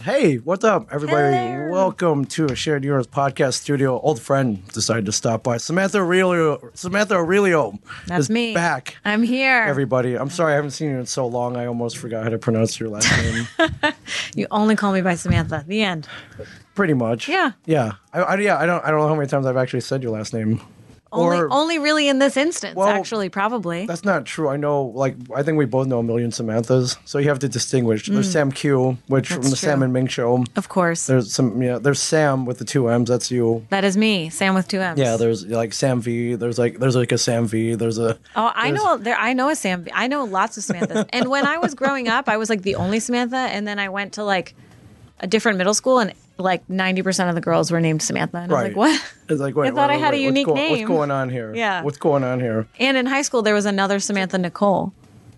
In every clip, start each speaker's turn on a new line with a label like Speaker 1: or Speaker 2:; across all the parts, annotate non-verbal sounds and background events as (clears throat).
Speaker 1: Hey, what's up, everybody?
Speaker 2: Hello.
Speaker 1: Welcome to a shared universe podcast studio. Old friend decided to stop by. Samantha Aurelio, Samantha Aurelio
Speaker 2: That's
Speaker 1: is
Speaker 2: me.
Speaker 1: back.
Speaker 2: I'm here.
Speaker 1: Everybody, I'm sorry I haven't seen you in so long. I almost forgot how to pronounce your last
Speaker 2: (laughs)
Speaker 1: name.
Speaker 2: you only call me by Samantha. The end.
Speaker 1: Pretty much.
Speaker 2: Yeah.
Speaker 1: Yeah. I, I, yeah. I don't. I don't know how many times I've actually said your last name.
Speaker 2: Only,
Speaker 1: or
Speaker 2: only really in this instance,
Speaker 1: Well,
Speaker 2: actually, probably.
Speaker 1: that's not true. I know. Like I think we both know a million Samanthas, so you have to distinguish. There's Sam Q, which from the
Speaker 2: Mm. That's
Speaker 1: Sam
Speaker 2: true.
Speaker 1: and Ming show.
Speaker 2: Of course.
Speaker 1: There's some. Yeah. There's Sam with the two M's. That's you.
Speaker 2: that is me, Sam with two M's.
Speaker 1: Yeah, there's like Sam V. There's like there's like a Sam V. There's a
Speaker 2: Oh, I know there. I know a Sam. I know lots of Samanthas. and when I was growing up, I was like the only Samantha. And then I went to like a different middle school, and like ninety percent of the girls were named Samantha. And I was
Speaker 1: Right.
Speaker 2: like, what?
Speaker 1: It's like wait,
Speaker 2: I thought
Speaker 1: wait,
Speaker 2: I had
Speaker 1: wait, what's
Speaker 2: a unique
Speaker 1: go- What's
Speaker 2: name.
Speaker 1: going on here?
Speaker 2: Yeah.
Speaker 1: What's going on here?
Speaker 2: And in high school, there was another Samantha Nicole.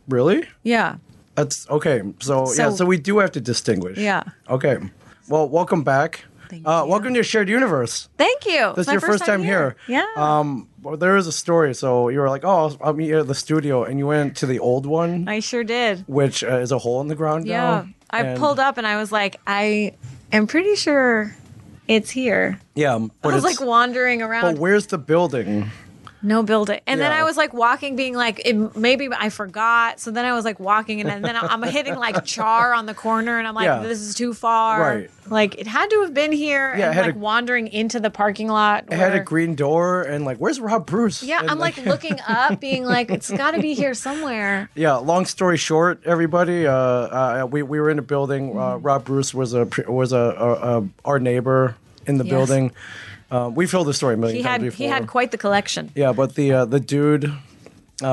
Speaker 1: Really?
Speaker 2: Yeah.
Speaker 1: That's okay. So, yeah,
Speaker 2: So-
Speaker 1: so we do have to distinguish.
Speaker 2: Yeah.
Speaker 1: Okay. Well, welcome back.
Speaker 2: Thank
Speaker 1: uh,
Speaker 2: you.
Speaker 1: Welcome to Shared Universe.
Speaker 2: Thank you.
Speaker 1: This
Speaker 2: It's
Speaker 1: is
Speaker 2: my
Speaker 1: your first time here.
Speaker 2: Yeah.
Speaker 1: Um, well, there is a story. So you were like, "Oh, I'm here at the studio," and you went to the old one,
Speaker 2: I sure did.
Speaker 1: which uh, is a hole in the ground.
Speaker 2: Yeah.
Speaker 1: now,
Speaker 2: I
Speaker 1: and-
Speaker 2: pulled up and I was like, I am pretty sure it's here.
Speaker 1: Yeah, but
Speaker 2: I was
Speaker 1: it's,
Speaker 2: like wandering
Speaker 1: but
Speaker 2: around,
Speaker 1: where's the building?
Speaker 2: no building. And then
Speaker 1: Yeah.
Speaker 2: I was like walking, being like, it, maybe I forgot. So then I was like walking, and then
Speaker 1: (laughs)
Speaker 2: I'm hitting like char on the corner, and I'm like,
Speaker 1: Yeah.
Speaker 2: this is too far.
Speaker 1: Right.
Speaker 2: Like it had to have been here,
Speaker 1: Yeah, it
Speaker 2: and
Speaker 1: had
Speaker 2: like
Speaker 1: a-
Speaker 2: wandering into the parking lot.
Speaker 1: It had a
Speaker 2: where-
Speaker 1: green door, and like, where's Rob Bruce?
Speaker 2: Yeah,
Speaker 1: And, (laughs)
Speaker 2: I'm like looking up, being like, it's got to be here somewhere.
Speaker 1: Yeah, long story short, everybody, uh, uh, we, we were in a building. Uh,
Speaker 2: Mm-hmm.
Speaker 1: Rob Bruce was a was a, a, a our neighbor in the
Speaker 2: Yes.
Speaker 1: building. Um, we've told the story a million
Speaker 2: He
Speaker 1: times
Speaker 2: had
Speaker 1: before.
Speaker 2: he had quite the collection.
Speaker 1: yeah, but the uh, the dude, um,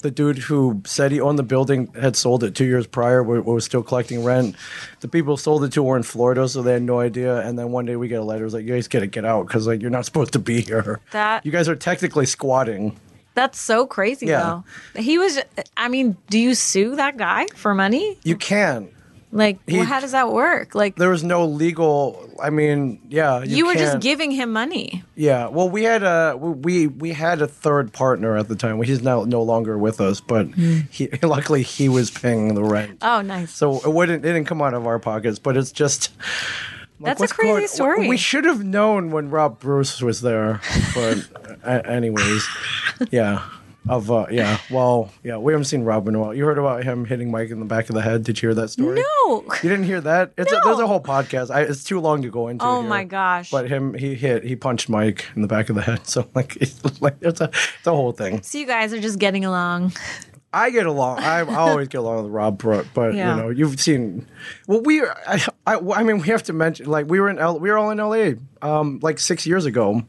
Speaker 1: the dude who said he owned the building had sold it two years prior. We, we was still collecting rent. The people who sold it to were in Florida, so they had no idea. And then one day we get a letter, it's like you guys gotta get out because like you're not supposed to be here.
Speaker 2: That-
Speaker 1: you guys are technically squatting.
Speaker 2: That's so crazy,
Speaker 1: Yeah.
Speaker 2: though. He was. I mean, do you sue that guy for money?
Speaker 1: You can.
Speaker 2: Like,
Speaker 1: He-
Speaker 2: well, how does that work? Like,
Speaker 1: There was no legal. I mean, yeah,
Speaker 2: you, were just
Speaker 1: can't-
Speaker 2: giving him money.
Speaker 1: Yeah, well, we had a we we had a third partner at the time. He's now no longer with us, but
Speaker 2: Hmm.
Speaker 1: he, (laughs) luckily he was paying the rent,
Speaker 2: Oh, nice.
Speaker 1: so it wouldn't it didn't come out of our pockets. But it's just like,
Speaker 2: That's a
Speaker 1: what's
Speaker 2: crazy
Speaker 1: going-
Speaker 2: story.
Speaker 1: We should have known when Rob Bruce was there,
Speaker 2: (laughs)
Speaker 1: but a- anyways, yeah. Of uh, yeah, well, yeah, we haven't seen Rob in a while. You heard about him hitting Mike in the back of the head. Did you hear that story?
Speaker 2: No. (laughs)
Speaker 1: You didn't hear that? It's a,
Speaker 2: No.
Speaker 1: there's a whole podcast. I, it's too long to go into.
Speaker 2: Oh
Speaker 1: here.
Speaker 2: my gosh.
Speaker 1: But him, he hit, he punched Mike in the back of the head. (laughs) So like, it's like it's a, it's a whole thing.
Speaker 2: So you guys are just getting along.
Speaker 1: I get along. I, I always get along with Rob Brooke, but
Speaker 2: Yeah.
Speaker 1: you know, you've seen. Well, we, I, I, I mean, we have to mention like we were in L, we were all in L.A. Um, like six years ago.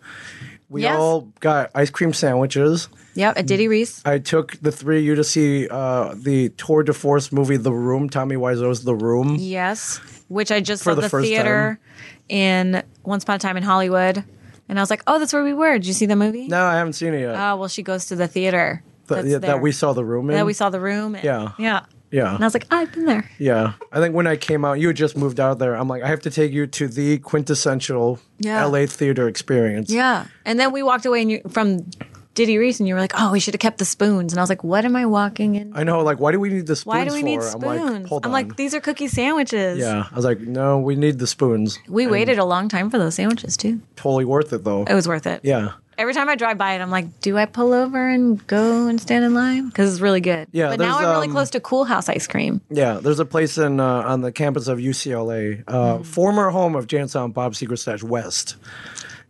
Speaker 1: We
Speaker 2: Yes.
Speaker 1: all got ice cream sandwiches.
Speaker 2: Yep, at Diddy Reese.
Speaker 1: I took the three of you to see uh, the tour de force movie, The Room. Tommy Wiseau's The Room.
Speaker 2: Yes, which I just
Speaker 1: For
Speaker 2: saw
Speaker 1: the
Speaker 2: the,
Speaker 1: first
Speaker 2: theater in Once Upon a Time in Hollywood, and I was like, oh, that's where we were. Did you see the movie?
Speaker 1: No, I haven't seen it yet.
Speaker 2: Oh well, she goes to the theater.
Speaker 1: Th-
Speaker 2: that's
Speaker 1: yeah,
Speaker 2: there.
Speaker 1: that we saw the room in.
Speaker 2: That we saw the room. and-
Speaker 1: Yeah.
Speaker 2: Yeah.
Speaker 1: Yeah,
Speaker 2: And I was like, "Oh, I've been there.
Speaker 1: yeah. I think when I came out, you had just moved out there. I'm like, I have to take you to the quintessential
Speaker 2: Yeah.
Speaker 1: LA theater experience.
Speaker 2: Yeah. And then we walked away and you, from Diddy Reese, and you were like, oh, we should have kept the spoons. And I was like, what am I walking in?
Speaker 1: I know. Like, why do we need the spoons?
Speaker 2: Why do we need
Speaker 1: for?
Speaker 2: spoons?
Speaker 1: I'm like, hold on.
Speaker 2: these are cookie sandwiches.
Speaker 1: yeah. I was like, no, we need the spoons.
Speaker 2: We waited a long time for those sandwiches, too.
Speaker 1: Totally worth it though.
Speaker 2: It was worth it.
Speaker 1: Yeah.
Speaker 2: Every time I drive by it, I'm like, do I pull over and go and stand in line? Because it's really good.
Speaker 1: Yeah,
Speaker 2: But now
Speaker 1: there's,
Speaker 2: I'm really
Speaker 1: um,
Speaker 2: close to Cool House ice cream.
Speaker 1: Yeah, there's a place in uh, on the campus of UCLA, uh,
Speaker 2: Mm.
Speaker 1: former home of Jan Silent Bob Secret Stash West.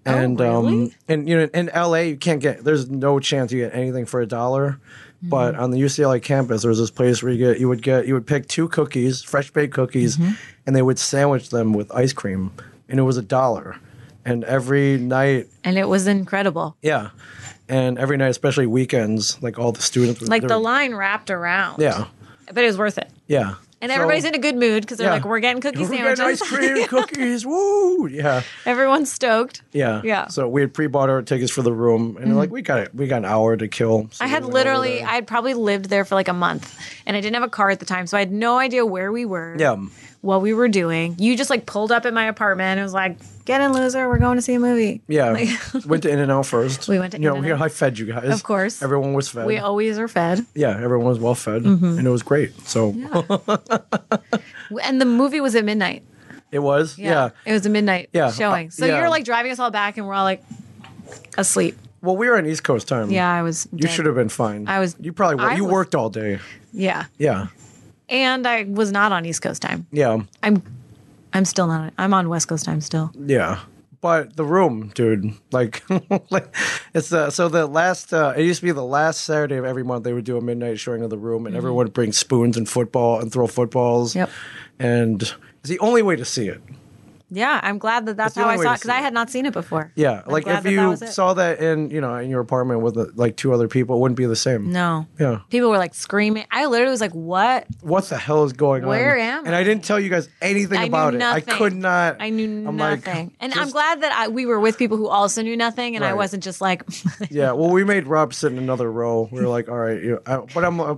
Speaker 1: And um
Speaker 2: Oh, really?
Speaker 1: and you know in LA you can't get there's no chance you get anything for a dollar. But
Speaker 2: Mm-hmm.
Speaker 1: on the UCLA campus there's this place where you get you would get you would pick two cookies, fresh baked cookies,
Speaker 2: Mm-hmm.
Speaker 1: and they would sandwich them with ice cream and it was a dollar. And every night
Speaker 2: And it was incredible.
Speaker 1: yeah. And every night, especially weekends, like all the students would-
Speaker 2: Like
Speaker 1: they
Speaker 2: the
Speaker 1: would-
Speaker 2: line wrapped around.
Speaker 1: Yeah.
Speaker 2: But it was worth it.
Speaker 1: Yeah.
Speaker 2: And
Speaker 1: So-
Speaker 2: everybody's in a good mood because they're
Speaker 1: Yeah.
Speaker 2: like, we're getting
Speaker 1: (laughs)
Speaker 2: cookie
Speaker 1: We're
Speaker 2: sandwiches.
Speaker 1: getting ice cream, cookies, woo! Yeah,
Speaker 2: (laughs) Everyone's stoked.
Speaker 1: yeah,
Speaker 2: Yeah. Mm.
Speaker 1: So we had pre-bought our tickets for the room, and like we got it, we got an hour to kill. So
Speaker 2: I
Speaker 1: we
Speaker 2: had
Speaker 1: went over
Speaker 2: literally,
Speaker 1: there.
Speaker 2: I had probably lived there for like a month, and I didn't have a car at the time, so I had no idea where we were,
Speaker 1: yeah,
Speaker 2: what we were doing. You just like pulled up at my apartment and was like, "Get in, loser! We're going to see a movie."
Speaker 1: yeah.
Speaker 2: (laughs) Like-
Speaker 1: went to In and Out first.
Speaker 2: We went to
Speaker 1: you know,
Speaker 2: In-N-Out.
Speaker 1: you know, I fed you guys,
Speaker 2: Of course.
Speaker 1: Everyone was fed.
Speaker 2: We Mm-hmm. always are fed,
Speaker 1: yeah, everyone was well fed, and it was great. So yeah,
Speaker 2: and the movie was at midnight.
Speaker 1: It was. Yeah.
Speaker 2: It was a midnight
Speaker 1: Yeah,
Speaker 2: showing.
Speaker 1: uh,
Speaker 2: So
Speaker 1: yeah.
Speaker 2: you're like driving us all back and we're all like asleep.
Speaker 1: Well, we were on East Coast time.
Speaker 2: Yeah, I was.
Speaker 1: You should have been fine.
Speaker 2: I was-
Speaker 1: You probably were.
Speaker 2: I
Speaker 1: you
Speaker 2: was-
Speaker 1: worked all day.
Speaker 2: Yeah.
Speaker 1: Yeah.
Speaker 2: And I was not on East Coast time.
Speaker 1: Yeah.
Speaker 2: I'm I'm still not. I'm on West Coast time still.
Speaker 1: Yeah. But the room, dude, like, (laughs) like it's uh, so the last, uh, it used to be the last Saturday of every month they would do a midnight showing of the room and everyone would bring spoons and football and throw footballs.
Speaker 2: Yep.
Speaker 1: And it's the only way to see it.
Speaker 2: Yeah, I'm glad that that's
Speaker 1: the
Speaker 2: how
Speaker 1: only
Speaker 2: I
Speaker 1: way
Speaker 2: saw it
Speaker 1: to
Speaker 2: because
Speaker 1: see
Speaker 2: I
Speaker 1: it.
Speaker 2: had not seen it before.
Speaker 1: Yeah.
Speaker 2: I'm
Speaker 1: like
Speaker 2: glad
Speaker 1: if
Speaker 2: that that
Speaker 1: you
Speaker 2: was it.
Speaker 1: saw that in, you know, in your apartment with uh, like two other people, it wouldn't be the same.
Speaker 2: No.
Speaker 1: Yeah.
Speaker 2: People were like screaming. I literally was like, "What?"
Speaker 1: What the hell is going on?
Speaker 2: Where am
Speaker 1: And I didn't tell you guys anything
Speaker 2: I
Speaker 1: about
Speaker 2: knew
Speaker 1: it.
Speaker 2: nothing.
Speaker 1: I could not.
Speaker 2: I knew
Speaker 1: I'm like,
Speaker 2: nothing. and I'm
Speaker 1: just-
Speaker 2: glad that I, we were with people who also knew nothing, and I
Speaker 1: Right.
Speaker 2: wasn't just like, (laughs)
Speaker 1: Yeah, well, we made Rob sit in another row. We were like, all right, you I, but I'm. uh,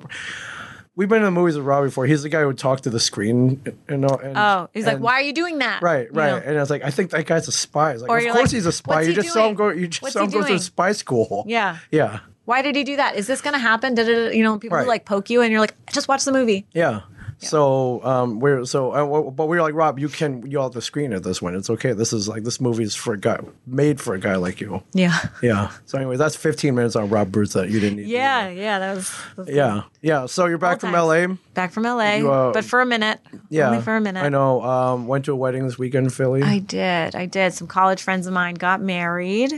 Speaker 1: we've been in the movies with Rob before. He's the guy who would talk to the screen, you know. And,
Speaker 2: "Oh, he's like,
Speaker 1: and-
Speaker 2: why are you doing that?"
Speaker 1: Right,
Speaker 2: You
Speaker 1: right,
Speaker 2: know?
Speaker 1: and I was like, I think that guy's a spy. He's like,
Speaker 2: Or
Speaker 1: of
Speaker 2: you're
Speaker 1: course
Speaker 2: like,
Speaker 1: he's a spy.
Speaker 2: "What's
Speaker 1: You
Speaker 2: he
Speaker 1: just saw him
Speaker 2: doing?
Speaker 1: go. You just
Speaker 2: What's
Speaker 1: saw
Speaker 2: he
Speaker 1: him go through
Speaker 2: doing?"
Speaker 1: spy school.
Speaker 2: (laughs) Yeah.
Speaker 1: yeah,
Speaker 2: Why did he do that? Is this going to happen? Da, da, da, you know, people
Speaker 1: Right.
Speaker 2: who like poke you, and you're like, "Just watch the movie."
Speaker 1: yeah. So um, we're so, uh, w- but we were like, Rob, you can you all have the screen at this one. It's okay. This is like this movie is for a guy made for a guy like you.
Speaker 2: Yeah.
Speaker 1: Yeah. So anyway, that's 15 minutes on Rob Bruce that you didn't need. to
Speaker 2: Yeah. Yeah. That was.
Speaker 1: do. Yeah. Yeah. So you're back
Speaker 2: All
Speaker 1: from
Speaker 2: times.
Speaker 1: LA.
Speaker 2: Back from LA,
Speaker 1: You, uh,
Speaker 2: but for a minute.
Speaker 1: Yeah,
Speaker 2: Only for a minute.
Speaker 1: I know. Um, went to a wedding this weekend in Philly.
Speaker 2: I did. I did. Some college friends of mine got married,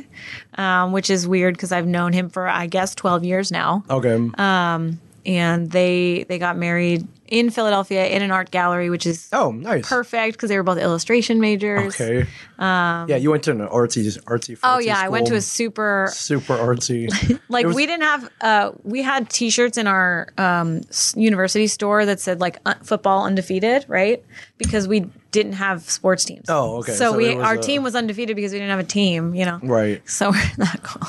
Speaker 2: um, which is weird because I've known him for I guess twelve years now,
Speaker 1: okay.
Speaker 2: Um, and they they got married in Philadelphia in an art gallery, which is
Speaker 1: oh, nice.
Speaker 2: perfect because they were both illustration majors.
Speaker 1: Okay. yeah, you went to an artsy, artsy.
Speaker 2: Um, Oh
Speaker 1: fartsy
Speaker 2: yeah, I went to a
Speaker 1: school.
Speaker 2: super
Speaker 1: super
Speaker 2: (laughs)
Speaker 1: artsy.
Speaker 2: like
Speaker 1: was-
Speaker 2: we didn't have uh we had t-shirts in our um s- university store that said like uh, football undefeated, right? Because we didn't have sports teams.
Speaker 1: Oh, okay.
Speaker 2: So,
Speaker 1: So
Speaker 2: we
Speaker 1: it was
Speaker 2: our
Speaker 1: a-
Speaker 2: team was undefeated because we didn't have a team, you know.
Speaker 1: right.
Speaker 2: So (laughs) we're not cool.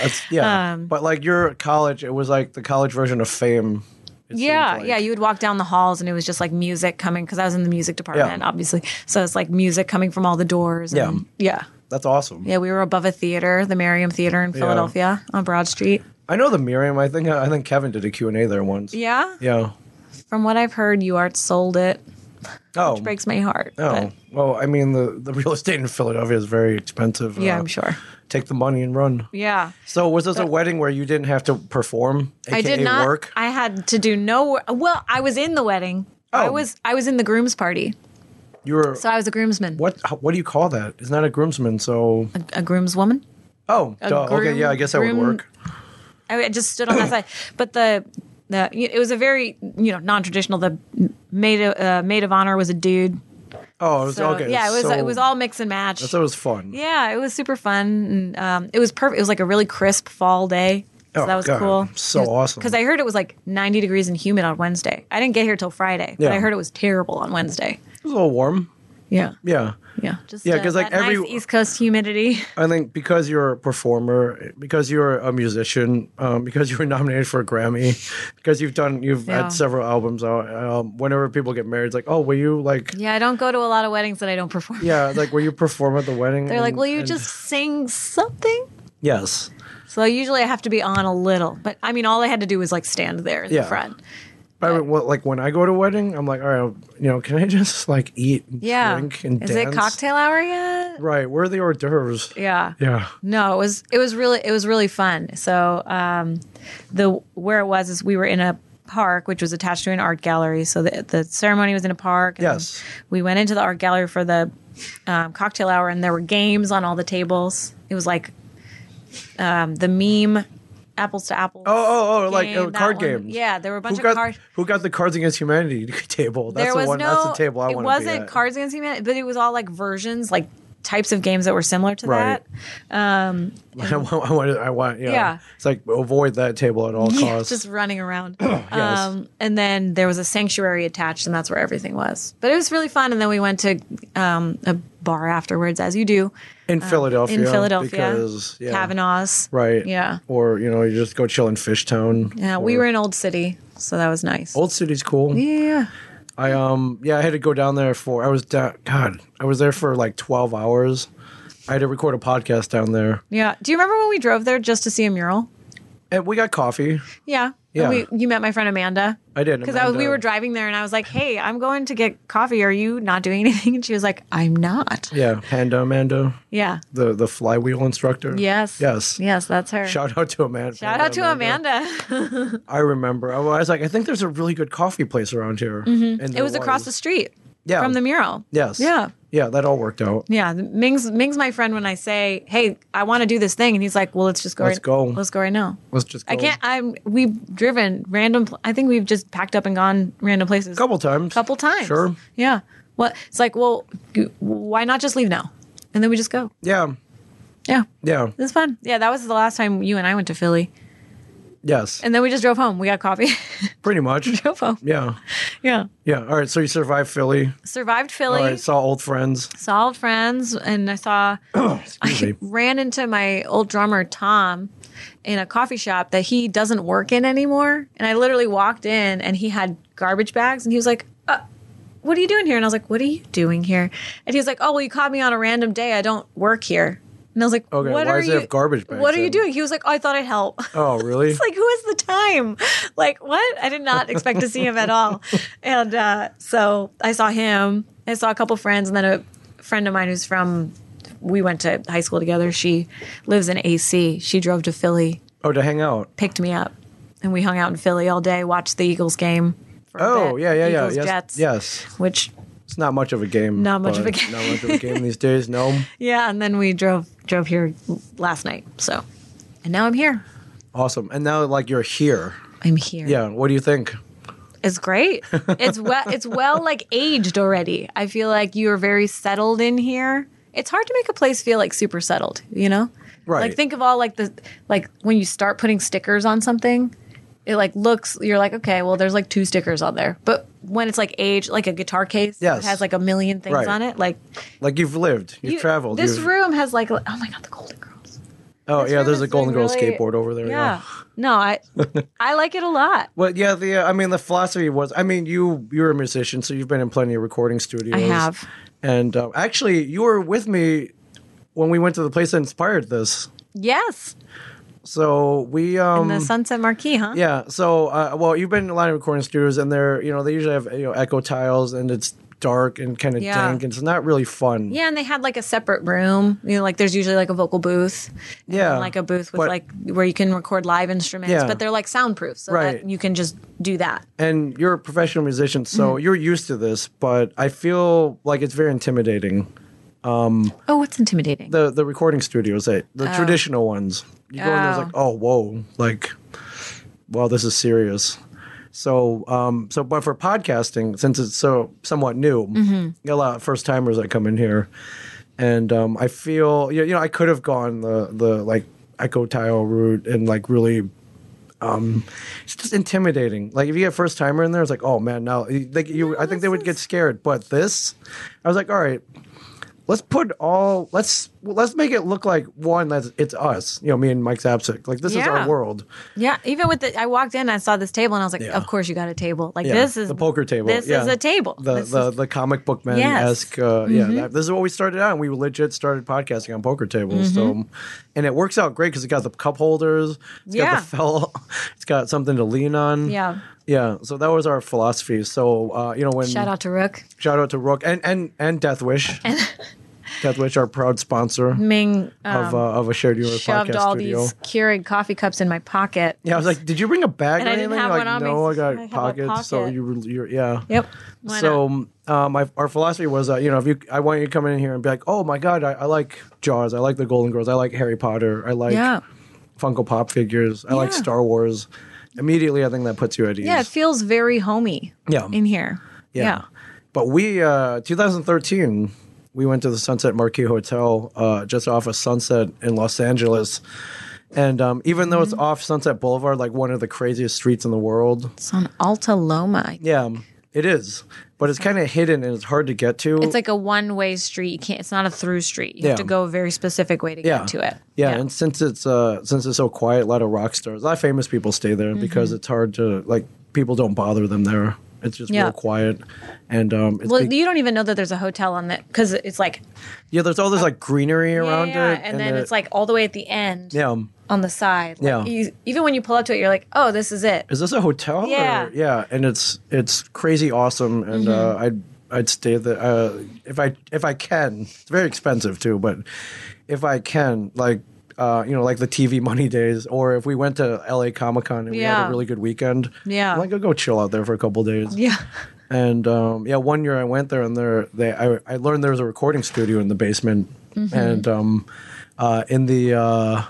Speaker 1: That's, yeah.
Speaker 2: Um,
Speaker 1: but like your college, it was like the college version of fame. it
Speaker 2: Yeah,
Speaker 1: seems like.
Speaker 2: yeah. You would walk down the halls and it was just like music coming because I was in the music department,
Speaker 1: Yeah.
Speaker 2: obviously. So it's like music coming from all the doors. And, yeah. Yeah.
Speaker 1: That's awesome.
Speaker 2: Yeah. We were above a theater, the Merriam Theater in Philadelphia on Broad Street.
Speaker 1: I know the Miriam. I think I think Kevin did a Q and A there once.
Speaker 2: Yeah.
Speaker 1: Yeah.
Speaker 2: From what I've heard, UART sold it.
Speaker 1: Oh.
Speaker 2: Breaks my heart.
Speaker 1: Oh.
Speaker 2: but
Speaker 1: Well, I mean, the, the real estate in Philadelphia is very expensive.
Speaker 2: yeah,
Speaker 1: Uh,
Speaker 2: I'm sure.
Speaker 1: Take the money and run.
Speaker 2: Yeah.
Speaker 1: So was this a wedding where you didn't have to perform? AKA
Speaker 2: I did not.
Speaker 1: work.
Speaker 2: I had to do no. wor- Well, I was in the wedding. I
Speaker 1: Oh.
Speaker 2: was I was in the groom's party,
Speaker 1: You were
Speaker 2: so I was a groomsman,
Speaker 1: what? how- What do you call that? It's not a groomsman. So
Speaker 2: a, a groomswoman.
Speaker 1: oh, duh, okay,
Speaker 2: groom-
Speaker 1: yeah, I guess that would
Speaker 2: groom-
Speaker 1: work.
Speaker 2: I just stood
Speaker 1: (clears throat)
Speaker 2: on that side. But the the it was a very you know non traditional. The maid of- uh, maid of honor was a dude.
Speaker 1: Oh, it was,
Speaker 2: So
Speaker 1: okay.
Speaker 2: yeah, it was
Speaker 1: so,
Speaker 2: it was all mix and match.
Speaker 1: So it was fun.
Speaker 2: yeah, it was super fun. And, um, it was perfect. It was like a really crisp fall day. So
Speaker 1: Oh,
Speaker 2: that was
Speaker 1: God,
Speaker 2: cool.
Speaker 1: so awesome.
Speaker 2: Because I heard it was like 90 degrees and humid on Wednesday. I didn't get here till Friday, but
Speaker 1: Yeah.
Speaker 2: I heard it was terrible on Wednesday.
Speaker 1: It was a little warm.
Speaker 2: Yeah.
Speaker 1: Yeah,
Speaker 2: Yeah. Just
Speaker 1: Yeah,
Speaker 2: uh,
Speaker 1: 'cause, like,
Speaker 2: that
Speaker 1: every-
Speaker 2: nice East Coast humidity.
Speaker 1: I think because you're a performer, because you're a musician, um, because you were (laughs) nominated for a Grammy, because you've done you've
Speaker 2: Yeah.
Speaker 1: had several albums out. Um, whenever people get married, it's like, oh, will you like? Yeah,
Speaker 2: yeah, I don't go to a lot of weddings that I don't perform.
Speaker 1: it's like will you perform at the wedding?
Speaker 2: They're like,
Speaker 1: And-
Speaker 2: will you
Speaker 1: and-
Speaker 2: just sing something?
Speaker 1: yes?
Speaker 2: So usually I have to be on a little, but I mean, all I had to do was like stand there in
Speaker 1: Yeah.
Speaker 2: the front.
Speaker 1: But I mean, well, like when I go to a wedding, I'm like, all right, you know, can I just like eat, and
Speaker 2: Yeah.
Speaker 1: drink, and
Speaker 2: Is
Speaker 1: dance?
Speaker 2: it cocktail hour yet?
Speaker 1: Right. Where are the hors d'oeuvres?
Speaker 2: Yeah.
Speaker 1: Yeah.
Speaker 2: No, it was it was really it was really fun. So um, the where it was is we were in a park which was attached to an art gallery. So the the ceremony was in a park. and
Speaker 1: Yes.
Speaker 2: we went into the art gallery for the um, cocktail hour, and there were games on all the tables. It was like um, the meme apples to apples.
Speaker 1: Oh, oh, oh, like, uh,
Speaker 2: that
Speaker 1: card
Speaker 2: one.
Speaker 1: games.
Speaker 2: Yeah, there were a bunch
Speaker 1: Who got
Speaker 2: of cards.
Speaker 1: who got the Cards Against Humanity (laughs) table? That's
Speaker 2: there
Speaker 1: the
Speaker 2: was
Speaker 1: one.
Speaker 2: no.
Speaker 1: that's the table I
Speaker 2: it
Speaker 1: want to be
Speaker 2: wasn't
Speaker 1: at.
Speaker 2: Cards Against Humanity, but it was all like versions, like types of games that were similar to
Speaker 1: Right.
Speaker 2: that. Um,
Speaker 1: (laughs) I want. I want. I want yeah.
Speaker 2: Yeah.
Speaker 1: It's like avoid that table at all
Speaker 2: Yeah,
Speaker 1: costs.
Speaker 2: just
Speaker 1: (clears throat)
Speaker 2: running around. um, and then there was a sanctuary attached, and that's where everything was. But it was really fun. And then we went to um, a bar afterwards, as you do
Speaker 1: in Philadelphia.
Speaker 2: uh, in Philadelphia.
Speaker 1: Because yeah.
Speaker 2: Kavanaugh's.
Speaker 1: Right.
Speaker 2: Yeah.
Speaker 1: Or you know, you just go chill in Fishtown.
Speaker 2: Yeah, we
Speaker 1: or-
Speaker 2: were in Old City, so that was nice.
Speaker 1: Old City's cool.
Speaker 2: yeah.
Speaker 1: I um yeah, I had to go down there for I was down God, I was there for like twelve hours. I had to record a podcast down there.
Speaker 2: Yeah. Do you remember when we drove there just to see a mural?
Speaker 1: And we got coffee.
Speaker 2: Yeah. And
Speaker 1: Yeah.
Speaker 2: We, you met my friend Amanda.
Speaker 1: I did.
Speaker 2: Because I was, we
Speaker 1: Amanda-
Speaker 2: were driving there, and I was like, "Hey, I'm going to get coffee. Are you not doing (laughs) anything?" And she was like, "I'm not."
Speaker 1: Yeah, Panda Mando,
Speaker 2: Yeah.
Speaker 1: the the flywheel instructor.
Speaker 2: Yes.
Speaker 1: Yes.
Speaker 2: Yes, that's her. Shout,
Speaker 1: Shout out to Amanda.
Speaker 2: out to Amanda. (laughs)
Speaker 1: I remember. I was like, I think there's a really good coffee place around here. And
Speaker 2: Mm-hmm. it was across the street
Speaker 1: yeah.
Speaker 2: from the mural.
Speaker 1: Yes.
Speaker 2: Yeah.
Speaker 1: Yeah, that all worked out.
Speaker 2: Yeah, the- Ming's Ming's my friend. When I say, "Hey, I want to do this thing," and he's like, "Well, let's just go.
Speaker 1: Let's
Speaker 2: right,
Speaker 1: go.
Speaker 2: Let's go right now."
Speaker 1: Let's just. Go.
Speaker 2: I can't. I'm. We've driven random. pl- I think we've just packed up and gone random places.
Speaker 1: Couple times.
Speaker 2: couple times.
Speaker 1: Sure.
Speaker 2: Yeah. Well, it's like, well, g- why not just leave now? And then we just go.
Speaker 1: Yeah.
Speaker 2: Yeah.
Speaker 1: Yeah.
Speaker 2: It was fun. Yeah, that was the last time you and I went to Philly.
Speaker 1: Yes.
Speaker 2: And then we just drove home. We got coffee. (laughs)
Speaker 1: Pretty much.
Speaker 2: drove home.
Speaker 1: Yeah.
Speaker 2: Yeah.
Speaker 1: Yeah. All right. So you survived Philly.
Speaker 2: Survived Philly.
Speaker 1: All right. Saw old friends.
Speaker 2: Saw old friends. And (laughs) I saw,
Speaker 1: Excuse
Speaker 2: (laughs)
Speaker 1: me.
Speaker 2: ran into my old drummer, Tom, in a coffee shop that he doesn't work in anymore. And I literally walked in and he had garbage bags. And he was like, uh, what are you doing here? And I was like, what are you doing here? And he was like, oh, well, you caught me on a random day. I don't work here. And I was like,
Speaker 1: Okay,
Speaker 2: what
Speaker 1: why
Speaker 2: are
Speaker 1: does it
Speaker 2: you?
Speaker 1: have garbage bags
Speaker 2: what are you
Speaker 1: in?
Speaker 2: doing? He was like, oh, I thought I'd help. (laughs)
Speaker 1: Oh, really?
Speaker 2: It's like, who has the time? Like, what? I did not expect to see him
Speaker 1: (laughs)
Speaker 2: at all. And uh, so I saw him. I saw a couple friends, and then a friend of mine who's from, we went to high school together. She lives in AC. She drove to Philly,
Speaker 1: oh, to hang out.
Speaker 2: picked me up, and we hung out in Philly all day, watched the Eagles game. for a
Speaker 1: Oh,
Speaker 2: bit.
Speaker 1: yeah, yeah, yeah.
Speaker 2: Eagles,
Speaker 1: yes,
Speaker 2: Jets.
Speaker 1: yes.
Speaker 2: Which,
Speaker 1: It's not much of a game.
Speaker 2: Not much of a
Speaker 1: but
Speaker 2: game.
Speaker 1: Not much of a game these days.
Speaker 2: (laughs)
Speaker 1: No.
Speaker 2: yeah, and then we drove drove here last night. So, and now I'm here.
Speaker 1: Awesome. And now, like, you're here.
Speaker 2: I'm here.
Speaker 1: Yeah. What do you think?
Speaker 2: It's great.
Speaker 1: (laughs)
Speaker 2: It's well it's well like aged already. I feel like you're very settled in here. It's hard to make a place feel like super settled, you know?
Speaker 1: Right.
Speaker 2: Like think of all like the like when you start putting stickers on something, it like looks you're like, okay, well there's like two stickers on there. But when it's like aged, like a guitar case that
Speaker 1: Yes.
Speaker 2: has like a million things
Speaker 1: Right.
Speaker 2: on it, like
Speaker 1: Like, you've lived. You've
Speaker 2: you-
Speaker 1: traveled.
Speaker 2: This
Speaker 1: you've,
Speaker 2: room has like oh my god, the golden girls.
Speaker 1: oh,
Speaker 2: this
Speaker 1: yeah.
Speaker 2: room
Speaker 1: There's
Speaker 2: is
Speaker 1: a Golden
Speaker 2: doing
Speaker 1: Girl
Speaker 2: really-
Speaker 1: skateboard over there.
Speaker 2: Yeah.
Speaker 1: (laughs)
Speaker 2: No, I I like it a lot.
Speaker 1: Well, yeah, the uh, I mean, the philosophy was I mean, you you're a musician, so you've been in plenty of recording studios.
Speaker 2: I have.
Speaker 1: and uh, actually, you were with me when we went to the place that inspired this.
Speaker 2: Yes.
Speaker 1: So we, um,
Speaker 2: In the Sunset Marquee, huh?
Speaker 1: yeah, so uh, well, you've been in a lot of recording studios, and they're you know they usually have you know echo tiles, and it's dark and kind of
Speaker 2: Yeah.
Speaker 1: dank, and it's not really fun.
Speaker 2: Yeah, and they had like a separate room. You know, like there's usually like a vocal booth. and
Speaker 1: Yeah.
Speaker 2: then, like a booth with
Speaker 1: But-
Speaker 2: like where you can record live instruments,
Speaker 1: Yeah.
Speaker 2: but they're like soundproof, so
Speaker 1: Right.
Speaker 2: that you can just do that.
Speaker 1: And you're a professional musician, so you're used to this, but I feel like it's very intimidating.
Speaker 2: Oh, it's intimidating.
Speaker 1: the the recording studios that the traditional ones. You go in there's
Speaker 2: Oh.
Speaker 1: like, oh whoa, like well, this is serious. So um so but for podcasting, since it's so somewhat new, you got a lot of first timers that come in here. And um I feel you know, I could have gone the the like echo tile route and like really um it's just intimidating like if you get first timer in there it's like oh man now like you i think they would get scared but this i was like all right let's put all let's let's make it look like one that's it's us you know me and mike zapsik like this is
Speaker 2: Yeah.
Speaker 1: our world
Speaker 2: yeah, even with the, I walked in, I saw this table, and I was like,
Speaker 1: Yeah.
Speaker 2: of course you got a table. Like
Speaker 1: yeah
Speaker 2: this is
Speaker 1: the poker table
Speaker 2: This
Speaker 1: yeah.
Speaker 2: is a table.
Speaker 1: the
Speaker 2: This
Speaker 1: the,
Speaker 2: is- Mm-hmm.
Speaker 1: the comic book man esque uh, yeah that, this is what we started out and we legit started podcasting on poker tables
Speaker 2: Mm-hmm.
Speaker 1: so and it works out great because it got the cup holders it's
Speaker 2: Yeah.
Speaker 1: got the fell (laughs) it's got something to lean on
Speaker 2: yeah.
Speaker 1: yeah so that was our philosophy so uh you know when
Speaker 2: Shout out to Rook.
Speaker 1: shout out to rook and and and death
Speaker 2: (laughs)
Speaker 1: wish death wish our proud sponsor
Speaker 2: Ming um,
Speaker 1: of, uh, of a shared universe
Speaker 2: shoved
Speaker 1: podcast
Speaker 2: all
Speaker 1: studio.
Speaker 2: these Keurig coffee cups in my pocket.
Speaker 1: Yeah, I was like, "Did you bring a bag
Speaker 2: And
Speaker 1: or
Speaker 2: I didn't
Speaker 1: anything?"
Speaker 2: have
Speaker 1: like,
Speaker 2: one on me,
Speaker 1: no, I
Speaker 2: so I
Speaker 1: got
Speaker 2: had a
Speaker 1: pockets. So
Speaker 2: pocket.
Speaker 1: you, you're, yeah.
Speaker 2: Yep. Why
Speaker 1: so
Speaker 2: not?
Speaker 1: um, my, our philosophy was that you know if you I want you to come in here and be like, "Oh my god, I, I like Jaws, I like the Golden Girls, I like Harry Potter, I like
Speaker 2: yeah.
Speaker 1: Funko Pop figures, I like
Speaker 2: Yeah.
Speaker 1: Star Wars." Immediately, I think that puts you at ease.
Speaker 2: Yeah, it feels very homey
Speaker 1: yeah,
Speaker 2: in here.
Speaker 1: yeah. But we, uh, 2013, we went to the Sunset Marquee Hotel uh, just off of Sunset in Los Angeles. And um, even though it's
Speaker 2: Mm-hmm.
Speaker 1: off Sunset Boulevard, like one of the craziest streets in the world,
Speaker 2: It's on Alta Loma.
Speaker 1: yeah, it is. But it's kind of hidden and it's hard to get to.
Speaker 2: It's like a one way street. You can't. It's not a through street. You
Speaker 1: Yeah.
Speaker 2: have to go a very specific way to
Speaker 1: yeah,
Speaker 2: get to it.
Speaker 1: Yeah, and since it's uh, since it's so
Speaker 2: Mm-hmm.
Speaker 1: quiet, a lot of rock stars, a lot of famous people stay there because it's hard to like people don't bother them there It's just
Speaker 2: Yeah.
Speaker 1: real quiet, and um, it's
Speaker 2: Well,
Speaker 1: big-
Speaker 2: you don't even know that there's a hotel on that because it's like
Speaker 1: yeah. There's all this like greenery
Speaker 2: yeah,
Speaker 1: around
Speaker 2: Uh, yeah,
Speaker 1: it,
Speaker 2: and, then
Speaker 1: it-
Speaker 2: it's like all the way at the end
Speaker 1: yeah. um,
Speaker 2: on the side.
Speaker 1: Yeah.
Speaker 2: Like, you- even when you pull up to it, you're like, oh, this is it.
Speaker 1: Is this a hotel?
Speaker 2: Yeah. Mm-hmm.
Speaker 1: or, yeah. And it's it's crazy awesome, and uh, I'd I'd stay there uh, if I if I can. It's very expensive too, but if I can, like. Uh, you know, like the TV money days, or if we went to LA Comic Con and we had
Speaker 2: Yeah.
Speaker 1: a really good weekend,
Speaker 2: Yeah.
Speaker 1: I'm like I'll go chill out there for a couple days.
Speaker 2: Yeah.
Speaker 1: And um, yeah, one year I went there, and there they I, I learned there was a recording studio in the basement,
Speaker 2: Mm-hmm.
Speaker 1: and um, uh, in the uh,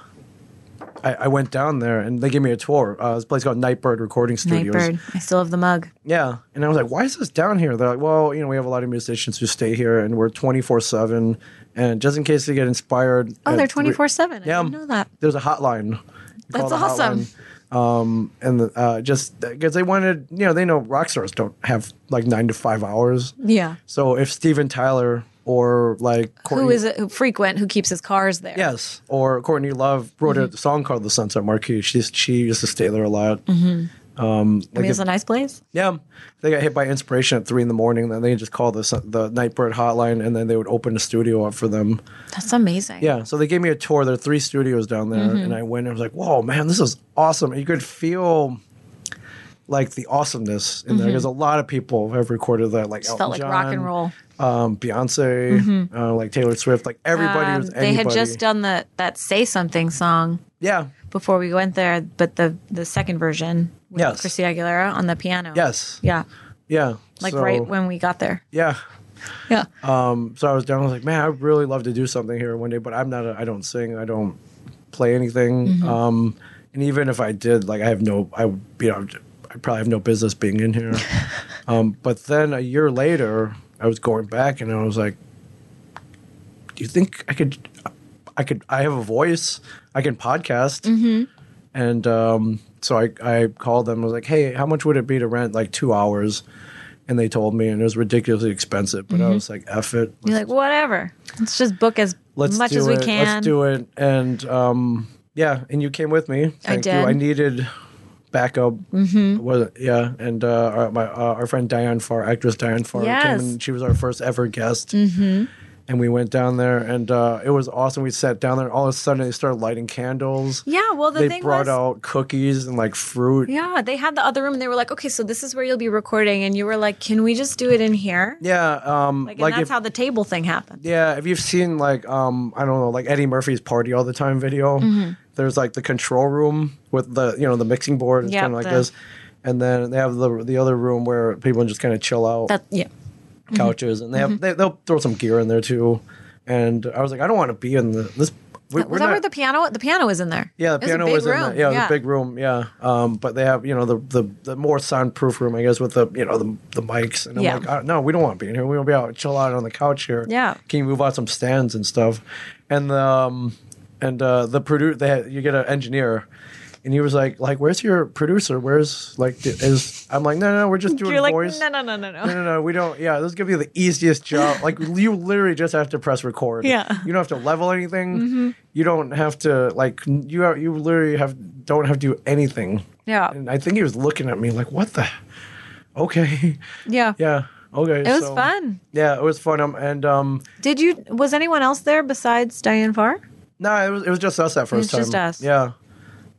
Speaker 1: I, I went down there, and they gave me a tour. Uh, this place called Nightbird Recording Studios.
Speaker 2: Nightbird. I still have the mug. Oh,
Speaker 1: Yeah, and I was like, why is this down here? They're like, well, you know, we have a lot of musicians who stay here, and we're twenty four seven, and just in case they get inspired.
Speaker 2: Oh,
Speaker 1: at
Speaker 2: they're
Speaker 1: three-
Speaker 2: 24 7. I
Speaker 1: Yeah.
Speaker 2: didn't know that.
Speaker 1: There's a hotline. You call
Speaker 2: That's
Speaker 1: the
Speaker 2: awesome.
Speaker 1: hotline and the, uh, just because they wanted, you know, they know rock stars don't have like nine to five hours.
Speaker 2: Yeah.
Speaker 1: So if Steven Tyler or like Courtney,
Speaker 2: Who is it? Who frequent? Who keeps his cars there?
Speaker 1: yes, or Courtney Love wrote
Speaker 2: Mm-hmm.
Speaker 1: a song called "The Sunset Marquee." She she used to stay there a lot.
Speaker 2: Mm-hmm.
Speaker 1: Um,
Speaker 2: I
Speaker 1: like
Speaker 2: mean,
Speaker 1: if,
Speaker 2: it's a nice place.
Speaker 1: yeah, they got hit by inspiration at three in the morning. Then they just called the Sun- the Nightbird hotline, and then they would open a studio up for them.
Speaker 2: That's amazing.
Speaker 1: Yeah, so they gave me a tour. There are three studios down there,
Speaker 2: Mm-hmm.
Speaker 1: and I went. and I was like, "Whoa, man, this is awesome!" And you could feel like the awesomeness in there because a lot of people have recorded that, like
Speaker 2: Mm-hmm. Just
Speaker 1: Elton
Speaker 2: felt like rock
Speaker 1: John,
Speaker 2: and roll.
Speaker 1: um, Beyonce, uh, like Taylor Swift, like everybody
Speaker 2: Mm-hmm. Um,
Speaker 1: was
Speaker 2: they
Speaker 1: anybody.
Speaker 2: had just done the that "Say Something" song
Speaker 1: yeah,
Speaker 2: before we went there, but the the second version with
Speaker 1: Yes.
Speaker 2: Christy Aguilera on the piano.
Speaker 1: yes,
Speaker 2: Yeah.
Speaker 1: yeah,
Speaker 2: Like
Speaker 1: So,
Speaker 2: right when we got there.
Speaker 1: yeah.
Speaker 2: Yeah.
Speaker 1: Um, so I was down. I was like, man, I really love to do something here one day, but I'm not. A, I don't sing. I don't play anything. Um, and even if I did, like, I have no. I would you know, I probably have no business being in here. um, but then a year later, I was going back, and I was like, do you think I could? I could. I have a voice. I can podcast. And um, so I, I called them. I was like, hey, how much would it be to rent like two hours? And they told me, and it was ridiculously expensive. But I was like, F it.
Speaker 2: You're like, whatever. Let's just book as
Speaker 1: Let's
Speaker 2: much
Speaker 1: do
Speaker 2: as we
Speaker 1: it.
Speaker 2: can.
Speaker 1: Let's do it. And um, yeah, and you came with me. Thank
Speaker 2: did.
Speaker 1: you. I needed backup. Mm-hmm. Was yeah, and uh, our, my uh, our friend Diane Farr, actress Diane Farr,
Speaker 2: Yes.
Speaker 1: came and she was our first ever guest. Mm-hmm. And we went down there, and uh, it was awesome. We sat down there, and all of a sudden they started lighting candles.
Speaker 2: Yeah. Well, the
Speaker 1: they
Speaker 2: thing
Speaker 1: brought
Speaker 2: was,
Speaker 1: out cookies and like fruit.
Speaker 2: yeah, they had the other room, and they were like, okay, so this is where you'll be recording, and you were like, can we just do it in here?
Speaker 1: Yeah, um,
Speaker 2: Like,
Speaker 1: like,
Speaker 2: and that's
Speaker 1: if,
Speaker 2: how the table thing happened.
Speaker 1: yeah, if you've seen like um, I don't know, like Eddie Murphy's party all the time video.
Speaker 2: Mm-hmm.
Speaker 1: There's like the control room with the you know the mixing board. It's
Speaker 2: Yep,
Speaker 1: kind of like
Speaker 2: the-
Speaker 1: this, and then they have the the other room where people just kind of chill out,
Speaker 2: That mm-hmm. yeah.
Speaker 1: couches, and they have they, they'll throw some gear in there too. And I was like, I don't want to be in the this. We,
Speaker 2: was that where the piano? The piano was in there.
Speaker 1: yeah, the
Speaker 2: It
Speaker 1: piano was,
Speaker 2: was, a big
Speaker 1: in
Speaker 2: room.
Speaker 1: the, yeah, the big room. Yeah, um, but they have you know the, the the more soundproof room, I guess, with the you know the, the mics. And I'm
Speaker 2: Yeah.
Speaker 1: like, uh, no, we don't want to be in here. We want to be out, chill out on the couch here.
Speaker 2: Yeah.
Speaker 1: can you move out some stands and stuff? And the um, and uh, the producer, they had, you get an engineer. And he was like, like, where's your producer? Where's like, the- is I'm like, no, no, we're just doing
Speaker 2: (laughs) You're like,
Speaker 1: voice.
Speaker 2: no, no,
Speaker 1: (laughs)
Speaker 2: no, no,
Speaker 1: No,
Speaker 2: no.
Speaker 1: no, no, we don't. Yeah, this is gonna be the easiest job. Like you literally just have to press record.
Speaker 2: Yeah. Mm-hmm.
Speaker 1: you don't have to level anything. You don't have to like you. Are, you literally have don't have to do anything.
Speaker 2: Yeah.
Speaker 1: And I think he was looking at me like, "What the? Okay, (laughs)
Speaker 2: Yeah.
Speaker 1: yeah, okay."
Speaker 2: It was
Speaker 1: so-
Speaker 2: fun.
Speaker 1: Yeah, it was fun. Um, and um,
Speaker 2: Did you? Was anyone else there besides Diane Farr?
Speaker 1: no, it was it was just us that first
Speaker 2: was
Speaker 1: time.
Speaker 2: just us.
Speaker 1: Yeah.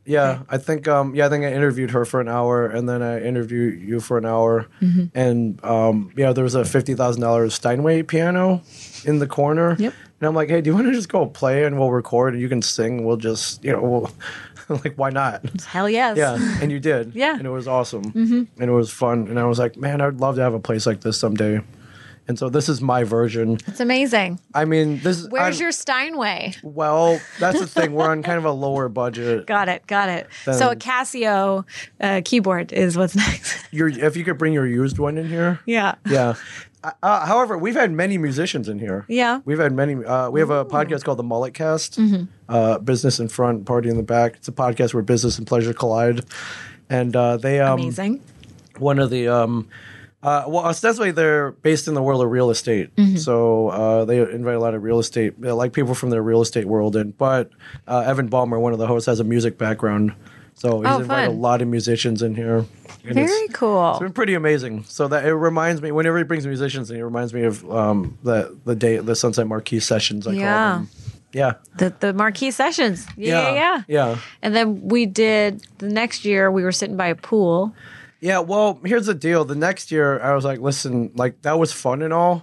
Speaker 1: Yeah, I think um yeah, I think I interviewed her for an hour and then I interviewed you for an hour.
Speaker 2: Mm-hmm.
Speaker 1: And um yeah, there was a fifty thousand dollars Steinway piano in the corner.
Speaker 2: Yep.
Speaker 1: And I'm like, hey, do you wanna just go play and we'll record and you can sing, we'll just you know, we'll (laughs) like why not?
Speaker 2: (laughs) Hell yes.
Speaker 1: Yeah. And you did.
Speaker 2: Yeah. Mm-hmm.
Speaker 1: And it was awesome. And it was fun. And I was like, man, I'd love to have a place like this someday. And so this is my version.
Speaker 2: It's amazing.
Speaker 1: I mean, this is
Speaker 2: Where's
Speaker 1: I'm-
Speaker 2: your Steinway?
Speaker 1: well, that's the thing. We're on kind of a lower budget.
Speaker 2: (laughs) Got it. Got it. so a
Speaker 1: Then-
Speaker 2: Casio uh, keyboard is what's (laughs) next.
Speaker 1: Your if you could bring your used one in here.
Speaker 2: yeah.
Speaker 1: Yeah. Uh, Uh, however, we've had many musicians in here.
Speaker 2: Yeah. Mm-hmm.
Speaker 1: We've had many. Uh, we have a podcast called The Mullet Cast. Uh, business in front, party in the back. It's a podcast where business and pleasure collide. And uh, they um,
Speaker 2: Amazing.
Speaker 1: one of the um uh, well ostensibly they're based in the world of real estate
Speaker 2: Mm-hmm.
Speaker 1: so uh, they invite a lot of real estate uh, like people from their real estate world in but uh, evan Ballmer, one of the hosts has a music background So he's
Speaker 2: Oh,
Speaker 1: invited
Speaker 2: fun.
Speaker 1: a lot of musicians in here. and it's-
Speaker 2: Very cool.
Speaker 1: it's been pretty amazing. So that it reminds me whenever he brings musicians, in, it reminds me of um, the the day the Sunset Marquee sessions. I
Speaker 2: Yeah.
Speaker 1: call them. Yeah.
Speaker 2: The the marquee sessions. Yeah, yeah, yeah.
Speaker 1: Yeah.
Speaker 2: And then we did the next year. We were sitting by a pool.
Speaker 1: Yeah. Well, here's the deal. The next year, I was like, listen, like that was fun and all.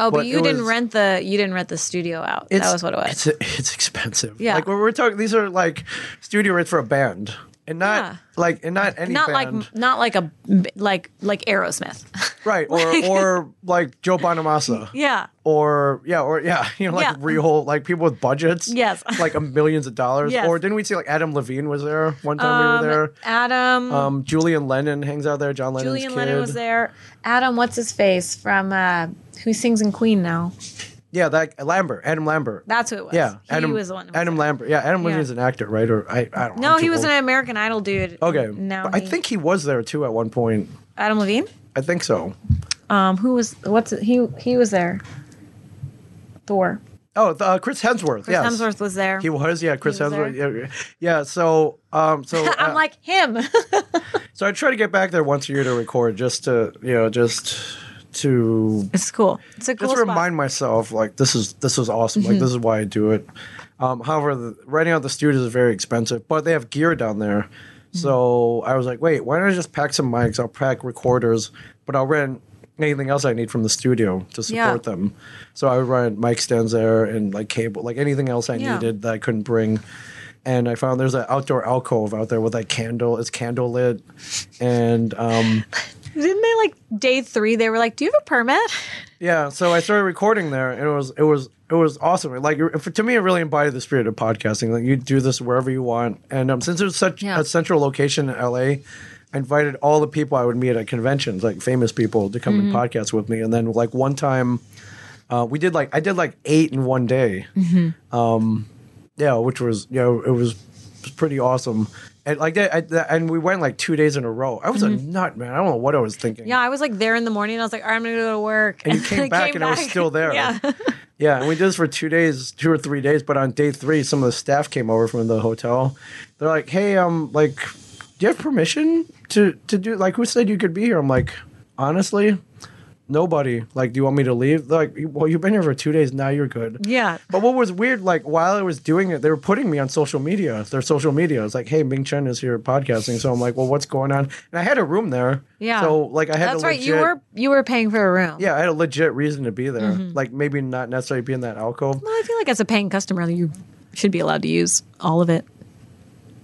Speaker 2: Oh, but,
Speaker 1: But
Speaker 2: you
Speaker 1: it
Speaker 2: didn't
Speaker 1: was-
Speaker 2: rent the you didn't rent the studio out. That was what it was.
Speaker 1: It's it's expensive.
Speaker 2: Yeah.
Speaker 1: Like when we're talking, these are like studio rates for a band, and not
Speaker 2: Yeah.
Speaker 1: like and not any
Speaker 2: Not
Speaker 1: band.
Speaker 2: like not like a like like Aerosmith. (laughs)
Speaker 1: right or or like Joe Bonamassa.
Speaker 2: yeah.
Speaker 1: or yeah, or yeah, (laughs) you know, like
Speaker 2: Yeah.
Speaker 1: real like people with budgets,
Speaker 2: Yes.
Speaker 1: (laughs) like a millions of dollars.
Speaker 2: Yes. Um,
Speaker 1: Or didn't we see like Adam Levine was there one time we were there?
Speaker 2: Adam
Speaker 1: Um, Julian Lennon hangs out there. John Lennon's
Speaker 2: Julian
Speaker 1: kid.
Speaker 2: Lennon was there. Adam, what's his face from uh who sings in Queen now?
Speaker 1: Yeah, that Lambert, Adam Lambert.
Speaker 2: That's who it was.
Speaker 1: yeah,
Speaker 2: he
Speaker 1: Adam
Speaker 2: was the one. that was
Speaker 1: Adam
Speaker 2: there.
Speaker 1: Lambert. Yeah, Adam
Speaker 2: Yeah.
Speaker 1: Levine's an actor, right? Or I, I don't. know.
Speaker 2: No,
Speaker 1: I'm
Speaker 2: he
Speaker 1: too
Speaker 2: was
Speaker 1: old.
Speaker 2: an American Idol dude.
Speaker 1: Okay,
Speaker 2: Now
Speaker 1: but I
Speaker 2: he-
Speaker 1: think he was there too at one point.
Speaker 2: Adam Levine.
Speaker 1: I think so.
Speaker 2: Um, who was what's it- he? He was there. Thor.
Speaker 1: Oh, the, uh, Chris Hemsworth.
Speaker 2: Chris
Speaker 1: yes.
Speaker 2: Hemsworth was there. (laughs)
Speaker 1: He was, yeah, Chris
Speaker 2: He was
Speaker 1: Hemsworth. Yeah, yeah, so, um, so
Speaker 2: (laughs) I'm
Speaker 1: uh,
Speaker 2: like him.
Speaker 1: So I try to get back there once a year to record, just to you know, just to
Speaker 2: it's cool. It's a cool
Speaker 1: just
Speaker 2: spot. Mm-hmm.
Speaker 1: remind myself like this is this is awesome, like this is why I do it. Um, however, the, renting out the studios is very expensive, but they have gear down there.
Speaker 2: Mm-hmm.
Speaker 1: So I was like, wait, why don't I just pack some mics? I'll pack recorders, but I'll rent anything else I need from the studio to support
Speaker 2: Yeah.
Speaker 1: them. So I would rent mic stands there and like cable, like anything else I
Speaker 2: Yeah.
Speaker 1: needed that I couldn't bring. And I found there's an outdoor alcove out there with a candle. It's candle lit, and um,
Speaker 2: Didn't they like day three? They were like, "Do you have a permit?" (laughs)
Speaker 1: Yeah, so I started recording there, and it was it was it was awesome. Like it- to me, it really embodied the spirit of podcasting. Like you do this wherever you want, and um, since there's such
Speaker 2: Yeah.
Speaker 1: a central location in LA, I invited all the people I would meet at conventions, like famous people, to come
Speaker 2: Mm-hmm.
Speaker 1: and podcast with me. And then like one time, uh, we did like I did like eight in one day. Um,
Speaker 2: Mm-hmm.
Speaker 1: yeah, which was you know it was was pretty awesome. And like that, I, that, and we went like two days in a row. I was a nut, man. I don't know what I was thinking.
Speaker 2: Mm-hmm. Yeah, I was like there in the morning. I was like, "All right, "I'm gonna go to work." (laughs)
Speaker 1: And you came
Speaker 2: I
Speaker 1: back and I was still there.
Speaker 2: (laughs) yeah,
Speaker 1: Yeah, and we did this for two days, two or three days. But on day three, some of the staff came over from the hotel. They're like, "Hey, um, like, do you have permission to to do? Like, who said you could be here?" I'm like, honestly, nobody. Like, do you want me to leave? They're like, well, you've been here for two days. Now you're good.
Speaker 2: yeah.
Speaker 1: But what was weird, like while I was doing it, they were putting me on social media. Their social media. It's like, hey, Ming Chen is here podcasting. So I'm like, well, what's going on? And I had a room there.
Speaker 2: Yeah.
Speaker 1: So like, I had
Speaker 2: That's
Speaker 1: to
Speaker 2: right. You
Speaker 1: legit-
Speaker 2: were Mm-hmm. you were paying for a room.
Speaker 1: yeah, I had a legit reason to be there. Like maybe not necessarily be in that alcove.
Speaker 2: Well, I feel like as a paying customer, you should be allowed to use all of it.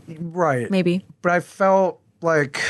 Speaker 1: Right.
Speaker 2: Maybe
Speaker 1: But I felt like,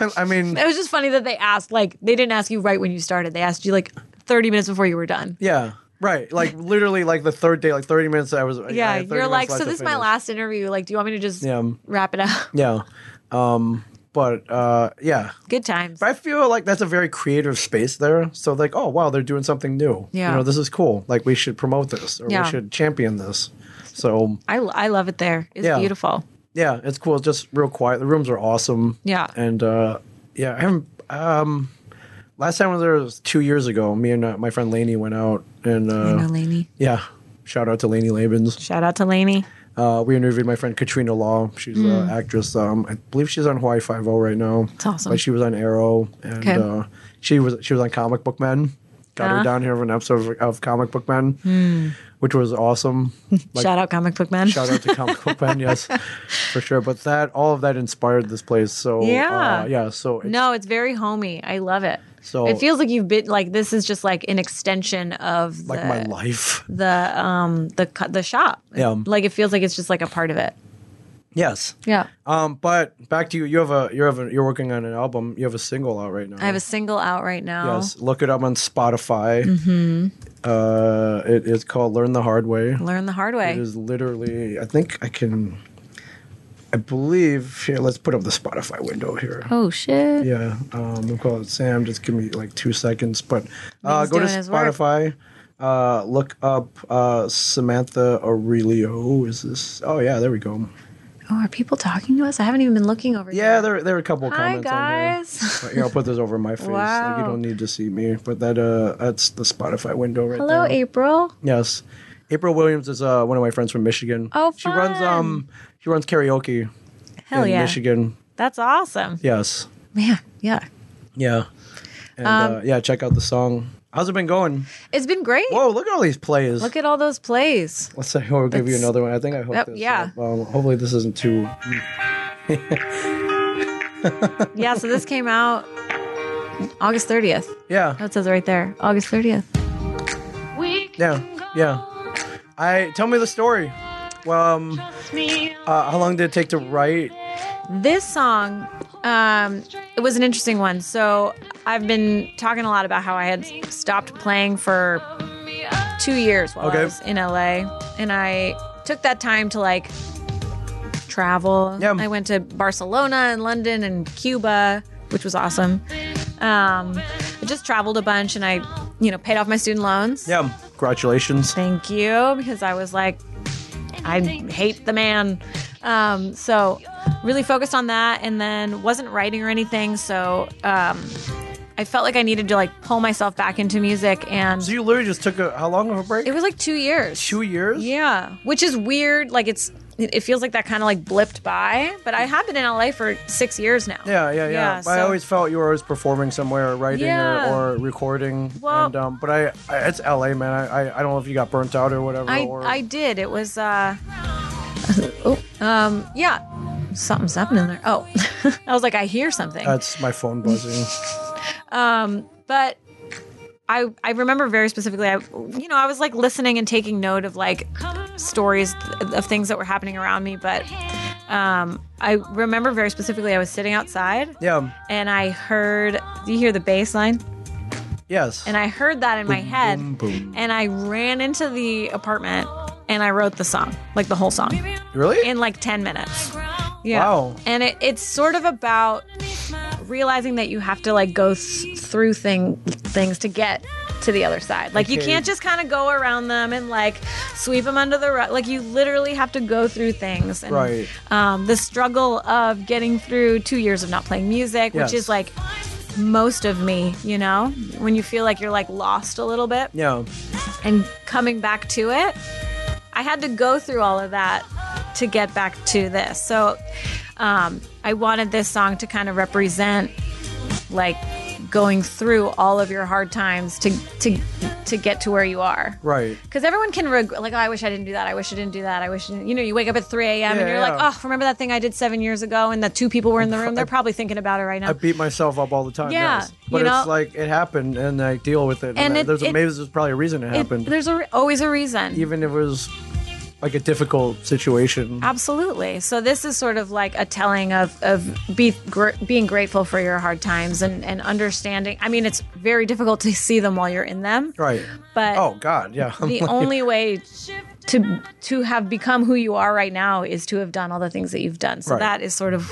Speaker 1: (laughs) I mean,
Speaker 2: it was just funny (laughs) that they asked. Like they didn't ask you right when you started. They asked you like 30 minutes before you were done.
Speaker 1: yeah, right. Like literally, like the third day, like thirty minutes. I was. I
Speaker 2: Yeah,
Speaker 1: had 30
Speaker 2: you're
Speaker 1: minutes
Speaker 2: like,
Speaker 1: left
Speaker 2: so
Speaker 1: to
Speaker 2: this is my
Speaker 1: finish."
Speaker 2: last interview. Like, do you want me to just
Speaker 1: Yeah.
Speaker 2: wrap it up? (laughs)
Speaker 1: Yeah. Um. But uh. Yeah.
Speaker 2: Good times.
Speaker 1: But I feel like that's a very creative space there. So like, oh wow, they're doing something new.
Speaker 2: Yeah.
Speaker 1: You know, this is cool. Like we should promote this or
Speaker 2: Yeah.
Speaker 1: we should champion this. So
Speaker 2: I, I love it there. It's
Speaker 1: Yeah.
Speaker 2: beautiful.
Speaker 1: yeah, it's cool. It's just real quiet. The rooms are awesome.
Speaker 2: Yeah.
Speaker 1: And uh, yeah, I haven't. Um, last time I was there was two years ago. Me and uh, my friend Laney went out and uh,
Speaker 2: You know, Lainey.
Speaker 1: Yeah. Shout out to Lainey Labens.
Speaker 2: Shout out to Lainey.
Speaker 1: Uh, we interviewed my friend Katrina Law. She's
Speaker 2: Mm.
Speaker 1: an actress. Um, I believe she's on Hawaii Five O right now. It's
Speaker 2: awesome.
Speaker 1: But she was on Arrow, and
Speaker 2: Okay.
Speaker 1: uh, she was she was on Comic Book Men. Got
Speaker 2: Ah.
Speaker 1: her down here for an episode of, of Comic Book Men,
Speaker 2: Hmm.
Speaker 1: which was
Speaker 2: (laughs)
Speaker 1: awesome. Like,
Speaker 2: Shout out Comic Book Man.
Speaker 1: shout out to Comic Book Men, yes, for sure. But that all of that inspired this place. So
Speaker 2: Yeah.
Speaker 1: uh, yeah. So it's-
Speaker 2: (laughs) no, it's very homey. I love it.
Speaker 1: So-
Speaker 2: it feels like you've been like this is just like an extension of
Speaker 1: like
Speaker 2: the
Speaker 1: my life.
Speaker 2: the um the cu- the shop.
Speaker 1: Yeah.
Speaker 2: Like it feels like it's just like a part of it.
Speaker 1: Yes.
Speaker 2: Yeah.
Speaker 1: Um, but back to you. You have a you have a, you're working on an album. You have a single out right now.
Speaker 2: I have a single out right now.
Speaker 1: Yes, look it up on Spotify. Mm-hmm. Uh, it is called "Learn the Hard Way."
Speaker 2: Learn the hard way.
Speaker 1: It is literally. I think I can. I believe here. Let's put up the Spotify window here.
Speaker 2: oh shit.
Speaker 1: Yeah, um, we'll call it Sam. Just give me like two seconds. But uh,
Speaker 2: He's
Speaker 1: go to
Speaker 2: doing his work.
Speaker 1: Spotify. Uh, look up uh, Samantha Aurelio. Is this? Oh yeah, there we go.
Speaker 2: Oh, are people talking to us? I haven't even been looking over
Speaker 1: Yeah,
Speaker 2: here.
Speaker 1: there there are a couple
Speaker 2: Hi
Speaker 1: comments on here.
Speaker 2: guys.
Speaker 1: But here, I'll put this over my face. Like,
Speaker 2: Wow.
Speaker 1: you don't need to see me. But that uh, that's the Spotify window right there.
Speaker 2: (laughs) Hello, April.
Speaker 1: Yes. April Williams is uh, one of my friends from Michigan.
Speaker 2: Oh,
Speaker 1: She runs
Speaker 2: fun.
Speaker 1: um she runs karaoke.
Speaker 2: Hell
Speaker 1: in
Speaker 2: yeah.
Speaker 1: Michigan.
Speaker 2: That's awesome.
Speaker 1: Yes.
Speaker 2: Man, yeah.
Speaker 1: Yeah. And
Speaker 2: Um,
Speaker 1: uh, yeah, check out the song. How's it been going?
Speaker 2: It's been great.
Speaker 1: Whoa, look at all these plays.
Speaker 2: Look at all those plays.
Speaker 1: Let's say we'll give you
Speaker 2: That's-
Speaker 1: another one. I think I hope
Speaker 2: Yep,
Speaker 1: this.
Speaker 2: yeah.
Speaker 1: Um, hopefully this isn't too.
Speaker 2: Yeah, so this came out August 30th.
Speaker 1: Yeah.
Speaker 2: Oh, it says right there. August 30th.
Speaker 1: Yeah. Yeah. I tell me the story. Well, um, uh, how long did it take to write?
Speaker 2: This song, um, it was an interesting one. So I've been talking a lot about how I had stopped playing for two years while
Speaker 1: Okay.
Speaker 2: I was in LA. And I took that time to like travel.
Speaker 1: Yeah.
Speaker 2: I went to Barcelona and London and Cuba, which was awesome. Um, I just traveled a bunch and I, you know, paid off my student loans.
Speaker 1: Yeah. Congratulations.
Speaker 2: Thank you, because I was like, I hate the man. Um, so really focused on that, and then wasn't writing or anything. So um, I felt like I needed to like pull myself back into music, and
Speaker 1: So you literally just took a how long of a break?
Speaker 2: it was like two years.
Speaker 1: Two years.
Speaker 2: Yeah, which is weird. Like it's, it it feels like that kind of like blipped by. But I have been in LA for six years now.
Speaker 1: Yeah, yeah, yeah. But I
Speaker 2: so-
Speaker 1: always felt you were always performing somewhere, or writing,
Speaker 2: Yeah.
Speaker 1: or, or recording.
Speaker 2: Well-
Speaker 1: and, um, but I, I, it's LA, man. I, I, I don't know if you got burnt out or whatever.
Speaker 2: I,
Speaker 1: or,
Speaker 2: I did. It was uh (laughs) oh um yeah. Something's happening there. Oh. (laughs) I was like, I hear something.
Speaker 1: that's my phone
Speaker 2: (laughs)
Speaker 1: buzzing.
Speaker 2: but I I remember very specifically I you know, I was like listening and taking note of like stories of things that were happening around me, but um I remember very specifically I was sitting outside
Speaker 1: yeah. um,
Speaker 2: and I heard do you hear the bass line?
Speaker 1: Yes.
Speaker 2: And I heard that in my head
Speaker 1: boom, boom.
Speaker 2: and I ran into the apartment and I wrote the song, like the whole song
Speaker 1: really?
Speaker 2: in like 10 minutes. Yeah.
Speaker 1: Wow.
Speaker 2: And it, it's sort of about realizing that you have to like go th- through thing things to get to the other side. Like you
Speaker 1: Okay.
Speaker 2: can't just kind of go around them and like sweep them under the rug. Like you literally have to go through things. And,
Speaker 1: Right.
Speaker 2: Um, the struggle of getting through two years of not playing music,
Speaker 1: Yes.
Speaker 2: which is like most of me, you know, when you feel like you're like lost a little bit
Speaker 1: yeah.
Speaker 2: and coming back to it, I had to go through all of that to get back to this. So um, I wanted this song to kind of represent like going through all of your hard times to to to get to where you are.
Speaker 1: Right.
Speaker 2: Because everyone can reg- like, oh, I wish I didn't do that. I wish I didn't do that. I wish I didn't-" you know. You wake up at 3 a.m.
Speaker 1: Yeah,
Speaker 2: and you're
Speaker 1: yeah.
Speaker 2: like, oh, remember that thing I did seven years ago, and the two people were in the room. They're probably thinking about it right now.
Speaker 1: I beat myself up all the time.
Speaker 2: Yeah,
Speaker 1: Yes. But
Speaker 2: you
Speaker 1: it's
Speaker 2: know-
Speaker 1: like it happened, and I deal with it.
Speaker 2: And
Speaker 1: I-
Speaker 2: it-
Speaker 1: there's a,
Speaker 2: it-
Speaker 1: maybe there's probably a reason it
Speaker 2: It-
Speaker 1: happened,
Speaker 2: there's a re- always a reason.
Speaker 1: even if it was like a difficult situation.
Speaker 2: Absolutely. So this is sort of like a telling of of be, gr- being grateful for your hard times and and understanding. I mean, it's very difficult to see them while you're in them,
Speaker 1: right.
Speaker 2: but
Speaker 1: Oh God. Yeah. (laughs)
Speaker 2: the only way to to have become who you are right now is to have done all the things that you've done. So
Speaker 1: Right.
Speaker 2: that is sort of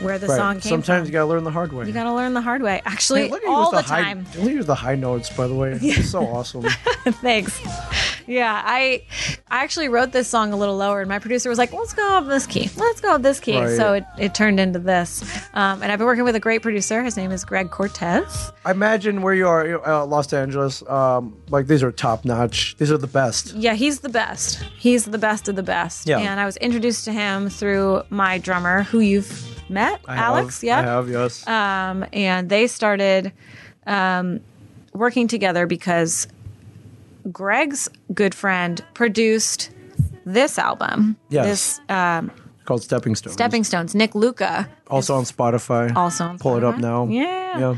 Speaker 2: where the
Speaker 1: Right.
Speaker 2: song came
Speaker 1: Sometimes
Speaker 2: from.
Speaker 1: you gotta learn the hard way.
Speaker 2: You got to learn the hard way. Actually,
Speaker 1: Hey, look at you
Speaker 2: all
Speaker 1: with
Speaker 2: the,
Speaker 1: the, high,
Speaker 2: time.
Speaker 1: Look at you with the high notes, by the
Speaker 2: (laughs)
Speaker 1: way. It's so awesome.
Speaker 2: Thanks. Yeah, I I actually wrote this song a little lower, and my producer was like, "Let's go up this key. Let's go up this key."
Speaker 1: Right.
Speaker 2: So it, it turned into this. Um, and I've been working with a great producer. His name is Greg Cortez.
Speaker 1: I imagine where you are, you know, uh, Los Angeles. Um, like these are top notch. These are the best.
Speaker 2: Yeah, he's the best. He's the best of the best.
Speaker 1: Yeah.
Speaker 2: And I was introduced to him through my drummer, who you've met,
Speaker 1: I
Speaker 2: Alex.
Speaker 1: Have,
Speaker 2: yeah.
Speaker 1: I have. Yes.
Speaker 2: um, and they started um, working together because Greg's good friend produced this album.
Speaker 1: Yes.
Speaker 2: This um,
Speaker 1: Called Stepping Stones.
Speaker 2: Stepping Stones, Nick Luca.
Speaker 1: Also on Spotify.
Speaker 2: Also on
Speaker 1: Pull it up
Speaker 2: Spotify.
Speaker 1: now.
Speaker 2: Yeah.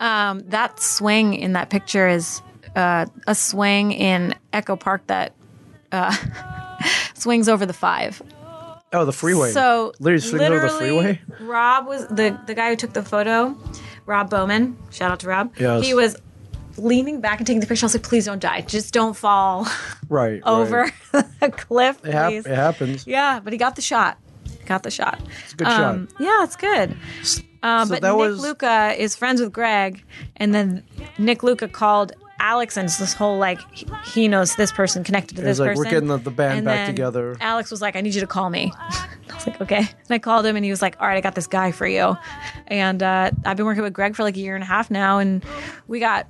Speaker 1: Yeah.
Speaker 2: Um, that swing in that picture is uh, a swing in Echo Park that uh, (laughs) swings over the five.
Speaker 1: Oh, the freeway.
Speaker 2: So
Speaker 1: literally swings over the
Speaker 2: literally,
Speaker 1: freeway. (laughs)
Speaker 2: Rob was the the guy who took the photo. Rob Bowman, shout out to Rob.
Speaker 1: Yes.
Speaker 2: He was leaning back and taking the picture. I was like, please don't die. Just don't fall (laughs)
Speaker 1: Right.
Speaker 2: over (laughs)
Speaker 1: Right.
Speaker 2: the cliff,
Speaker 1: It, hap-
Speaker 2: please.
Speaker 1: it happens.
Speaker 2: Yeah, but he got the shot. Got the shot. It's a
Speaker 1: good
Speaker 2: shot. Yeah, it's good. Um,
Speaker 1: so that
Speaker 2: but Nick
Speaker 1: was-
Speaker 2: Luca is friends with Greg, and then Nick Luca called Alex, and it's this whole like he- he knows this person connected to this
Speaker 1: like,
Speaker 2: person.
Speaker 1: we're getting the- the band
Speaker 2: And
Speaker 1: back
Speaker 2: then
Speaker 1: together.
Speaker 2: Alex was like, "I need you to call me." (laughs) I was like, "Okay," and I called him, and he was like, "All right, I got this guy for you." And uh, I've been working with Greg for like a year and a half now, and we got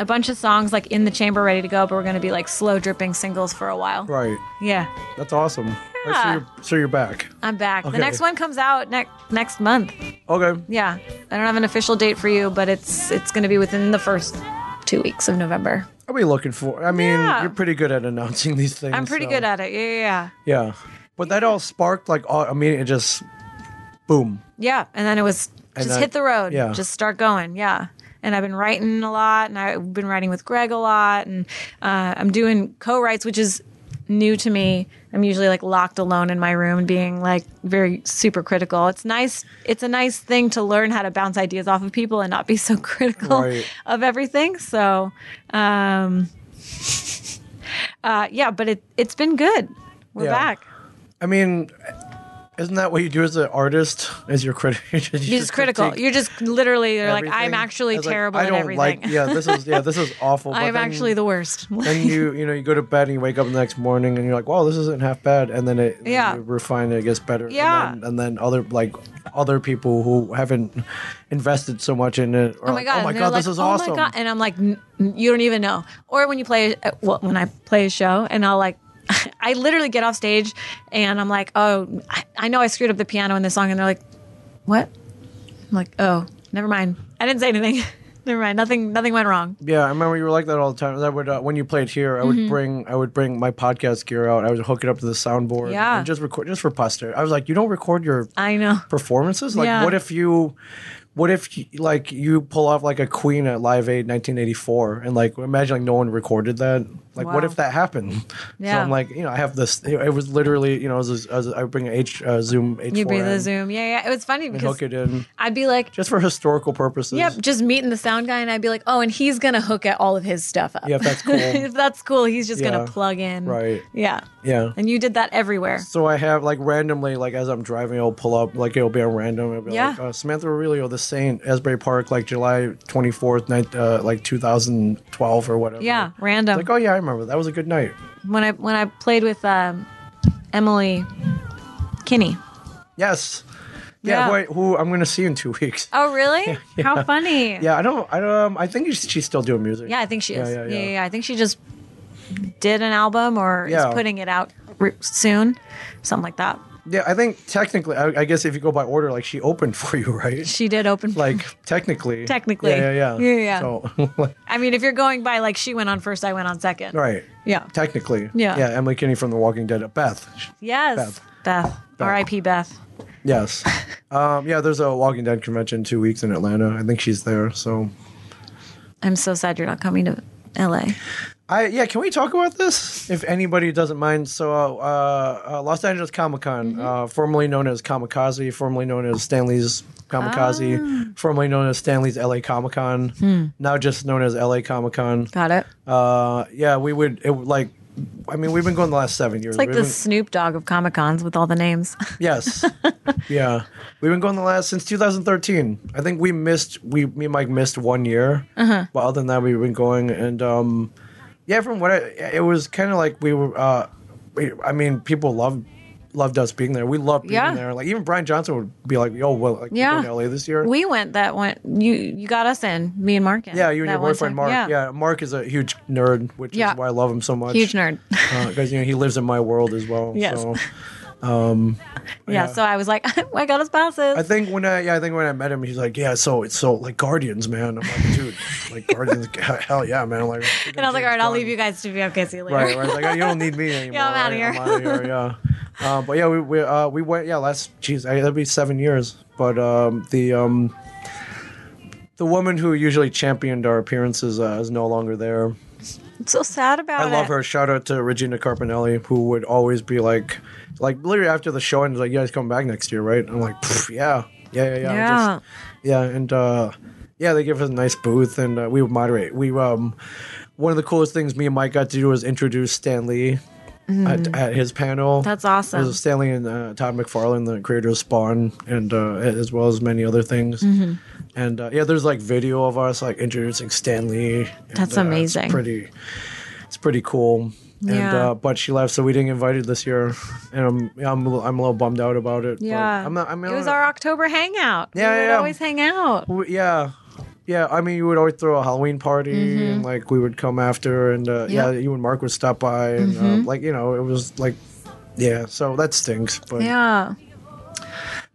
Speaker 2: a bunch of songs like in the chamber ready to go, but we're going to be like slow dripping singles for a while.
Speaker 1: Right.
Speaker 2: Yeah.
Speaker 1: That's awesome. Like, so,
Speaker 2: Yeah.
Speaker 1: you're, so you're back.
Speaker 2: I'm back.
Speaker 1: Okay.
Speaker 2: The next one comes out next next month.
Speaker 1: Okay.
Speaker 2: Yeah. I don't have an official date for you, but it's it's going to be within the first 2 weeks of November.
Speaker 1: I'll be looking for. I mean,
Speaker 2: Yeah.
Speaker 1: you're pretty good at announcing these things.
Speaker 2: I'm pretty
Speaker 1: so-
Speaker 2: good at it. Yeah, yeah, yeah.
Speaker 1: Yeah. But that all sparked like all, I mean, it just boom.
Speaker 2: Yeah, and then it was
Speaker 1: And
Speaker 2: just
Speaker 1: then-
Speaker 2: hit the road.
Speaker 1: yeah.
Speaker 2: Just start going. Yeah. And I've been writing a lot, and I've been writing with Greg a lot, and uh, I'm doing co-writes, which is new to me. I'm usually like locked alone in my room, and being like very super critical. It's nice. It's a nice thing to learn how to bounce ideas off of people and not be so (laughs) critical
Speaker 1: Right.
Speaker 2: of everything. So, um, (laughs) uh, yeah, but it it's been good. We're
Speaker 1: Yeah.
Speaker 2: back.
Speaker 1: I mean, isn't that what you do as an artist? (laughs) As your critic, you
Speaker 2: You're just critical. You're just literally they're like, I'm actually terrible
Speaker 1: I
Speaker 2: at
Speaker 1: don't
Speaker 2: everything.
Speaker 1: like.
Speaker 2: (laughs)
Speaker 1: Yeah, this is yeah, this is awful. but
Speaker 2: I'm
Speaker 1: then-
Speaker 2: actually the worst.
Speaker 1: (laughs) Then you you know you go to bed and you wake up the next morning and you're like, wow, this isn't half bad. And then it then
Speaker 2: Yeah.
Speaker 1: you refine it, it gets better.
Speaker 2: Yeah.
Speaker 1: And then, and then other like other people who haven't invested so much in it. Are
Speaker 2: (laughs) Oh my god!
Speaker 1: Oh my
Speaker 2: and
Speaker 1: god,
Speaker 2: they're like,
Speaker 1: this is
Speaker 2: oh
Speaker 1: awesome.
Speaker 2: My god. And I'm like, "N- n- you don't even know. Or when you play, uh, well, when I play a show, and I'll like, (laughs) I literally get off stage, and I'm like, oh, I, I know I screwed up the piano in this song, and they're like, what? I'm like, oh, never mind. I didn't say anything. (laughs) never mind. Nothing. Nothing went wrong.
Speaker 1: Yeah, I remember you were like that all the time. That would uh, when you played here, I
Speaker 2: Mm-hmm.
Speaker 1: would bring I would bring my podcast gear out. I would hook it up to the soundboard.
Speaker 2: Yeah.
Speaker 1: and just record just for posterity. I was like, you don't record your
Speaker 2: I know.
Speaker 1: performances. Like,
Speaker 2: Yeah.
Speaker 1: what if you, what if you, like you pull off like a Queen at Live Aid 1984, and like imagine like no one recorded that. Like, what
Speaker 2: Wow.
Speaker 1: if that happened?
Speaker 2: Yeah.
Speaker 1: So I'm like, you know, I have this. It was literally, you know, I was, I, was, I would bring an H uh, Zoom H4
Speaker 2: You breathe the
Speaker 1: in,
Speaker 2: Zoom. Yeah, yeah. It was funny because
Speaker 1: hook it in
Speaker 2: I'd be like,
Speaker 1: just for historical purposes.
Speaker 2: Yep, just meeting the sound guy, and I'd be like, oh, and he's gonna hook at all of his stuff up.
Speaker 1: Yeah, if that's cool.
Speaker 2: (laughs) if that's cool, he's just
Speaker 1: Yeah,
Speaker 2: gonna plug in.
Speaker 1: right.
Speaker 2: Yeah.
Speaker 1: Yeah.
Speaker 2: And you did that everywhere.
Speaker 1: So I have like randomly, like as I'm driving, I'll pull up, like it'll be on random. It'll be
Speaker 2: Yeah.
Speaker 1: like uh, Samantha Aurelio, The Saint, Asbury Park, like July 24th, night, uh, like 2012 or whatever.
Speaker 2: Yeah,
Speaker 1: It's
Speaker 2: random.
Speaker 1: Like, oh yeah, I remember. That was a good night.
Speaker 2: when I when I played with um, Emily Kinney.
Speaker 1: Yes. Yeah.
Speaker 2: Yeah.
Speaker 1: Wait, who I'm gonna see in two weeks? (laughs)
Speaker 2: Oh, really? How funny.
Speaker 1: Yeah, I don't. I um, I think she's she's still doing music.
Speaker 2: Yeah, I think she
Speaker 1: Yeah,
Speaker 2: is.
Speaker 1: yeah,
Speaker 2: Yeah yeah,
Speaker 1: yeah.
Speaker 2: I think she just did an album or
Speaker 1: Yeah.
Speaker 2: is putting it out re- soon, something like that.
Speaker 1: Yeah, I think technically, I, I guess if you go by order, like she opened (laughs) for you, right?
Speaker 2: She did open.
Speaker 1: Like technically.
Speaker 2: Technically.
Speaker 1: Yeah, yeah, yeah.
Speaker 2: Yeah, yeah.
Speaker 1: So, (laughs) like,
Speaker 2: I mean, if you're going by like she went on first, I went on second.
Speaker 1: right.
Speaker 2: Yeah.
Speaker 1: Technically.
Speaker 2: Yeah.
Speaker 1: Yeah, Emily Kinney from The Walking Dead. Beth.
Speaker 2: Yes.
Speaker 1: Beth.
Speaker 2: Beth. R.I.P. Beth. (laughs)
Speaker 1: Yes. um, yeah, there's a Walking Dead convention two weeks in Atlanta. I think she's there. So,
Speaker 2: I'm so sad you're not coming to LA.
Speaker 1: I yeah, can we talk about this? If anybody doesn't mind, so uh, uh, Los Angeles Comic Con,
Speaker 2: Mm-hmm.
Speaker 1: uh, formerly known as Kamikaze, formerly known as Stanley's
Speaker 2: Ah.
Speaker 1: Kamikaze, formerly known as Stanley's LA Comic Con,
Speaker 2: Hmm.
Speaker 1: now just known as LA Comic Con.
Speaker 2: Got it.
Speaker 1: Uh, yeah, we would it would, like. I mean, we've been going the last seven years.
Speaker 2: It's like
Speaker 1: We've
Speaker 2: the
Speaker 1: been-
Speaker 2: Snoop Dogg of Comic Cons with all
Speaker 1: (laughs)
Speaker 2: the names. (laughs)
Speaker 1: Yes. yeah. We've been going the last since 2013. I think we missed we me and Mike missed one year.
Speaker 2: Uh-huh.
Speaker 1: But other than that we've been going and um yeah, from what I it was kind of like we were uh we, I mean, people loved loved us being there. We loved being
Speaker 2: Yeah.
Speaker 1: there. Like even Brian Johnson would be like, "Yo, well, like
Speaker 2: Yeah.
Speaker 1: we're going to LA this year."
Speaker 2: we went that one. You you got us in. Me and Mark. In,
Speaker 1: yeah, you and
Speaker 2: that
Speaker 1: your
Speaker 2: one
Speaker 1: boyfriend Mark.
Speaker 2: time.
Speaker 1: Yeah. Mark is a huge nerd, which
Speaker 2: Yeah.
Speaker 1: is why I love him so much.
Speaker 2: Huge nerd. (laughs)
Speaker 1: because you know he lives in my world as well.
Speaker 2: Yes.
Speaker 1: So.
Speaker 2: yeah. So I was like, (laughs) oh I got us passes.
Speaker 1: I think when I yeah, I think when I met him, he's like, yeah, so it's so like Guardians, man. I'm like, dude,
Speaker 2: (laughs)
Speaker 1: like Guardians, hell yeah, man. like,
Speaker 2: and I was like, all right, I'll leave you guys to be okay. See you later.
Speaker 1: Right, right. Like, you don't need me anymore.
Speaker 2: (laughs) Yeah, I'm outta
Speaker 1: right?
Speaker 2: here.
Speaker 1: I'm outta here, Yeah. Uh, but yeah, we we uh, we went. Yeah, last geez, I, that'd be seven years. But um, the um, the woman who usually championed our appearances uh, is no longer there.
Speaker 2: I'm so sad about
Speaker 1: I
Speaker 2: it.
Speaker 1: love her. Shout out to Regina Carpinelli, who would always be like, like literally after the show, and like, you guys come back next year, right? And I'm like, "Pff, yeah, yeah, yeah, yeah.
Speaker 2: Yeah.
Speaker 1: Just- yeah, and uh, yeah, they give us a nice booth, and uh, we would moderate. We um, one of the coolest things me and Mike got to do was introduce Stan Lee at, at his panel.
Speaker 2: Mm-hmm. That's awesome.
Speaker 1: There's Stan Lee and uh, Todd McFarlane, the creator of Spawn, and uh, as well as many other things.
Speaker 2: Mm-hmm.
Speaker 1: And uh, yeah, there's like video of us like introducing Stan Lee. and,
Speaker 2: That's
Speaker 1: uh,
Speaker 2: amazing.
Speaker 1: It's pretty. It's pretty cool. And
Speaker 2: Yeah.
Speaker 1: uh, but she left, so we didn't get invited this year, and I'm I'm, a little- I'm a little bummed out about it. but
Speaker 2: Yeah.
Speaker 1: I'm not. I'm
Speaker 2: it was
Speaker 1: not-
Speaker 2: our October hangout.
Speaker 1: Yeah,
Speaker 2: we
Speaker 1: yeah,
Speaker 2: would
Speaker 1: yeah.
Speaker 2: always hang out.
Speaker 1: w- yeah. Yeah, I mean, you would always throw a Halloween party,
Speaker 2: Mm-hmm.
Speaker 1: and like we would come after, and uh, yeah, you and Mark would stop by, and
Speaker 2: Mm-hmm.
Speaker 1: um, like you know, it was like, yeah. So that stinks, but
Speaker 2: Yeah.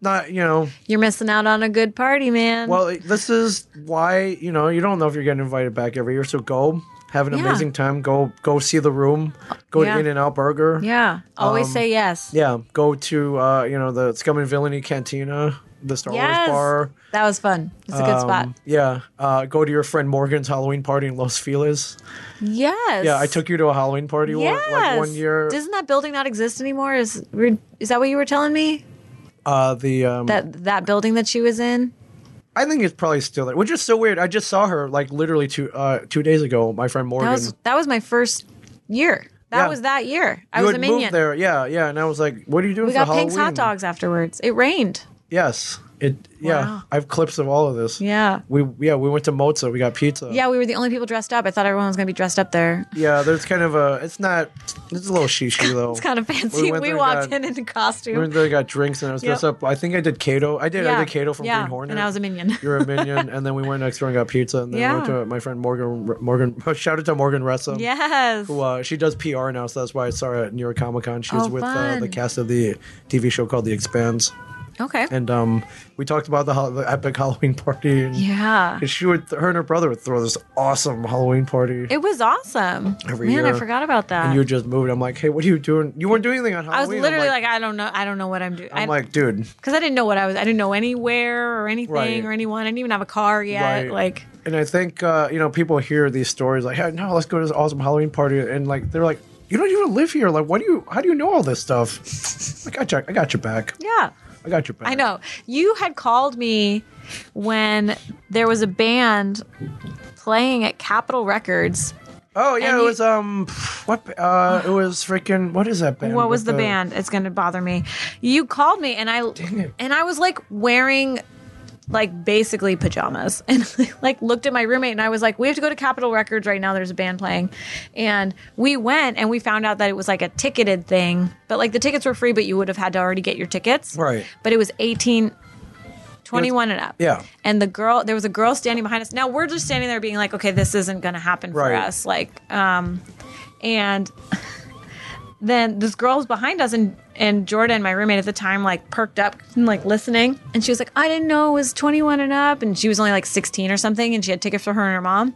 Speaker 1: not you know.
Speaker 2: You're missing out on a good party, man.
Speaker 1: Well, it- this is why you know you don't know if you're getting invited back every year. So go have an
Speaker 2: Yeah.
Speaker 1: amazing time. Go go see the room. Go
Speaker 2: Yeah.
Speaker 1: to In and Out Burger.
Speaker 2: yeah. Always
Speaker 1: um,
Speaker 2: say yes.
Speaker 1: Yeah, Go to uh, you know the Scum and Villainy Cantina, the Star Wars
Speaker 2: Yes.
Speaker 1: bar.
Speaker 2: That was fun. It's a good spot.
Speaker 1: Um, Yeah. Uh, go to your friend Morgan's Halloween party in Los Feliz.
Speaker 2: Yes.
Speaker 1: Yeah, I took you to a Halloween party
Speaker 2: Yes.
Speaker 1: one, like one year.
Speaker 2: Doesn't that building not exist anymore? Is is that what you were telling me?
Speaker 1: uh, the um,
Speaker 2: That that building that she was in?
Speaker 1: I think it's probably still there, which is so weird. I just saw her like literally two uh, two days ago. My friend Morgan.
Speaker 2: That was that was my first year. That
Speaker 1: Yeah.
Speaker 2: was that year. I
Speaker 1: you
Speaker 2: was
Speaker 1: had
Speaker 2: a
Speaker 1: moved
Speaker 2: minion.
Speaker 1: there, yeah, yeah, and I was like, "What are you doing
Speaker 2: We
Speaker 1: for
Speaker 2: got
Speaker 1: Halloween?"
Speaker 2: Pink's hot dogs afterwards. It rained.
Speaker 1: Yes, it. Yeah,
Speaker 2: Wow.
Speaker 1: I have clips of all of this.
Speaker 2: Yeah.
Speaker 1: we yeah we went to Mozza. We got pizza.
Speaker 2: Yeah, we were the only people dressed up. I thought everyone was going to be dressed up there.
Speaker 1: yeah. There's kind of a. It's not. It's a little shishi though.
Speaker 2: (laughs) It's kind of fancy. We,
Speaker 1: went there and
Speaker 2: walked
Speaker 1: got-
Speaker 2: in in
Speaker 1: We
Speaker 2: costume.
Speaker 1: went there, and got drinks, and I was
Speaker 2: Yep.
Speaker 1: dressed up. I think I did Kato. I did. I did Kato from
Speaker 2: yeah,
Speaker 1: Green Hornet.
Speaker 2: and I was a (laughs) minion.
Speaker 1: You're a minion, and then we went next door and got pizza, and then we went
Speaker 2: Yeah.
Speaker 1: to my friend Morgan. Morgan, (laughs) shout out to Morgan Ressam.
Speaker 2: yes.
Speaker 1: who, uh, she does PR now, so that's why I saw her at New York Comic Con. She was
Speaker 2: Oh,
Speaker 1: with uh,
Speaker 2: fun.
Speaker 1: the cast of the TV show called The Expanse,
Speaker 2: Okay.
Speaker 1: and um, we talked about the, hol- the epic (laughs) Halloween party. And,
Speaker 2: yeah.
Speaker 1: and she would, her and her brother would throw this awesome Halloween party,
Speaker 2: It was awesome.
Speaker 1: Every
Speaker 2: Man,
Speaker 1: year.
Speaker 2: I forgot about that.
Speaker 1: and you just moved. I'm like, hey, what are you doing? You weren't doing anything on
Speaker 2: I was
Speaker 1: Halloween. I'm
Speaker 2: literally like, I don't know. I don't know what I'm doing.
Speaker 1: I'm like, dude,
Speaker 2: because I didn't know what I was. I didn't know anywhere or anything
Speaker 1: Right.
Speaker 2: or anyone. I didn't even have a car yet.
Speaker 1: Right.
Speaker 2: Like,
Speaker 1: and I think uh, you know people hear these stories like, hey, no, let's go to this awesome Halloween party, and like they're like, you don't even live here. Like, what do you? How do you know all this stuff? I got your, I got your back.
Speaker 2: yeah.
Speaker 1: I got your back.
Speaker 2: I know. You had called me when there was a band playing at Capitol Records.
Speaker 1: Oh yeah,
Speaker 2: And
Speaker 1: it
Speaker 2: you-
Speaker 1: was um, what? Uh, it was freaking. What is that band?
Speaker 2: What was
Speaker 1: with
Speaker 2: the, band? It's going to bother me. You called me and I
Speaker 1: it.
Speaker 2: and I was like wearing like basically pajamas (laughs) and like looked at my roommate and I was like we have to go to Capitol Records right now there's a band playing and we went and we found out that it was like a ticketed thing but like the tickets were free but you would have had to already get your tickets
Speaker 1: Right.
Speaker 2: but it was 18 21 and up
Speaker 1: Yeah.
Speaker 2: and the girl there was a girl standing behind us now we're just standing there being like okay this isn't gonna happen for
Speaker 1: Right.
Speaker 2: us like um and (laughs) then this girl's behind us and and Jordan, my roommate at the time, like perked up and like listening. And she was like, I didn't know it was 21 and up. And she was only like 16 or something. And she had tickets for her and her mom.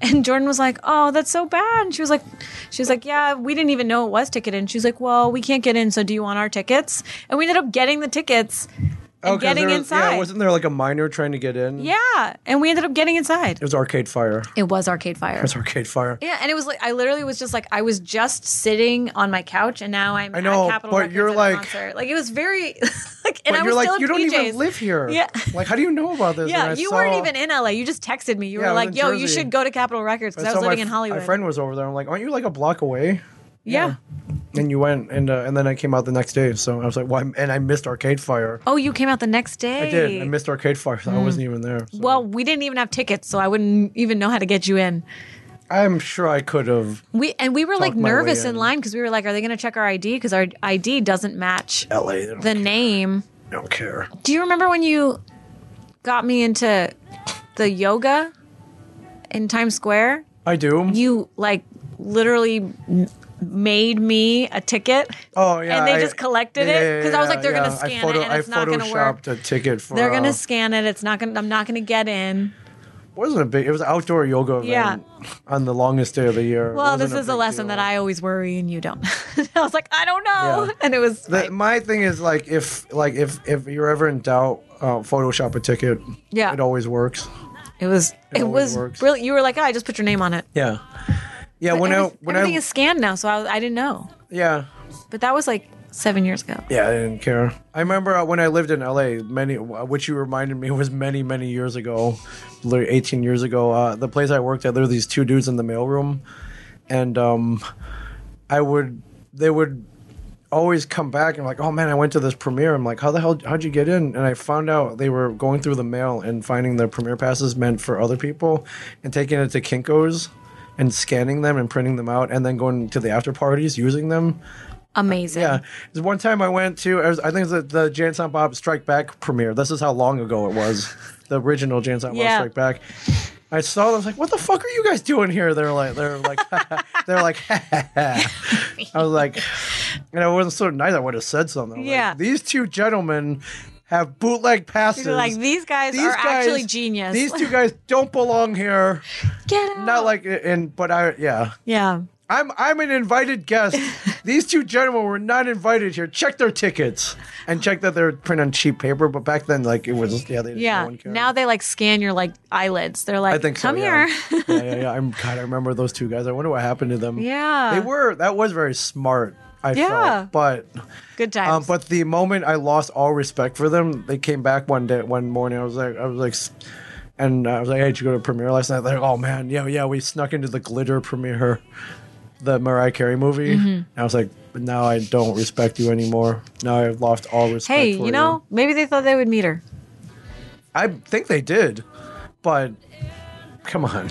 Speaker 2: And Jordan was like, Oh, that's so bad. And she was like, She was like, Yeah, we didn't even know it was ticketed. And she was like, Well, we can't get in. So do you want our tickets? And we ended up getting the tickets and
Speaker 1: Oh, 'cause
Speaker 2: getting
Speaker 1: there was-
Speaker 2: inside.
Speaker 1: Yeah, wasn't there like a minor trying to get in?
Speaker 2: yeah. And we ended up getting inside.
Speaker 1: It was Arcade Fire.
Speaker 2: It was Arcade Fire.
Speaker 1: It was Arcade Fire.
Speaker 2: Yeah, and it was like I literally was just like I was just sitting on my couch, and now I'm
Speaker 1: I know,
Speaker 2: at Capitol
Speaker 1: but
Speaker 2: Records
Speaker 1: you're
Speaker 2: at a
Speaker 1: like-
Speaker 2: concert. Like it was very (laughs) like, and
Speaker 1: But
Speaker 2: I
Speaker 1: you're
Speaker 2: was
Speaker 1: like,
Speaker 2: still in
Speaker 1: you don't
Speaker 2: PJs.
Speaker 1: even live here.
Speaker 2: Yeah.
Speaker 1: Like, how do you know about this?
Speaker 2: Yeah,
Speaker 1: And I
Speaker 2: you
Speaker 1: saw-
Speaker 2: weren't even in LA. You just texted me. You
Speaker 1: Yeah, I
Speaker 2: were
Speaker 1: was
Speaker 2: like,
Speaker 1: in
Speaker 2: "Yo, you
Speaker 1: Jersey.
Speaker 2: should go to Capitol Records" because I,
Speaker 1: saw
Speaker 2: was living
Speaker 1: my,
Speaker 2: in
Speaker 1: f-
Speaker 2: Hollywood.
Speaker 1: My friend was over there. I'm like, aren't you like a block away?
Speaker 2: yeah.
Speaker 1: And you went, and uh, and then I came out the next day. So I was like, why? and I missed Arcade Fire.
Speaker 2: Oh, you came out the next day.
Speaker 1: I did. I missed Arcade Fire. So I wasn't even there. So
Speaker 2: Hmm. Well, we didn't even have tickets, so I wouldn't even know how to get you in.
Speaker 1: I'm sure I could have.
Speaker 2: We and we were like
Speaker 1: Talked my way
Speaker 2: nervous in
Speaker 1: in.
Speaker 2: line because we were like, "Are they going to check our ID?" Because our ID doesn't match
Speaker 1: LA. They don't,
Speaker 2: the name.
Speaker 1: they don't care.
Speaker 2: Do you remember when you got me into the yoga in Times Square?
Speaker 1: I do.
Speaker 2: You like literally m- made me a ticket.
Speaker 1: Oh yeah,
Speaker 2: And they
Speaker 1: I-
Speaker 2: just collected
Speaker 1: yeah,
Speaker 2: it?
Speaker 1: yeah,
Speaker 2: 'Cause I was
Speaker 1: yeah,
Speaker 2: like, they're gonna
Speaker 1: yeah.
Speaker 2: scan it
Speaker 1: I photo,
Speaker 2: and it's
Speaker 1: I
Speaker 2: not gonna work.
Speaker 1: photoshopped a ticket for.
Speaker 2: They're
Speaker 1: uh,
Speaker 2: gonna scan it. It's not gonna. I'm not gonna get in.
Speaker 1: wasn't a big. It was an outdoor yoga event.
Speaker 2: Yeah.
Speaker 1: On the longest day of the year. It
Speaker 2: Well,
Speaker 1: wasn't
Speaker 2: this is a
Speaker 1: big
Speaker 2: lesson that
Speaker 1: deal.
Speaker 2: I always worry and you don't. (laughs) I was like, I don't know,
Speaker 1: Yeah.
Speaker 2: and it was.
Speaker 1: The-
Speaker 2: like-
Speaker 1: my thing is like if like if if you're ever in doubt, uh, Photoshop a ticket.
Speaker 2: Yeah.
Speaker 1: It always works.
Speaker 2: it was. It,
Speaker 1: always
Speaker 2: was
Speaker 1: works.
Speaker 2: really. You were like, oh, I just put your name on it.
Speaker 1: Yeah. Yeah. when
Speaker 2: Every-
Speaker 1: I when I
Speaker 2: everything is scanned now, so I, I didn't know.
Speaker 1: yeah.
Speaker 2: But that was like seven years ago.
Speaker 1: Yeah, I didn't care. I remember uh, when I lived in LA, many uh, which you reminded me (laughs) was many many years ago, literally 18 years ago. Uh, the place I worked at, there were these two dudes in the mailroom, and um, I would they would always come back and like, oh man, I went to this premiere. I'm like, how the hell how'd you get in? And I found out they were going through the mail and finding the premiere passes meant for other people, and taking it to Kinkos. And scanning them and printing them out, and then going to the after parties using them,
Speaker 2: amazing.
Speaker 1: Yeah, there's one time I went to. I, was, I think it was the, the Jan Silent Bob Strike Back premiere. This is how long ago it
Speaker 2: (laughs)
Speaker 1: was, the original Jan Silent
Speaker 2: Yeah.
Speaker 1: Bob Strike Back. I saw. Them, I was like, "What the fuck are you guys doing here?" They're like, "They're like, (laughs) they're like." I was like, and I wasn't so nice. I would have said something. I'm like,
Speaker 2: Yeah.
Speaker 1: these two gentlemen have bootleg passes.
Speaker 2: You're like these guys
Speaker 1: These
Speaker 2: are
Speaker 1: guys-
Speaker 2: actually genius.
Speaker 1: These
Speaker 2: (laughs)
Speaker 1: two guys don't belong here.
Speaker 2: Get out.
Speaker 1: Not like, and but I, yeah,
Speaker 2: yeah.
Speaker 1: I'm I'm an invited
Speaker 2: (laughs)
Speaker 1: guest. These two gentlemen were not invited here. Check their tickets and check that they're printed on cheap paper. But back then, like it was yeah, they,
Speaker 2: Yeah.
Speaker 1: No one cared.
Speaker 2: now they like scan your like eyelids. They're like,
Speaker 1: I think so,
Speaker 2: come
Speaker 1: yeah.
Speaker 2: here. (laughs)
Speaker 1: yeah, yeah, yeah. I'm God. I remember those two guys. I wonder what happened to them.
Speaker 2: Yeah.
Speaker 1: they were that was very smart. I
Speaker 2: Yeah.
Speaker 1: felt, but
Speaker 2: Good
Speaker 1: um,
Speaker 2: times.
Speaker 1: but the moment I lost all respect for them, they came back one day, one morning. I was like, I was like. s- And I was like, hey, did you go to a premiere last night? They're like, oh man, yeah, yeah, we snuck into the glitter premiere, the Mariah Carey movie.
Speaker 2: Mm-hmm.
Speaker 1: And I was like, now I don't respect you anymore. Now I've lost all respect.
Speaker 2: hey,
Speaker 1: for
Speaker 2: you know, maybe they thought they would meet her.
Speaker 1: I think they did, but come on.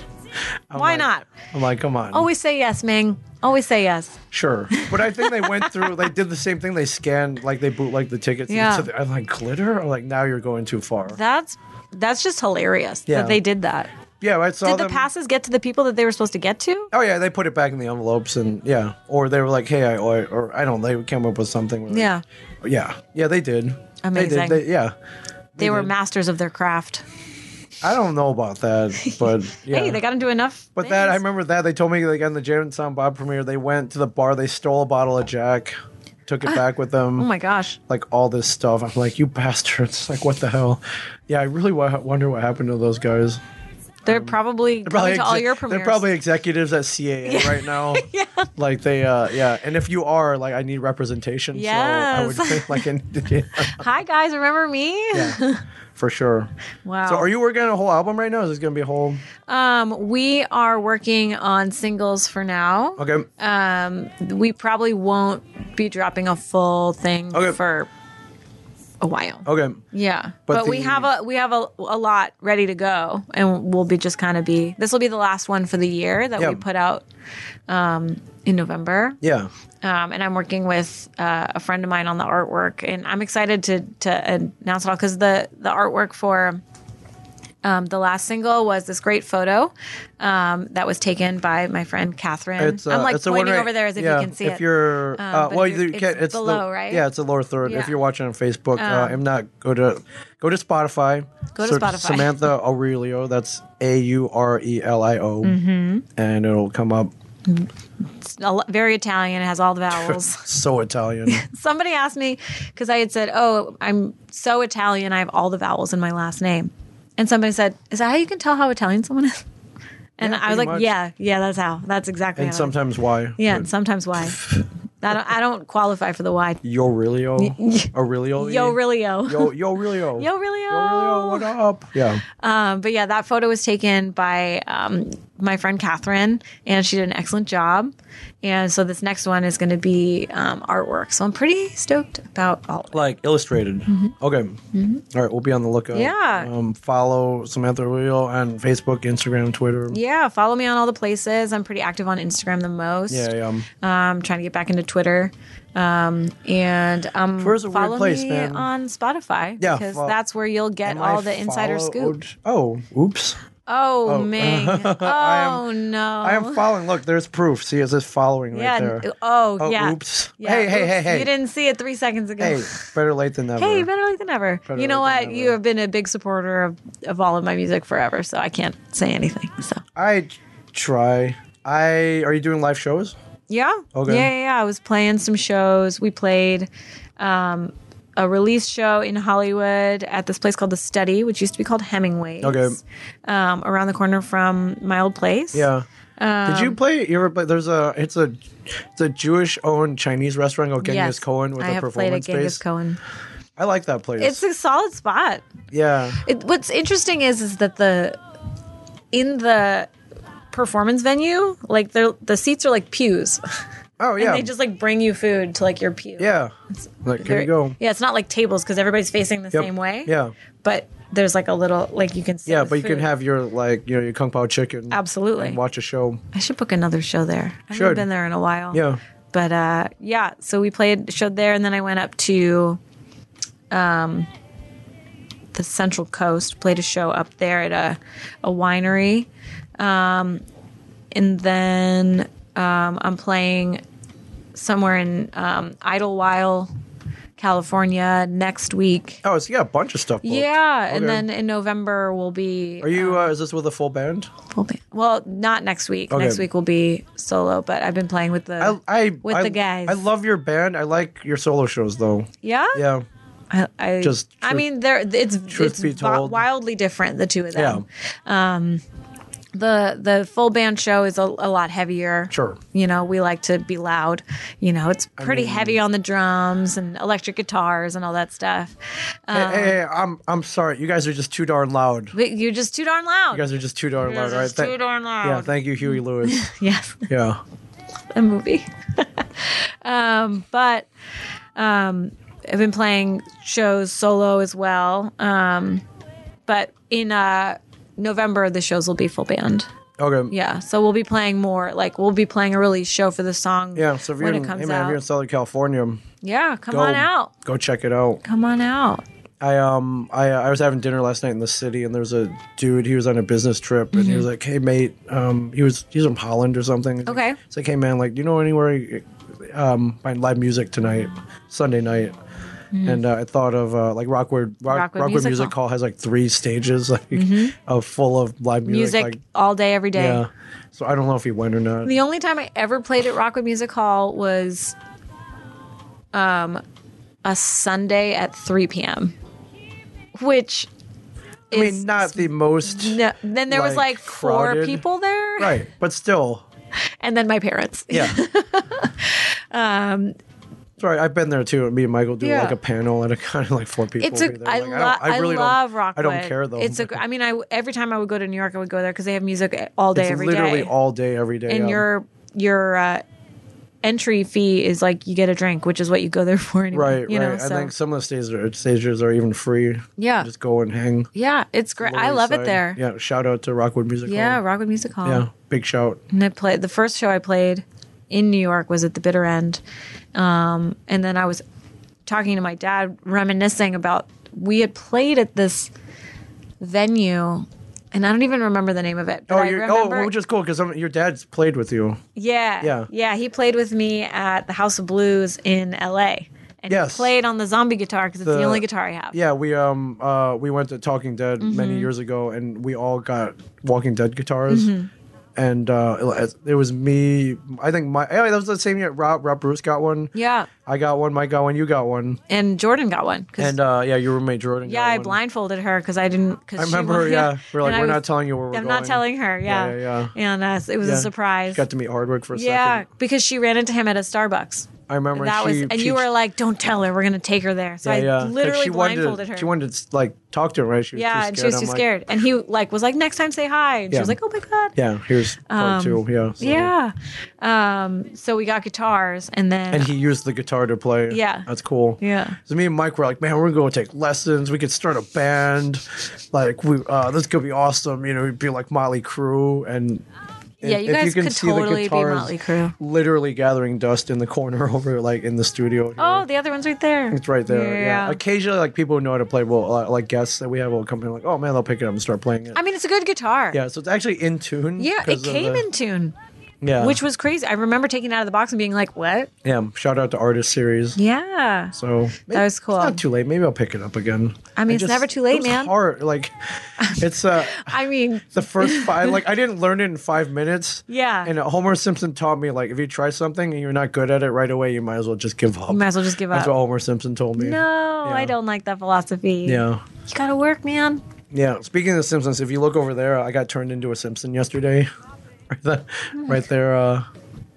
Speaker 1: I'm
Speaker 2: Why
Speaker 1: like-
Speaker 2: not?
Speaker 1: I'm like, come on.
Speaker 2: Always say yes, Ming. Always say yes. (laughs)
Speaker 1: Sure, but I think they went through. They did the same thing. They scanned like they bootlegged the tickets.
Speaker 2: Yeah.
Speaker 1: into the- I'm like glitter. I'm like now you're going too far.
Speaker 2: That's that's just hilarious
Speaker 1: Yeah.
Speaker 2: that they did that.
Speaker 1: yeah, I saw
Speaker 2: Did the
Speaker 1: them.
Speaker 2: passes get to the people that they were supposed to get to?
Speaker 1: oh yeah, they put it back in the envelopes and yeah, or they were like, hey, I or, or I don't. know, They came up with something. where they-
Speaker 2: Yeah.
Speaker 1: yeah, yeah, they did. They
Speaker 2: Amazing.
Speaker 1: did. They, yeah,
Speaker 2: They, were
Speaker 1: did.
Speaker 2: masters of their craft.
Speaker 1: I don't know about that,
Speaker 2: (laughs)
Speaker 1: but yeah.
Speaker 2: Hey, they got into enough.
Speaker 1: but that I
Speaker 2: things.
Speaker 1: remember that they told me like on the Jam and Sound Bob premiere, they went to the bar, they stole a bottle of Jack, took
Speaker 2: (gasps)
Speaker 1: it back with them.
Speaker 2: Oh my gosh.
Speaker 1: like all this stuff. I'm like, you bastards! (laughs) Like, what the hell? Yeah, I really wa- wonder what happened to those guys.
Speaker 2: They're
Speaker 1: Um,
Speaker 2: probably, going to all
Speaker 1: exe-
Speaker 2: your premieres.
Speaker 1: They're probably executives at
Speaker 2: (laughs)
Speaker 1: CAA right now. yeah. Like they, uh, yeah. And if you are, like, I need representation. So I would
Speaker 2: Yes. (laughs)
Speaker 1: think, like, in, (laughs) yeah,
Speaker 2: Hi guys, remember me?
Speaker 1: for sure.
Speaker 2: (laughs) Wow.
Speaker 1: So, are you working on a whole album right now? Is this going to be a whole?
Speaker 2: Um, we are working on singles for now.
Speaker 1: Okay.
Speaker 2: Um, we probably won't be dropping a full thing
Speaker 1: Okay.
Speaker 2: for a while.
Speaker 1: Okay.
Speaker 2: Yeah,
Speaker 1: But
Speaker 2: but, we
Speaker 1: the-
Speaker 2: have a we have a, a lot ready to go, and we'll be just kind of be this will be the last one for the year that
Speaker 1: Yeah.
Speaker 2: we put out um, in November.
Speaker 1: Yeah.
Speaker 2: Um, and I'm working with uh, a friend of mine on the artwork, and I'm excited to to announce it all because the the artwork for um, the last single was this great photo um, that was taken by my friend Catherine.
Speaker 1: It's, uh,
Speaker 2: I'm like
Speaker 1: it's the one
Speaker 2: pointing
Speaker 1: right-
Speaker 2: over there as if
Speaker 1: yeah,
Speaker 2: you can see
Speaker 1: if
Speaker 2: it. Um,
Speaker 1: you're, uh,
Speaker 2: but
Speaker 1: well,
Speaker 2: if you're-
Speaker 1: you can't.
Speaker 2: it's
Speaker 1: It's the-
Speaker 2: below, right?
Speaker 1: Yeah, it's the lower third. If
Speaker 2: Yeah. Um,
Speaker 1: you're watching on Facebook, uh, I'm not. Go to go to Spotify.
Speaker 2: Go to
Speaker 1: search
Speaker 2: Spotify.
Speaker 1: Samantha Aurelio. That's A U R E L I O,
Speaker 2: Mm-hmm.
Speaker 1: and it'll come up.
Speaker 2: It's a lo- very Italian. It has all the vowels. (laughs)
Speaker 1: So Italian.
Speaker 2: somebody asked me because I had said, "Oh, I'm so Italian. I have all the vowels in my last name," and somebody said, "Is that how you can tell how Italian someone
Speaker 1: (laughs)
Speaker 2: is?" And
Speaker 1: Yeah,
Speaker 2: I
Speaker 1: pretty
Speaker 2: was like,
Speaker 1: much.
Speaker 2: "Yeah, yeah, that's how. That's exactly."
Speaker 1: and
Speaker 2: how it is."
Speaker 1: sometimes why?
Speaker 2: yeah, and sometimes
Speaker 1: (laughs)
Speaker 2: why. I don't. I don't qualify for the why.
Speaker 1: Yo Aurelio. Aurelio.
Speaker 2: Yo, really, yo.
Speaker 1: Yo Yo Aurelio.
Speaker 2: (laughs) Yo, really,
Speaker 1: Yo Aurelio. What up? Yeah.
Speaker 2: Um, but yeah, that photo was taken by um, my friend Catherine, and she did an excellent job. And so this next one is going to be um, artwork. So I'm pretty stoked about all. Of it.
Speaker 1: like illustrated. Okay. All right, we'll be on the lookout.
Speaker 2: Mm-hmm. Yeah.
Speaker 1: Um, follow Samantha Aurelio on Facebook, Instagram, Twitter.
Speaker 2: Yeah, follow me on all the places. I'm pretty active on Instagram the most.
Speaker 1: Yeah, yeah. Um,
Speaker 2: Um, trying to get back into Twitter. Um, and um,
Speaker 1: Twitter's a weird
Speaker 2: follow
Speaker 1: place,
Speaker 2: me
Speaker 1: man.
Speaker 2: on Spotify
Speaker 1: Yeah,
Speaker 2: because
Speaker 1: fo-
Speaker 2: that's where you'll get
Speaker 1: am
Speaker 2: all
Speaker 1: I
Speaker 2: the insider
Speaker 1: followed?
Speaker 2: scoop.
Speaker 1: Oh, oops.
Speaker 2: Oh,
Speaker 1: (laughs)
Speaker 2: Ming. Oh, no.
Speaker 1: I am following. Look, there's proof. See, it says following
Speaker 2: Uh-huh. yeah.
Speaker 1: right there.
Speaker 2: Oh,
Speaker 1: Oh,
Speaker 2: yeah.
Speaker 1: oops.
Speaker 2: Yeah,
Speaker 1: hey, hey,
Speaker 2: oops.
Speaker 1: hey, hey.
Speaker 2: You didn't see it three seconds ago.
Speaker 1: hey, better late than never.
Speaker 2: Hey, better late than ever. you know
Speaker 1: late
Speaker 2: what?
Speaker 1: than
Speaker 2: You have been a big supporter of, of all of my music forever, so I can't say anything. So
Speaker 1: I try. I are you doing live shows?
Speaker 2: Yeah.
Speaker 1: Okay.
Speaker 2: Yeah, yeah, yeah. I was playing some shows. We played um, a release show in Hollywood at this place called The Study, which used to be called Hemingway's.
Speaker 1: Okay.
Speaker 2: Um, around the corner from my old place.
Speaker 1: Yeah. Did
Speaker 2: Um,
Speaker 1: you play? You ever play? There's a it's a it's a Jewish owned Chinese restaurant called Genghis
Speaker 2: Yes.
Speaker 1: Cohen with
Speaker 2: I
Speaker 1: a
Speaker 2: have played at
Speaker 1: performance
Speaker 2: Genghis
Speaker 1: space.
Speaker 2: Cohen.
Speaker 1: I like that place.
Speaker 2: It's a solid spot.
Speaker 1: yeah.
Speaker 2: It, what's interesting is is that the in the performance venue, like they're, the seats are like pews, (laughs)
Speaker 1: Oh yeah.
Speaker 2: and they just like bring you food to like your pew.
Speaker 1: yeah. Like here
Speaker 2: They're-
Speaker 1: you go.
Speaker 2: Yeah, it's not like tables because everybody's facing the
Speaker 1: Yep.
Speaker 2: same way.
Speaker 1: Yeah.
Speaker 2: but there's like a little like you can sit
Speaker 1: Yeah,
Speaker 2: with
Speaker 1: but you can
Speaker 2: food.
Speaker 1: have your like you know your kung pao chicken.
Speaker 2: Absolutely.
Speaker 1: And watch a show.
Speaker 2: I should book another show there. I
Speaker 1: Should.
Speaker 2: haven't been there in a while.
Speaker 1: Yeah.
Speaker 2: But uh, yeah, so we played showed there, and then I went up to um, the Central Coast, played a show up there at a a winery, um, and then um, I'm playing somewhere in um, Idlewild, California next week.
Speaker 1: Oh, so you got a bunch of stuff. booked.
Speaker 2: Yeah, and
Speaker 1: Okay.
Speaker 2: then in November we'll be
Speaker 1: Are you? Uh, is this with a full band?
Speaker 2: Full band. Well, not next week.
Speaker 1: Okay.
Speaker 2: Next week will be solo, but I've been playing with the
Speaker 1: I, I
Speaker 2: with
Speaker 1: I-
Speaker 2: the guys.
Speaker 1: I love your band. I like your solo shows though.
Speaker 2: yeah.
Speaker 1: Yeah.
Speaker 2: I, I
Speaker 1: Just
Speaker 2: I
Speaker 1: truth-
Speaker 2: mean, there it's
Speaker 1: truth
Speaker 2: it's
Speaker 1: be
Speaker 2: wi-
Speaker 1: told.
Speaker 2: wildly different the two of them. The the full band show is a, a lot heavier.
Speaker 1: Sure.
Speaker 2: You know, we like to be loud. You know, it's pretty heavy on the drums and electric guitars and all that stuff.
Speaker 1: Hey, hey,
Speaker 2: Um,
Speaker 1: hey, I'm I'm sorry. You guys are just too darn loud. You
Speaker 2: But you're just too darn loud.
Speaker 1: guys are just too darn loud.
Speaker 2: You're
Speaker 1: Right?
Speaker 2: just
Speaker 1: Thank-
Speaker 2: too darn loud.
Speaker 1: yeah. Thank you, Huey Lewis.
Speaker 2: (laughs) yes.
Speaker 1: yeah.
Speaker 2: a movie. (laughs) um, but um, I've been playing shows solo as well. Um, but in uh, November, the shows will be full band.
Speaker 1: Okay.
Speaker 2: Yeah, so we'll be playing more. Like we'll be playing a release show for the song.
Speaker 1: Yeah, so if you're
Speaker 2: when
Speaker 1: in,
Speaker 2: it
Speaker 1: hey
Speaker 2: comes
Speaker 1: man, if
Speaker 2: out,
Speaker 1: you're in Southern California,
Speaker 2: yeah, come
Speaker 1: go
Speaker 2: on out,
Speaker 1: Go check it out.
Speaker 2: come on out.
Speaker 1: I um I uh, I was having dinner last night in the city, and there was a dude. He was on a business trip,
Speaker 2: Mm-hmm.
Speaker 1: and he was like, "Hey mate, um he was he's from Holland or something." He's like-
Speaker 2: Okay.
Speaker 1: He's like, "Hey man, like do you know anywhere um find live music tonight, Sunday night?" And uh, I thought of uh, like Rockwood Rock,
Speaker 2: Mm-hmm. Rockwood
Speaker 1: Rockwood
Speaker 2: Music
Speaker 1: Music, Hall. has like three stages (laughs) like of full of live music.
Speaker 2: Music
Speaker 1: like,
Speaker 2: all day, every day.
Speaker 1: yeah. So I don't know if he went or not.
Speaker 2: The only time I ever played at Rockwood Music Hall was um, a Sunday at 3 p.m., which
Speaker 1: I
Speaker 2: is.
Speaker 1: mean, not the most
Speaker 2: no, then there was
Speaker 1: like,
Speaker 2: like four
Speaker 1: crowded.
Speaker 2: people there,
Speaker 1: right, but still.
Speaker 2: and then my parents. (laughs)
Speaker 1: Yeah. um, Sorry, I've been there too. Me and Michael do
Speaker 2: Um, Yeah.
Speaker 1: like a panel and it kind of like four people.
Speaker 2: It's a.
Speaker 1: will be there.
Speaker 2: I,
Speaker 1: Like,
Speaker 2: lo-
Speaker 1: don't-
Speaker 2: I,
Speaker 1: really don't-
Speaker 2: love Rockwood.
Speaker 1: I don't care though.
Speaker 2: It's a. gr- I mean, I every time I would go to New York, I would go there because they have music all day,
Speaker 1: It's
Speaker 2: every day.
Speaker 1: literally all day, every day.
Speaker 2: and
Speaker 1: yeah.
Speaker 2: your your uh, entry fee is like you get a drink, which is what you go there (laughs) for anyway.
Speaker 1: right,
Speaker 2: you
Speaker 1: right.
Speaker 2: Know,
Speaker 1: I
Speaker 2: so.
Speaker 1: think some of the stages are, stages are even free.
Speaker 2: Yeah.
Speaker 1: just go and hang.
Speaker 2: Yeah, it's great. I
Speaker 1: Lower East
Speaker 2: love it
Speaker 1: Side.
Speaker 2: there. Yeah,
Speaker 1: Yeah, shout out to Rockwood Music. Hall.
Speaker 2: Rockwood Music Hall.
Speaker 1: yeah, big shout.
Speaker 2: And I played the first show I played in New York was at the Bitter End, um, and then I was talking to my dad, reminiscing about we had played at this venue. And I don't even remember the name of it. But
Speaker 1: Oh,
Speaker 2: I
Speaker 1: you're,
Speaker 2: remember,
Speaker 1: oh, which is cool because your dad's played with you.
Speaker 2: yeah,
Speaker 1: yeah.
Speaker 2: yeah. He played with me at the House of Blues in L.A. and
Speaker 1: Yes.
Speaker 2: he played on the zombie guitar because it's the,
Speaker 1: The-
Speaker 2: only guitar I have.
Speaker 1: Yeah, we um uh we went to Talking Dead
Speaker 2: Mm-hmm.
Speaker 1: many years ago, and we all got Walking Dead guitars.
Speaker 2: Mm-hmm.
Speaker 1: And uh, it- it was me. I think my oh, that was the same year. Rob Rob Bruce got one.
Speaker 2: yeah.
Speaker 1: I got one. Mike got one. You got one.
Speaker 2: And Jordan got one 'cause-
Speaker 1: And uh, yeah, your roommate Jordan.
Speaker 2: Yeah,
Speaker 1: got
Speaker 2: I
Speaker 1: one.
Speaker 2: blindfolded her because I didn't. Cause
Speaker 1: I
Speaker 2: she (laughs)
Speaker 1: remember.
Speaker 2: was-
Speaker 1: yeah. we're like
Speaker 2: And I
Speaker 1: we're
Speaker 2: was-
Speaker 1: not telling you where we're
Speaker 2: I'm
Speaker 1: going.
Speaker 2: not telling her. Yeah,
Speaker 1: Yeah, yeah,
Speaker 2: And uh, it was
Speaker 1: Yeah.
Speaker 2: a surprise.
Speaker 1: Got to meet Hardwick for a
Speaker 2: yeah,
Speaker 1: second.
Speaker 2: because she ran into him at a Starbucks.
Speaker 1: I remember
Speaker 2: that
Speaker 1: she,
Speaker 2: was, and
Speaker 1: she-
Speaker 2: you were like, "Don't tell her. We're gonna take her there." So
Speaker 1: yeah, yeah.
Speaker 2: I
Speaker 1: Like,
Speaker 2: literally
Speaker 1: she wanted to-
Speaker 2: blindfolded her.
Speaker 1: She wanted to like talk to him, right? She was
Speaker 2: yeah,
Speaker 1: too
Speaker 2: and she
Speaker 1: scared.
Speaker 2: was too
Speaker 1: I'm like,
Speaker 2: scared. And he like was like, "Next time, say hi." And
Speaker 1: Yeah.
Speaker 2: she was like, "Oh my god."
Speaker 1: Yeah, here's part two. Yeah, so-
Speaker 2: Yeah. Um. So we got guitars, and then
Speaker 1: and he used the guitar to play.
Speaker 2: Yeah.
Speaker 1: that's cool.
Speaker 2: Yeah.
Speaker 1: So me and Mike were like, man, we're going to take lessons. We could start a band. Like we, uh, this could be awesome. You know, it'd be like Motley Crue and.
Speaker 2: yeah,
Speaker 1: if
Speaker 2: you guys
Speaker 1: can
Speaker 2: could
Speaker 1: see the
Speaker 2: totally be
Speaker 1: guitars
Speaker 2: Motley Crue.
Speaker 1: Literally gathering dust in the corner (laughs) over, like in the studio. here.
Speaker 2: Oh, the other one's right there.
Speaker 1: It's right there. Yeah.
Speaker 2: Yeah.
Speaker 1: Occasionally, like people who know how to play will, uh, like guests that we have will come in, like, oh man, they'll pick it up and start playing it.
Speaker 2: I mean, it's a good guitar.
Speaker 1: yeah, so it's actually in tune.
Speaker 2: Yeah,
Speaker 1: 'cause
Speaker 2: it
Speaker 1: of
Speaker 2: came
Speaker 1: the-
Speaker 2: in tune.
Speaker 1: Yeah,
Speaker 2: which was crazy. I remember taking it out of the box and being like, "What?"
Speaker 1: yeah. Shout out to Artist Series.
Speaker 2: Yeah,
Speaker 1: So
Speaker 2: That was cool.
Speaker 1: It's not too late. Maybe I'll pick it up again.
Speaker 2: I mean, it's never too
Speaker 1: it
Speaker 2: late,
Speaker 1: was
Speaker 2: man.
Speaker 1: Hard,
Speaker 2: (laughs)
Speaker 1: like it's uh
Speaker 2: I mean,
Speaker 1: the first five. Like I didn't learn it in five minutes.
Speaker 2: Yeah.
Speaker 1: And uh, Homer Simpson taught me like if you try something and you're not good at it right away, you might as well just give up.
Speaker 2: you might as well just give
Speaker 1: That's
Speaker 2: up.
Speaker 1: what Homer Simpson told me.
Speaker 2: no, I don't like that philosophy.
Speaker 1: Yeah.
Speaker 2: you gotta work, (laughs) man.
Speaker 1: Yeah. Speaking of the Simpsons, if you look over there, I got turned into a Simpson yesterday. (laughs) right, there- right there. Uh,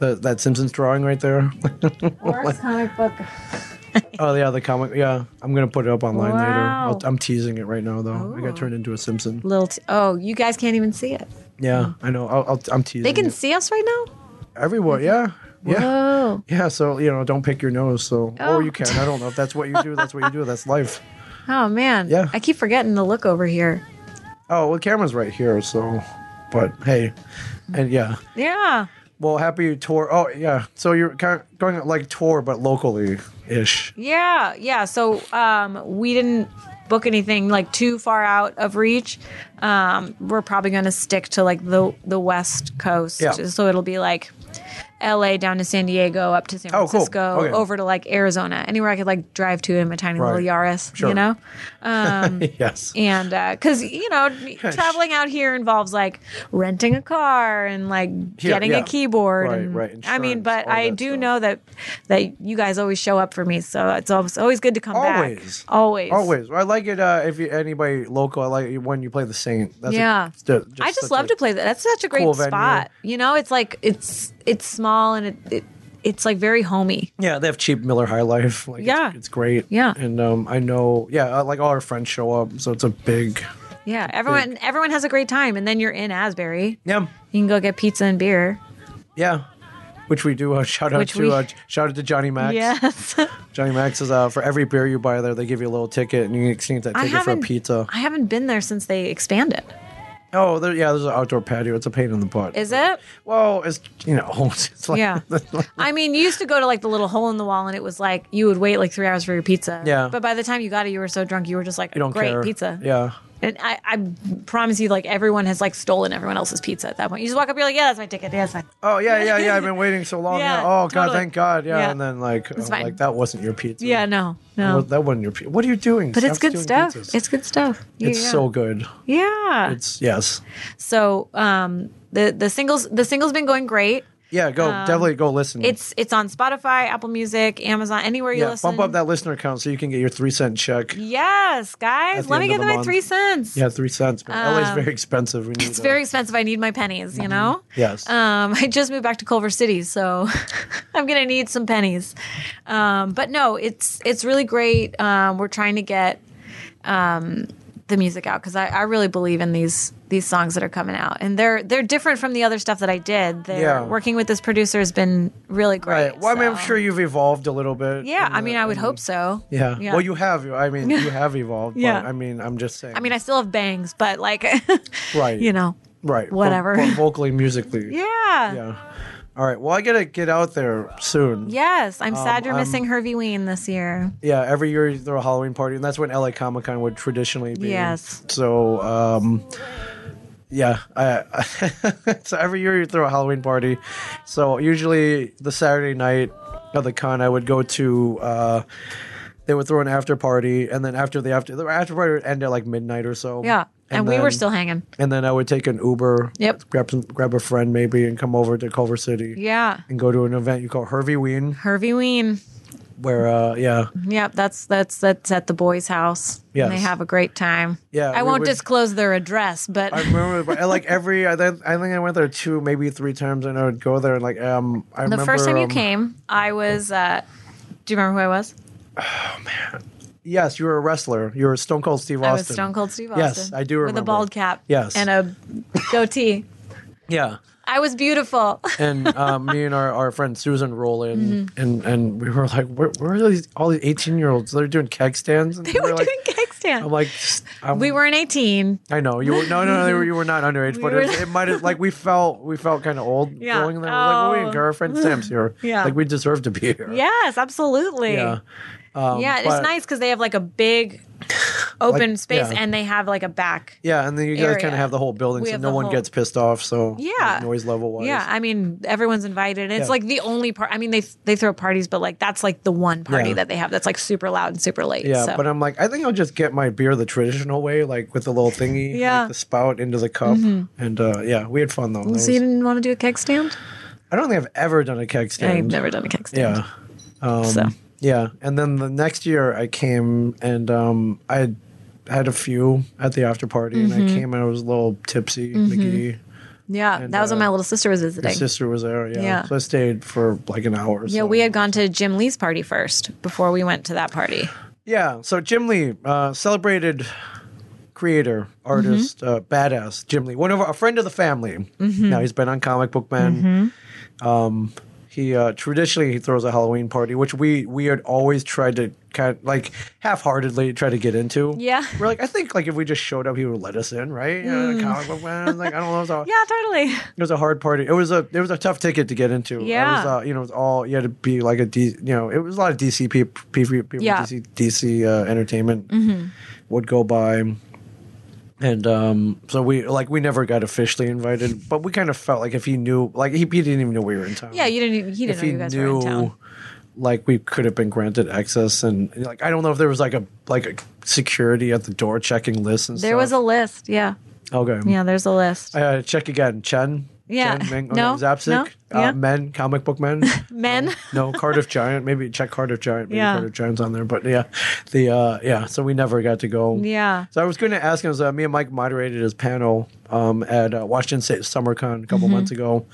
Speaker 1: the, that Simpsons drawing right
Speaker 2: (laughs)
Speaker 1: there.
Speaker 2: Worst comic book.
Speaker 1: oh yeah, the comic. Yeah, I'm gonna put it up online later. I'll,
Speaker 2: Wow. Oh.
Speaker 1: I'm teasing it right now though. I got turned into a Simpson.
Speaker 2: Little. T- oh, you guys can't even see it.
Speaker 1: Yeah, I know. I'll, I'll, I'm teasing.
Speaker 2: Mm. They can
Speaker 1: it.
Speaker 2: see us right now.
Speaker 1: everywhere. Yeah, yeah,
Speaker 2: Oh,
Speaker 1: yeah. So you know, don't pick your nose. So
Speaker 2: Oh.
Speaker 1: or you can. I don't know if that's what you do. That's what you do. That's life.
Speaker 2: oh man.
Speaker 1: Yeah.
Speaker 2: I keep forgetting to look over here.
Speaker 1: Oh well, camera's right here. So, but hey, and yeah,
Speaker 2: Yeah.
Speaker 1: Well, happy tour. Oh yeah, so you're kind of going like tour, but locally ish.
Speaker 2: Yeah, yeah. So um, we didn't book anything like too far out of reach. Um, we're probably going to stick to like the the West Coast.
Speaker 1: Yeah.
Speaker 2: So it'll be like L.A. down to San Diego, up to San
Speaker 1: Oh, cool.
Speaker 2: Francisco,
Speaker 1: Okay.
Speaker 2: over to like Arizona, anywhere I could like drive to in my tiny
Speaker 1: Right.
Speaker 2: little Yaris.
Speaker 1: Sure.
Speaker 2: You know.
Speaker 1: (laughs)
Speaker 2: Mm.
Speaker 1: Yes.
Speaker 2: and because you know traveling out here involves like renting a car and like getting
Speaker 1: yeah.
Speaker 2: a keyboard
Speaker 1: Right,
Speaker 2: and,
Speaker 1: right,
Speaker 2: i mean
Speaker 1: insurance,
Speaker 2: but
Speaker 1: all
Speaker 2: i
Speaker 1: that
Speaker 2: do
Speaker 1: stuff.
Speaker 2: know that that you guys always show up for me so it's always, always good to come
Speaker 1: Always.
Speaker 2: back always
Speaker 1: Always. I like it uh, if you, anybody local. I like it when you play the Saint. That's a-
Speaker 2: Yeah.
Speaker 1: it's ju-
Speaker 2: i just
Speaker 1: such
Speaker 2: love
Speaker 1: a-
Speaker 2: to play that that's such a great
Speaker 1: cool venue.
Speaker 2: spot you know it's like it's it's small and it, it it's like very homey
Speaker 1: Yeah, they have cheap Miller High Life. Like,
Speaker 2: Yeah.
Speaker 1: it's, it's great.
Speaker 2: Yeah.
Speaker 1: and um, I know. Yeah, uh, like all our friends show up, so it's a big.
Speaker 2: yeah everyone everyone has a great time and then you're in asbury
Speaker 1: Yeah,
Speaker 2: you can go get pizza and beer
Speaker 1: yeah. Which we do. Uh, shout out
Speaker 2: Which
Speaker 1: to
Speaker 2: we-
Speaker 1: uh, shout out to Johnny Max.
Speaker 2: yes (laughs)
Speaker 1: Johnny Max is uh, for every beer you buy there, they give you a little ticket, and you can exchange that
Speaker 2: i
Speaker 1: ticket for a
Speaker 2: haven't
Speaker 1: pizza.
Speaker 2: i haven't been there since they expanded
Speaker 1: Oh, there, yeah, there's an outdoor patio. It's a pain in the butt.
Speaker 2: is it
Speaker 1: well, it's you know, (laughs) it's like
Speaker 2: Yeah. I mean, you used to go to like the little hole in the wall and it was like you would wait like three hours for your pizza.
Speaker 1: Yeah.
Speaker 2: But by the time you got it, you were so drunk, you were just like,
Speaker 1: you don't
Speaker 2: great
Speaker 1: care.
Speaker 2: pizza.
Speaker 1: Yeah,
Speaker 2: And I, I promise you, like, everyone has like stolen everyone else's pizza at that point. You just walk up, you're like, yeah, that's my ticket. Yeah, that's fine.
Speaker 1: Oh yeah, yeah, yeah. I've been waiting so long.
Speaker 2: Yeah,
Speaker 1: yeah. Oh god,
Speaker 2: totally.
Speaker 1: thank God. Yeah.
Speaker 2: Yeah.
Speaker 1: And then like, I'm
Speaker 2: fine.
Speaker 1: like that wasn't your pizza.
Speaker 2: Yeah, no,
Speaker 1: That
Speaker 2: no.
Speaker 1: was- That wasn't your pizza. What are you doing?
Speaker 2: but it's
Speaker 1: Stop
Speaker 2: good
Speaker 1: stealing
Speaker 2: stuff.
Speaker 1: pizzas.
Speaker 2: It's good stuff. Yeah,
Speaker 1: It's
Speaker 2: yeah.
Speaker 1: so good.
Speaker 2: Yeah.
Speaker 1: It's yes.
Speaker 2: so, um, the, the singles the singles been going great.
Speaker 1: Yeah. Go definitely go listen.
Speaker 2: Um, It's it's on Spotify, Apple Music, Amazon, anywhere you
Speaker 1: yeah.
Speaker 2: listen.
Speaker 1: Bump up that listener count so you can get your three cent check.
Speaker 2: Yes, guys,
Speaker 1: the
Speaker 2: let me
Speaker 1: end of
Speaker 2: get
Speaker 1: the
Speaker 2: my
Speaker 1: month.
Speaker 2: three cents.
Speaker 1: Yeah, three cents. Man. LA's very expensive. We need
Speaker 2: um, It's
Speaker 1: to-
Speaker 2: very expensive. I need my pennies, you know?
Speaker 1: Yes.
Speaker 2: Um, (laughs) I just moved back to Culver City, so (laughs) I'm gonna need some pennies. Um, but no, it's it's really great. Um, we're trying to get um, the music out because I, I really believe in these these songs that are coming out, and they're they're different from the other stuff that I did. They're,
Speaker 1: Yeah.
Speaker 2: Working with this producer has been really great.
Speaker 1: Right. Well, I mean, I'm
Speaker 2: so-
Speaker 1: sure you've evolved a little bit.
Speaker 2: Yeah,
Speaker 1: in
Speaker 2: I
Speaker 1: the-
Speaker 2: mean, I would
Speaker 1: in-
Speaker 2: hope so.
Speaker 1: Yeah.
Speaker 2: Yeah.
Speaker 1: Well, you have. I
Speaker 2: (laughs)
Speaker 1: mean, you have evolved.
Speaker 2: Yeah.
Speaker 1: But, I mean, I'm just saying.
Speaker 2: I mean, I still have bangs, but like, (laughs)
Speaker 1: Right.
Speaker 2: you know,
Speaker 1: right. Vo-
Speaker 2: whatever.
Speaker 1: vo- vocally, musically.
Speaker 2: (laughs) yeah.
Speaker 1: Yeah. All right. Well, I gotta get out there soon.
Speaker 2: Yes, I'm sad you're
Speaker 1: I'm-
Speaker 2: missing Hervey Ween this year.
Speaker 1: Yeah, every year they throw a Halloween party, and that's when LA Comic Con would traditionally be.
Speaker 2: Yes.
Speaker 1: So, um, yeah, I, (laughs) so every year you throw a Halloween party. So usually the Saturday night of the con, I would go to. Uh, they would throw an after party, and then after the after the after party would end at like midnight or so.
Speaker 2: Yeah. And, we were
Speaker 1: then-
Speaker 2: still hanging.
Speaker 1: And then I would take an Uber.
Speaker 2: Yep.
Speaker 1: Grab some, grab a friend maybe, and come over to Culver City.
Speaker 2: Yeah.
Speaker 1: And go to an event you call Hervey Ween,
Speaker 2: Hervey Ween.
Speaker 1: where uh, yeah,
Speaker 2: Yep, that's that's that's at the boys' house. Yeah,
Speaker 1: Yes.
Speaker 2: They have a great time.
Speaker 1: Yeah,
Speaker 2: I
Speaker 1: we
Speaker 2: won't
Speaker 1: would-
Speaker 2: disclose their address, but
Speaker 1: I remember, but I, like every, I, think- I think I went there two, maybe three times, and I would go there and like, um, I
Speaker 2: (laughs) the
Speaker 1: remember
Speaker 2: first time you
Speaker 1: um,
Speaker 2: came, I was uh do you remember who I was?
Speaker 1: Yes, you were a wrestler. You were Stone Cold Steve
Speaker 2: I
Speaker 1: Austin.
Speaker 2: was Stone Cold Steve Austin.
Speaker 1: Yes, I do
Speaker 2: With
Speaker 1: remember.
Speaker 2: a bald cap.
Speaker 1: Yes.
Speaker 2: And uh, a goatee.
Speaker 1: Yeah,
Speaker 2: I was beautiful. (laughs)
Speaker 1: and um, me and our, our friend Susan roll in,
Speaker 2: Mm-hmm.
Speaker 1: and and we were like, where, where are these all these eighteen year olds? They're doing keg stands. And
Speaker 2: They were
Speaker 1: like,
Speaker 2: doing keg stand.
Speaker 1: I'm like, I'm,
Speaker 2: we weren't 18.
Speaker 1: I know you. Were, no, no, no, they were, you were not underage, but
Speaker 2: were
Speaker 1: it,
Speaker 2: not-
Speaker 1: it might have like we felt we felt kind of old
Speaker 2: (laughs) Yeah.
Speaker 1: going there. We're Like, well, we
Speaker 2: Oh.
Speaker 1: didn't care. Our friend Sam's here.
Speaker 2: (laughs) Yeah.
Speaker 1: like we deserve to be here.
Speaker 2: Yes, absolutely.
Speaker 1: Yeah. Um,
Speaker 2: Yeah, and
Speaker 1: but-
Speaker 2: it's nice because they have like a
Speaker 1: (laughs)
Speaker 2: big open
Speaker 1: Like,
Speaker 2: space
Speaker 1: yeah.
Speaker 2: and they have like a back.
Speaker 1: Yeah, and then you guys
Speaker 2: area.
Speaker 1: kind of have the whole building,
Speaker 2: We
Speaker 1: so
Speaker 2: have
Speaker 1: no
Speaker 2: the
Speaker 1: one
Speaker 2: whole-
Speaker 1: gets pissed off. So
Speaker 2: Yeah.
Speaker 1: like, noise level wise.
Speaker 2: Yeah, I mean everyone's invited. It's
Speaker 1: Yeah.
Speaker 2: like the only part. I mean they they throw parties, but like that's like the one party
Speaker 1: Yeah.
Speaker 2: that they have that's like super loud and super late.
Speaker 1: Yeah,
Speaker 2: so.
Speaker 1: but I'm like, I think I'll just get my beer the traditional way, like with the little thingy,
Speaker 2: Yeah.
Speaker 1: like the spout into the cup, and uh, yeah, we had fun though. That was-
Speaker 2: so you didn't want to do a keg stand?
Speaker 1: I don't think I've ever done a keg
Speaker 2: I've
Speaker 1: stand.
Speaker 2: never done a keg stand.
Speaker 1: yeah, um,
Speaker 2: So.
Speaker 1: yeah, and then the next year I came and um, I had- had a few at the after party, and I
Speaker 2: Mm-hmm.
Speaker 1: came and I was a little tipsy, McGee.
Speaker 2: Yeah, that was when
Speaker 1: uh,
Speaker 2: my little sister was
Speaker 1: My
Speaker 2: visiting.
Speaker 1: sister was there, yeah.
Speaker 2: Yeah.
Speaker 1: So I stayed for like an hour. Or
Speaker 2: yeah,
Speaker 1: so.
Speaker 2: we had gone to Jim Lee's party first before we went to that party.
Speaker 1: Yeah. So Jim Lee, uh, celebrated creator, artist,
Speaker 2: Mm-hmm.
Speaker 1: uh,
Speaker 2: Mm-hmm.
Speaker 1: badass Jim Lee, one of our, a friend of the family. Now he's been on Comic Book Man. Um, he uh, traditionally he throws a Halloween party, which we we had always tried to kind of like half-heartedly try to get into.
Speaker 2: Yeah. Mm.
Speaker 1: we're like, I think like if we just showed up, he would let us in, right? You know, the comic book man, like I don't know, it was, a,
Speaker 2: (laughs) Yeah, totally.
Speaker 1: it was a hard party. It was a it was a tough ticket to get into. It
Speaker 2: Yeah.
Speaker 1: was, uh, you know, it was all you had to be like a D, you know, it was a lot of DC people, people
Speaker 2: Yeah. Mm-hmm.
Speaker 1: DC DC uh, entertainment would go by. And um, so we like we never got officially invited, but we kind of felt like if he knew, like he, he didn't even know we were in town
Speaker 2: Yeah, you didn't. even- He didn't
Speaker 1: if
Speaker 2: know
Speaker 1: he
Speaker 2: you guys were
Speaker 1: knew
Speaker 2: in town.
Speaker 1: like we could have been granted access and like i don't know if there was like a like a security at the door checking lists and
Speaker 2: There was a list. Yeah.
Speaker 1: a okay
Speaker 2: Yeah, there's a list.
Speaker 1: i had to Uh, check again chen
Speaker 2: Yeah.
Speaker 1: Chen Ming,
Speaker 2: No,
Speaker 1: Zapsik,
Speaker 2: no, yeah.
Speaker 1: uh, men, comic book
Speaker 2: (laughs)
Speaker 1: men.
Speaker 2: Men.
Speaker 1: no, Cardiff Giant. Maybe check Cardiff Giant. Maybe
Speaker 2: Yeah.
Speaker 1: Cardiff Giant's on there. But yeah, the uh, yeah. So we never got to go.
Speaker 2: Yeah.
Speaker 1: So I was going to ask him. Was, uh, me and Mike moderated his panel um, at uh, Washington State SummerCon a
Speaker 2: Mm-hmm.
Speaker 1: couple months ago,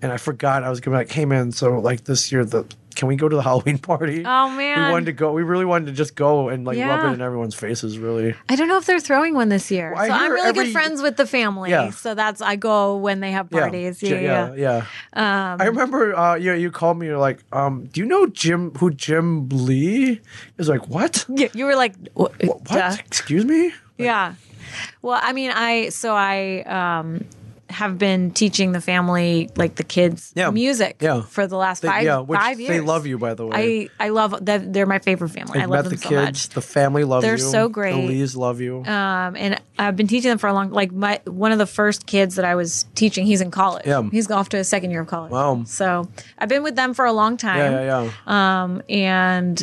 Speaker 1: and I forgot I was going to be like, hey man, so like this year the can we go to the (laughs) Halloween party?
Speaker 2: Oh,
Speaker 1: we
Speaker 2: man.
Speaker 1: wanted to go. We really wanted to just go and like rub
Speaker 2: Yeah.
Speaker 1: it in everyone's faces. Really,
Speaker 2: I don't know if they're throwing one this year.
Speaker 1: Well, I
Speaker 2: so I'm
Speaker 1: hear
Speaker 2: really
Speaker 1: every-
Speaker 2: good friends with the family.
Speaker 1: Yeah.
Speaker 2: So that's I go when they have parties. Yeah, yeah.
Speaker 1: yeah. yeah.
Speaker 2: Um,
Speaker 1: I remember uh, you you called me. You're like, um, do you know Jim? Who Jim Lee? I was like, what?
Speaker 2: yeah, you were like, "Wha-
Speaker 1: What?
Speaker 2: duh."
Speaker 1: Excuse me?
Speaker 2: yeah. Well, I mean, I so I um, have been teaching the family like the kids
Speaker 1: Yeah.
Speaker 2: music
Speaker 1: Yeah.
Speaker 2: for the last
Speaker 1: They-
Speaker 2: five
Speaker 1: yeah, which
Speaker 2: five years.
Speaker 1: they love you by the way.
Speaker 2: I I love that they're my favorite family. I
Speaker 1: I've
Speaker 2: love
Speaker 1: met
Speaker 2: them
Speaker 1: the
Speaker 2: so much.
Speaker 1: kids. The family loves
Speaker 2: They're
Speaker 1: you.
Speaker 2: so great.
Speaker 1: The Lees love you.
Speaker 2: um, and I've been teaching them for a long. Like my one of the first kids that I was teaching, he's in college.
Speaker 1: Yeah.
Speaker 2: he's off to his second year of college.
Speaker 1: Wow.
Speaker 2: So I've been with them for a long time.
Speaker 1: yeah, yeah, yeah.
Speaker 2: Um, and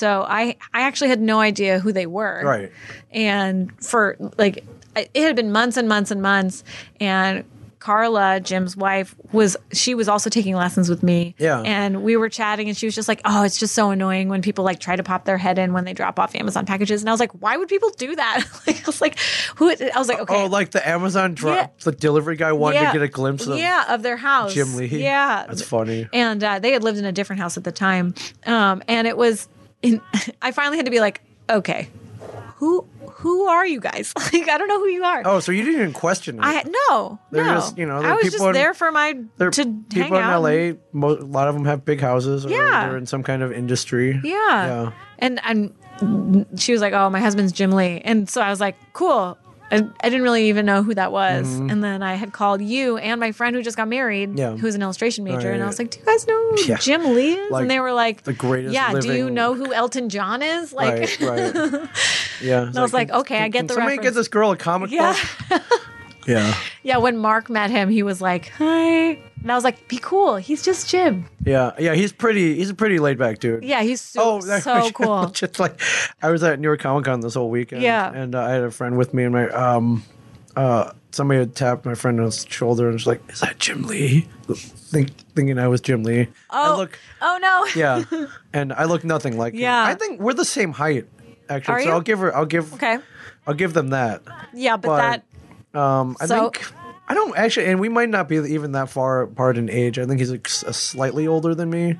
Speaker 2: so I I actually had no idea who they were.
Speaker 1: Right.
Speaker 2: And for like I- it had been months and months and months and. Carla, Jim's wife, was she was also taking lessons with me.
Speaker 1: Yeah.
Speaker 2: And we were chatting and she was just like, Oh, it's just so annoying when people like try to pop their head in when they drop off Amazon packages. And I was like, Why would people do that? (laughs) like I was like, who I was like, okay.
Speaker 1: Oh, like the Amazon drop.
Speaker 2: Yeah.
Speaker 1: The delivery guy wanted
Speaker 2: Yeah.
Speaker 1: to get a glimpse of
Speaker 2: Yeah, of their house.
Speaker 1: Jim Lee.
Speaker 2: Yeah.
Speaker 1: That's funny.
Speaker 2: and uh, they had lived in a different house at the time. Um, and it was, in, (laughs) I finally had to be like, okay, who who are you guys? (laughs) Like, I don't know who you are.
Speaker 1: Oh, so you didn't even question it.
Speaker 2: I had- no,
Speaker 1: They're
Speaker 2: no.
Speaker 1: just, you know, they're
Speaker 2: I was
Speaker 1: people
Speaker 2: just
Speaker 1: in-
Speaker 2: there for my
Speaker 1: They're
Speaker 2: to hang
Speaker 1: people in
Speaker 2: out.
Speaker 1: LA. Mo- a lot of them have big houses. Or
Speaker 2: Yeah.
Speaker 1: They're in some kind of industry.
Speaker 2: Yeah.
Speaker 1: Yeah.
Speaker 2: And and she was like, "Oh, my husband's Jim Lee," and so I was like, "Cool." I, I didn't really even know who that was, and then I had called you and my friend who just got married,
Speaker 1: Mm-hmm. Yeah.
Speaker 2: who's an illustration major, and
Speaker 1: Right.
Speaker 2: I was like, "Do you guys know who
Speaker 1: Yeah.
Speaker 2: Jim Lee is?"
Speaker 1: Like,
Speaker 2: and they were like,
Speaker 1: the greatest
Speaker 2: Yeah, do you
Speaker 1: living-
Speaker 2: know who Elton John is? Like, (laughs)
Speaker 1: Right, right. Yeah.
Speaker 2: I was like, okay, I get
Speaker 1: can
Speaker 2: the
Speaker 1: somebody get
Speaker 2: reference.
Speaker 1: this girl a comic
Speaker 2: Yeah.
Speaker 1: book? yeah.
Speaker 2: yeah. When Mark met him, he was like, "Hi," and I was like, "Be cool. He's just Jim."
Speaker 1: Yeah. Yeah. He's pretty. He's a pretty laid back dude.
Speaker 2: Yeah, he's so,
Speaker 1: Oh, that- (laughs)
Speaker 2: so cool.
Speaker 1: Just like I was at New York Comic Con this whole weekend.
Speaker 2: Yeah.
Speaker 1: and uh, I had a friend with me, and my um, uh, somebody had tapped my friend on his shoulder, and was like, "Is that Jim Lee?" Think, thinking I was Jim Lee.
Speaker 2: Oh,
Speaker 1: I look,
Speaker 2: oh no. (laughs)
Speaker 1: yeah, and I look nothing like him.
Speaker 2: Yeah.
Speaker 1: I think we're the same height, actually.
Speaker 2: Are
Speaker 1: so
Speaker 2: you?
Speaker 1: I'll give her. I'll give.
Speaker 2: Okay.
Speaker 1: I'll give them that.
Speaker 2: Yeah, but,
Speaker 1: But-
Speaker 2: that.
Speaker 1: Um, I
Speaker 2: So-
Speaker 1: think. I don't actually, and we might not be even that far apart in age. I think he's like, s- uh, slightly older than me.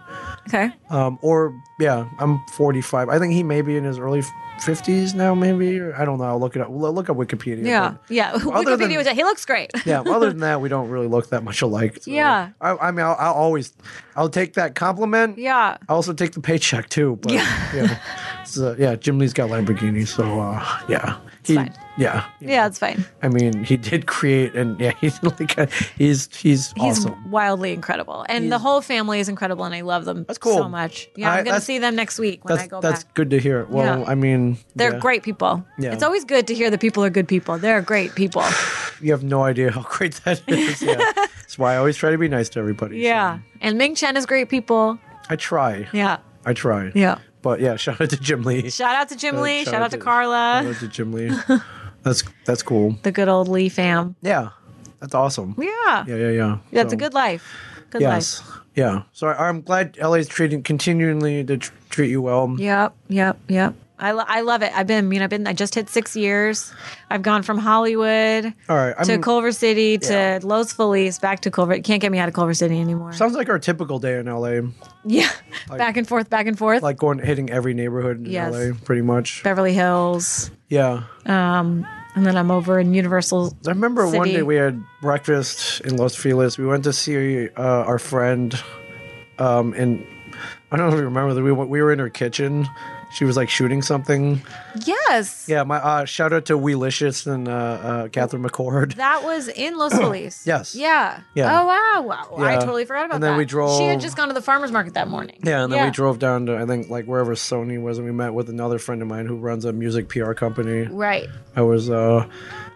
Speaker 2: Okay.
Speaker 1: Um, or yeah, I'm 45. I think he may be in his early 50s now, maybe. Or, I don't know. I'll look it up. Look look up Wikipedia.
Speaker 2: Yeah.
Speaker 1: but-
Speaker 2: Yeah. (laughs)
Speaker 1: other
Speaker 2: Wikipedia
Speaker 1: than-
Speaker 2: was like, he looks great.
Speaker 1: (laughs) yeah. well, Other than that, we don't really look that much alike. so-
Speaker 2: Yeah.
Speaker 1: I, I mean, I'll, I'll always, I'll take that compliment.
Speaker 2: (laughs) Yeah.
Speaker 1: I also take the paycheck too. But yeah. Yeah, so, yeah Jim Lee's got Lamborghini, so uh, yeah. He,
Speaker 2: fine.
Speaker 1: Yeah.
Speaker 2: Yeah, it's fine.
Speaker 1: I mean, he did create, and yeah, (laughs) he's like, a, he's he's
Speaker 2: He's
Speaker 1: awesome.
Speaker 2: wildly incredible, and the whole family is incredible, and I love them that's
Speaker 1: cool.
Speaker 2: so much. Yeah,
Speaker 1: I-
Speaker 2: I'm gonna
Speaker 1: that's-
Speaker 2: see them next week when
Speaker 1: That's
Speaker 2: I go
Speaker 1: that's
Speaker 2: back.
Speaker 1: good to hear. Well,
Speaker 2: Yeah.
Speaker 1: I mean,
Speaker 2: They're
Speaker 1: yeah.
Speaker 2: great people.
Speaker 1: Yeah.
Speaker 2: It's always good to hear that people are good people. They're
Speaker 1: (laughs)
Speaker 2: great people.
Speaker 1: You have no idea how (laughs) great that is.
Speaker 2: (laughs)
Speaker 1: Yeah. That's why I always try to be nice to everybody. so.
Speaker 2: yeah, and Ming Chen is great people.
Speaker 1: I try.
Speaker 2: Yeah,
Speaker 1: I try.
Speaker 2: yeah.
Speaker 1: But yeah, shout out to Jim
Speaker 2: (laughs)
Speaker 1: Lee.
Speaker 2: Shout out to Jim
Speaker 1: Uh,
Speaker 2: Lee. Shout, out to, Carla.
Speaker 1: Shout out to Jim Lee. That's that's cool.
Speaker 2: the good old Lee fam.
Speaker 1: Yeah. That's awesome.
Speaker 2: Yeah,
Speaker 1: Yeah, yeah, yeah.
Speaker 2: that's
Speaker 1: So,
Speaker 2: a good life. Good
Speaker 1: Yes. Yeah. So I, I'm glad LA's treating continually to tr- treat you well.
Speaker 2: life. Yep, yep, yep. I, lo- I love it. I've been, I mean, I've been, I just hit six years. I've gone from Hollywood
Speaker 1: All right. I
Speaker 2: to
Speaker 1: mean,
Speaker 2: Culver City to
Speaker 1: Yeah.
Speaker 2: Los Feliz, back to Culver. Can't get me out of Culver City anymore.
Speaker 1: sounds like our typical day in LA. (laughs)
Speaker 2: yeah, back and forth, back and forth.
Speaker 1: Like going hitting every neighborhood in
Speaker 2: Yes.
Speaker 1: LA pretty much.
Speaker 2: Beverly Hills,
Speaker 1: Yeah.
Speaker 2: um, and then I'm over in Universal.
Speaker 1: I remember one
Speaker 2: City.
Speaker 1: day we had breakfast in Los Feliz. We went to see uh, our friend um, and I don't know if you remember that we went- we were in her kitchen. She was like shooting something.
Speaker 2: Yes.
Speaker 1: Yeah, my uh, shout out to Weelicious and uh, uh, Catherine McCord.
Speaker 2: That was
Speaker 1: (clears throat)
Speaker 2: in Los Feliz.
Speaker 1: Yes.
Speaker 2: Yeah.
Speaker 1: Yeah.
Speaker 2: Oh wow! Wow! I
Speaker 1: Yeah.
Speaker 2: totally forgot about
Speaker 1: And then
Speaker 2: that.
Speaker 1: we
Speaker 2: She had
Speaker 1: drove-
Speaker 2: just gone to the farmers market that morning.
Speaker 1: (laughs) Yeah, and then we drove down to I think like wherever Sony was, and we met with another friend of mine who runs a music PR company.
Speaker 2: Right.
Speaker 1: I was, uh,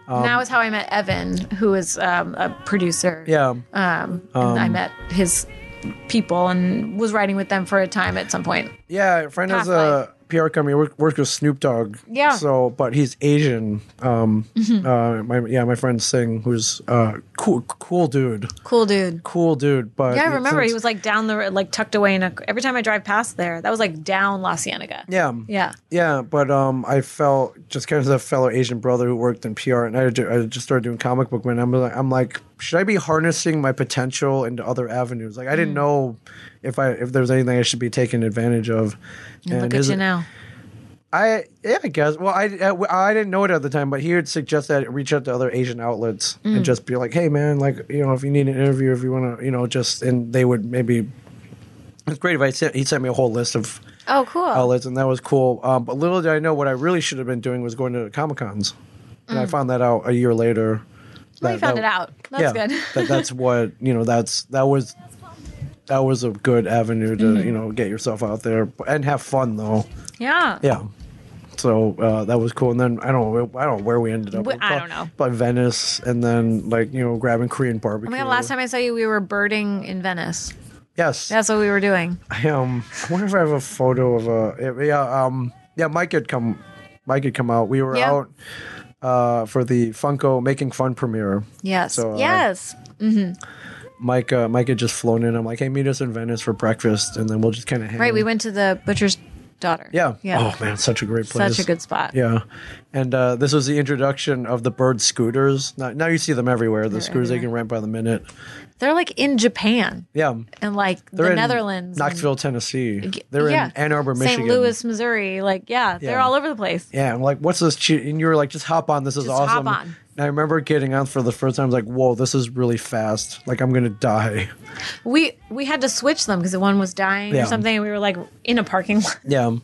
Speaker 2: And that was how I met Evan, who is um, a producer.
Speaker 1: yeah,
Speaker 2: Um, and I met his people and was writing with them for a time at some point.
Speaker 1: yeah. A friend has
Speaker 2: Half-Life.
Speaker 1: a PR company. Work, works with Snoop Dogg.
Speaker 2: Yeah. Mm-hmm.
Speaker 1: So, but he's Asian. Um, uh, my yeah, my friend Singh, who's uh, cool, cool dude,
Speaker 2: Cool dude.
Speaker 1: cool dude. But
Speaker 2: Yeah, I remember
Speaker 1: since-
Speaker 2: he was like down the like tucked away in a. Every time I drive past there, that was like down La Cienega.
Speaker 1: Yeah.
Speaker 2: Yeah.
Speaker 1: Yeah, but um, I felt just kind of a fellow Asian brother who worked in PR, and I, ju- I just started doing comic book. Man, I'm like, I'm like, should I be harnessing my potential into other avenues? Like, I
Speaker 2: Mm.
Speaker 1: didn't know if I if there was anything I should be taking advantage of.
Speaker 2: And look at
Speaker 1: his-
Speaker 2: you now.
Speaker 1: I yeah, I guess. Well, I, I I didn't know it at the time, but he would suggest that I reach out to other Asian outlets
Speaker 2: Mm.
Speaker 1: and just be like, hey man, like you know, if you need an interview, if you want to, you know, just and they would maybe. It's great advice. He sent me a whole list of
Speaker 2: Oh, cool.
Speaker 1: outlets, and that was cool. Um, but little did I know what I really should have been doing was going to Comic Cons, and I found that out a year later.
Speaker 2: Well, you Mm. found it out. That's
Speaker 1: yeah,
Speaker 2: good.
Speaker 1: that, that's what you know. That's that was that was a good avenue to
Speaker 2: Mm-hmm.
Speaker 1: you know get yourself out there and have fun though.
Speaker 2: (laughs) yeah.
Speaker 1: Yeah. So uh, that was cool, and then I don't know, I don't know where we ended up.
Speaker 2: We- I don't know.
Speaker 1: But Venice, and then like you know, grabbing Korean barbecue.
Speaker 2: Oh my god! Last time I saw you, we were birding in Venice.
Speaker 1: yes,
Speaker 2: That's what we were doing.
Speaker 1: I um, I wonder if I have a photo of a yeah um yeah Mike had come Mike had come out. We were
Speaker 2: Yeah.
Speaker 1: out uh for the Funko Making Fun premiere.
Speaker 2: Yes.
Speaker 1: So, uh,
Speaker 2: yes.
Speaker 1: Mike uh, Mike had just flown in. I'm like, hey, meet us in Venice for breakfast, and then we'll just kind of hang.
Speaker 2: Right. We went to the butcher's daughter.
Speaker 1: mm. Yeah.
Speaker 2: Yeah.
Speaker 1: Oh man, such a great place.
Speaker 2: Such a good spot.
Speaker 1: Yeah, and uh, this was the introduction of the bird scooters. Now, now you see them everywhere. The scooters they can rent by the minute.
Speaker 2: They're like in Japan
Speaker 1: Yeah,
Speaker 2: and like
Speaker 1: They're
Speaker 2: the
Speaker 1: in
Speaker 2: Netherlands. and-
Speaker 1: Knoxville, Tennessee. They're
Speaker 2: yeah.
Speaker 1: in Ann Arbor, Michigan.
Speaker 2: St. Louis, Missouri. Like, yeah, they're
Speaker 1: Yeah.
Speaker 2: all over the place.
Speaker 1: Yeah, I'm like, what's this? Che-? And you were like, just hop on. This is
Speaker 2: Just hop
Speaker 1: awesome.
Speaker 2: on.
Speaker 1: And I remember getting on for the first time. I was like, whoa, this is really fast. Like, I'm going to die.
Speaker 2: We we had to switch them because the one was dying
Speaker 1: Yeah.
Speaker 2: or something, and we were like in a parking lot. (laughs)
Speaker 1: Yeah.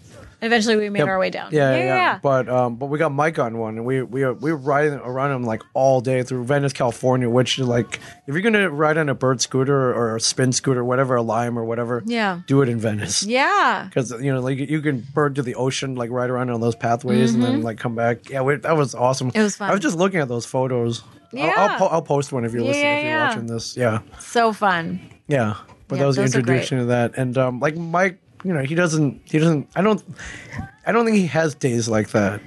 Speaker 2: Eventually, we made our way down.
Speaker 1: Yeah, yeah, yeah. But um, but we got Mike on one, and we we we were riding around him like all day through Venice, California. Which like, if you're gonna ride on a bird scooter or a spin scooter, whatever, a lime or whatever,
Speaker 2: Yeah.
Speaker 1: do it in Venice.
Speaker 2: Yeah.
Speaker 1: Because you know, like you can bird to the ocean, like ride around on those pathways, and then like come back. Yeah, we, that was awesome.
Speaker 2: Mm-hmm. It was fun.
Speaker 1: I was just looking at those photos.
Speaker 2: Yeah.
Speaker 1: I'll I'll, po- I'll post one if you're
Speaker 2: Yeah,
Speaker 1: listening,
Speaker 2: yeah,
Speaker 1: if you're
Speaker 2: yeah.
Speaker 1: watching this. Yeah,
Speaker 2: So fun.
Speaker 1: yeah. But
Speaker 2: Yeah,
Speaker 1: that was the
Speaker 2: those are great.
Speaker 1: introduction to that, and um, like Mike, you know, he doesn't, he doesn't. I don't, I don't think he has days like that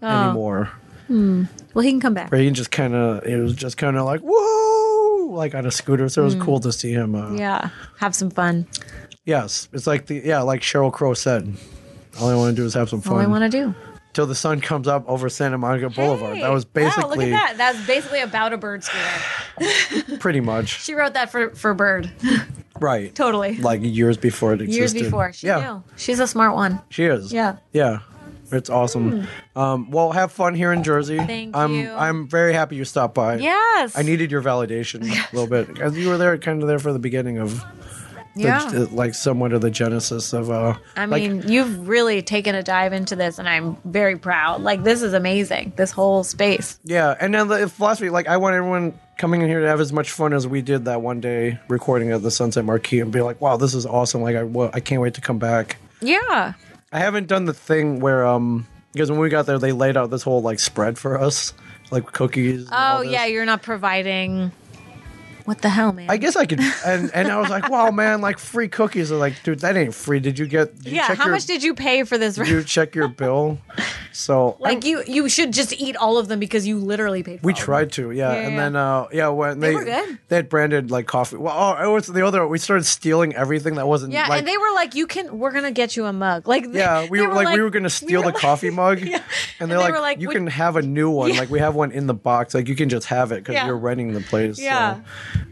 Speaker 2: Oh.
Speaker 1: anymore.
Speaker 2: Well, he can come back.
Speaker 1: Where he can just kind of, it was just kind of like whoa, like on a scooter. So it was cool to see him. Uh,
Speaker 2: Hmm. Yeah. Have some fun.
Speaker 1: Yes, it's like the yeah, like Cheryl Crow said. All I want to do is have some
Speaker 2: All I
Speaker 1: fun
Speaker 2: want to do.
Speaker 1: till the sun comes up over Santa Monica Boulevard. That was
Speaker 2: Wow, look at
Speaker 1: basically
Speaker 2: that. That's basically about a bird scooter.
Speaker 1: pretty much
Speaker 2: She wrote that for for Bird. (laughs)
Speaker 1: right.
Speaker 2: Totally.
Speaker 1: Like years before it existed.
Speaker 2: Years before. She
Speaker 1: yeah,
Speaker 2: knew. She's a smart one.
Speaker 1: she is.
Speaker 2: Yeah. Hmm.
Speaker 1: yeah, it's awesome. Um, well, have fun here in Jersey.
Speaker 2: Thank
Speaker 1: I'm
Speaker 2: you.
Speaker 1: I'm very happy you stopped by.
Speaker 2: Yes.
Speaker 1: I needed your validation a little bit because you were there, kind of there for the beginning of the, uh,
Speaker 2: Yeah.
Speaker 1: like somewhat of the genesis of uh.
Speaker 2: I
Speaker 1: like,
Speaker 2: mean, you've really taken a dive into this, and I'm very proud. Like, this is amazing. This whole space.
Speaker 1: Yeah, and then the philosophy, like I want everyone coming in here to have as much fun as we did that one day recording at the Sunset Marquee and be like, wow, this is awesome. Like I, wa- I can't wait to come back.
Speaker 2: Yeah.
Speaker 1: I haven't done the thing where um because when we got there, they laid out this whole like spread for us, like cookies. and all
Speaker 2: Oh,
Speaker 1: this.
Speaker 2: yeah. You're not providing. What the hell, man?
Speaker 1: I guess I could, and and I was like, wow, man, like free cookies. I'm like, dude, that ain't free. Did you get? Did you
Speaker 2: yeah.
Speaker 1: check
Speaker 2: How
Speaker 1: your,
Speaker 2: much did you pay for this?
Speaker 1: (laughs) you check your bill? So I'm-
Speaker 2: like, you you should just eat all of them because you literally paid. For
Speaker 1: We
Speaker 2: all of
Speaker 1: tried to, yeah.
Speaker 2: Yeah,
Speaker 1: and
Speaker 2: yeah.
Speaker 1: then, uh, yeah, when they
Speaker 2: were good.
Speaker 1: they had branded like coffee. Well, oh, it was the other. We started stealing everything that wasn't.
Speaker 2: them. Yeah,
Speaker 1: like,
Speaker 2: and they were like, "You can. We're gonna get you a mug." Like, they- (laughs)
Speaker 1: Yeah, we
Speaker 2: they
Speaker 1: were like, we were gonna steal
Speaker 2: were
Speaker 1: the
Speaker 2: like-
Speaker 1: coffee mug,
Speaker 2: (laughs) Yeah.
Speaker 1: and
Speaker 2: And
Speaker 1: they're
Speaker 2: they
Speaker 1: like,
Speaker 2: were like,
Speaker 1: you
Speaker 2: we-
Speaker 1: can have a new one. Like we have one in the box. Like you can just have it because
Speaker 2: Yeah.
Speaker 1: you're renting the place.
Speaker 2: Yeah.
Speaker 1: so.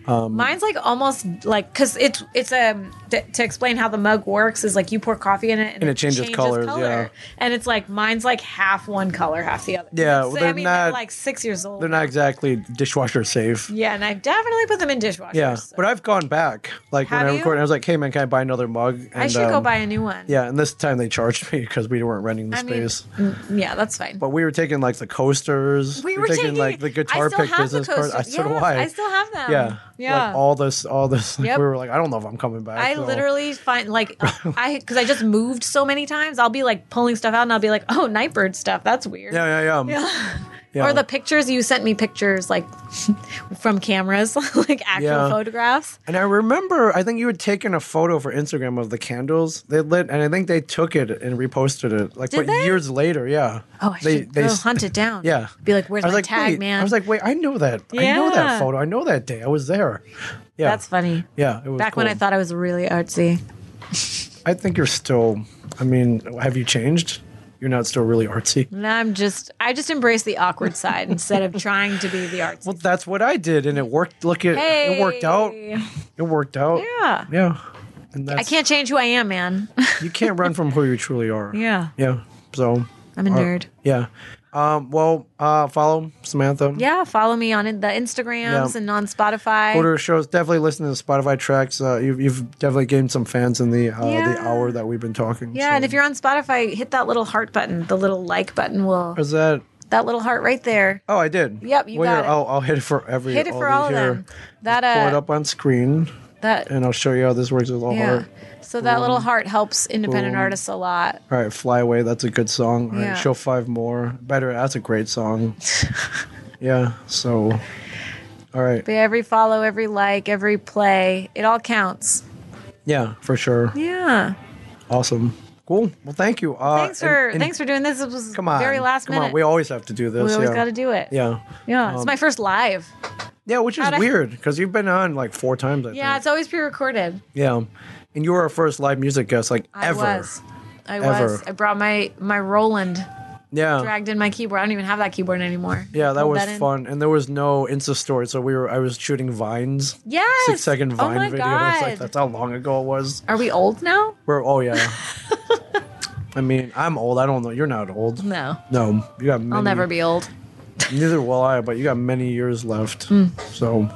Speaker 1: um,
Speaker 2: Mine's like almost like because it's it's um t- to explain how the mug works is like you pour coffee in it and,
Speaker 1: it changes colors, yeah.
Speaker 2: And it's like mine's like half one color, half the other.
Speaker 1: Yeah,
Speaker 2: So,
Speaker 1: well, they're
Speaker 2: I mean, they're
Speaker 1: not-
Speaker 2: like six years old.
Speaker 1: They're not exactly dishwasher safe.
Speaker 2: Yeah, and I definitely put them in dishwashers.
Speaker 1: Yeah, but I've gone back. Like
Speaker 2: Have
Speaker 1: when I
Speaker 2: you?
Speaker 1: recorded, I was like, "Hey man, can I buy another mug?" And,
Speaker 2: I should go
Speaker 1: um,
Speaker 2: buy a new one.
Speaker 1: Yeah, and this time they charged (laughs) me because we weren't renting the
Speaker 2: I mean,
Speaker 1: space.
Speaker 2: mm, yeah, that's fine.
Speaker 1: But we were taking like the coasters.
Speaker 2: we were taking,
Speaker 1: like the guitar
Speaker 2: I still
Speaker 1: pick
Speaker 2: have the
Speaker 1: business card. I
Speaker 2: coasters.
Speaker 1: so do
Speaker 2: Yes,
Speaker 1: I.
Speaker 2: I still have them.
Speaker 1: yeah,
Speaker 2: yeah.
Speaker 1: Like all this, all this. Like,
Speaker 2: Yep.
Speaker 1: We were like, I don't know if I'm coming back.
Speaker 2: I
Speaker 1: so-
Speaker 2: literally
Speaker 1: (laughs)
Speaker 2: find like I because I just moved so many times. I'll be like pulling stuff out and I'll be like, oh, Nightbird stuff. That's weird.
Speaker 1: Yeah, yeah, yeah. Yeah.
Speaker 2: Or the pictures you sent me pictures like (laughs) from cameras, (laughs) like actual
Speaker 1: Yeah.
Speaker 2: photographs.
Speaker 1: And I remember, I think you had taken a photo for Instagram of the candles they lit, and I think they took it and reposted it. Like,
Speaker 2: Did
Speaker 1: but
Speaker 2: they?
Speaker 1: years later, yeah.
Speaker 2: Oh, I
Speaker 1: they,
Speaker 2: should go
Speaker 1: s-
Speaker 2: hunt it down.
Speaker 1: Yeah.
Speaker 2: Be like, where's
Speaker 1: I was
Speaker 2: my
Speaker 1: like,
Speaker 2: tag,
Speaker 1: wait.
Speaker 2: man?
Speaker 1: I was like, wait, I know that. I know
Speaker 2: Yeah.
Speaker 1: that photo. I know that day. I was there. Yeah.
Speaker 2: That's funny.
Speaker 1: yeah. It was
Speaker 2: Back when I
Speaker 1: cool.
Speaker 2: thought I was really artsy.
Speaker 1: I think you're still. I mean, have you changed? You're not still really artsy.
Speaker 2: Now I'm just I just embrace the awkward side instead of trying to be the
Speaker 1: (laughs)
Speaker 2: artsy.
Speaker 1: Well, that's what I did, and it worked. Look at
Speaker 2: hey.
Speaker 1: it worked out. It worked out.
Speaker 2: Yeah.
Speaker 1: Yeah. And that's,
Speaker 2: I can't change who I am, man. (laughs)
Speaker 1: You can't run from who you truly are.
Speaker 2: yeah.
Speaker 1: Yeah. So.
Speaker 2: I'm a
Speaker 1: uh,
Speaker 2: nerd.
Speaker 1: Yeah. Um, well, uh, follow Samantha.
Speaker 2: Yeah, follow me on in- the Instagrams
Speaker 1: Yeah.
Speaker 2: and on Spotify.
Speaker 1: Order shows. Definitely listen to the Spotify tracks. Uh, you've, you've definitely gained some fans in the uh, the
Speaker 2: Yeah.
Speaker 1: hour that we've been talking.
Speaker 2: yeah,
Speaker 1: so.
Speaker 2: and if you're on Spotify, hit that little heart button. The little like button will
Speaker 1: is that?
Speaker 2: that little heart right there.
Speaker 1: Oh, I did.
Speaker 2: Yep, you
Speaker 1: well,
Speaker 2: got
Speaker 1: here,
Speaker 2: it.
Speaker 1: I'll, I'll hit it for every.
Speaker 2: Hit it for
Speaker 1: these
Speaker 2: all of
Speaker 1: here.
Speaker 2: them. That
Speaker 1: Pull it
Speaker 2: uh,
Speaker 1: up on screen,
Speaker 2: that
Speaker 1: and I'll show you how this works with all
Speaker 2: yeah.
Speaker 1: heart.
Speaker 2: So that little heart helps independent
Speaker 1: boom.
Speaker 2: artists a lot.
Speaker 1: All right, fly away. That's a good song. All right,
Speaker 2: Yeah.
Speaker 1: show five more. Better. That's a great
Speaker 2: (laughs)
Speaker 1: song. yeah. So. All right.
Speaker 2: But every follow, every like, every play, it all counts.
Speaker 1: Yeah, for sure.
Speaker 2: Yeah.
Speaker 1: Awesome. Cool. Well, thank you. Uh,
Speaker 2: Thanks
Speaker 1: and-
Speaker 2: for
Speaker 1: and
Speaker 2: thanks for doing this. It was
Speaker 1: Come on.
Speaker 2: very last
Speaker 1: come
Speaker 2: minute.
Speaker 1: On. We always have to do this.
Speaker 2: We always
Speaker 1: yeah.
Speaker 2: got to do it.
Speaker 1: Yeah.
Speaker 2: Yeah, it's
Speaker 1: Um,
Speaker 2: my first live.
Speaker 1: Yeah, which is
Speaker 2: How'd I-
Speaker 1: weird because you've been on like four times, I
Speaker 2: Yeah,
Speaker 1: think.
Speaker 2: it's always pre-recorded.
Speaker 1: Yeah. And you were our first live music guest like
Speaker 2: I
Speaker 1: ever.
Speaker 2: was. I
Speaker 1: Ever.
Speaker 2: was. I brought my my Roland
Speaker 1: Yeah.
Speaker 2: dragged in my keyboard. I don't even have that keyboard anymore.
Speaker 1: yeah, that
Speaker 2: Pulled
Speaker 1: was
Speaker 2: in.
Speaker 1: fun. And there was no Insta story, so we were I was shooting vines.
Speaker 2: Yes.
Speaker 1: Six second
Speaker 2: oh
Speaker 1: Vine
Speaker 2: my
Speaker 1: video.
Speaker 2: God.
Speaker 1: It's like that's how long ago it was.
Speaker 2: Are we old now?
Speaker 1: We're oh
Speaker 2: (laughs)
Speaker 1: yeah. I mean, I'm old. I don't know. You're not old.
Speaker 2: No.
Speaker 1: No, you got. Many,
Speaker 2: I'll never be old.
Speaker 1: Neither will I. But you got many years left.
Speaker 2: Hmm.
Speaker 1: So,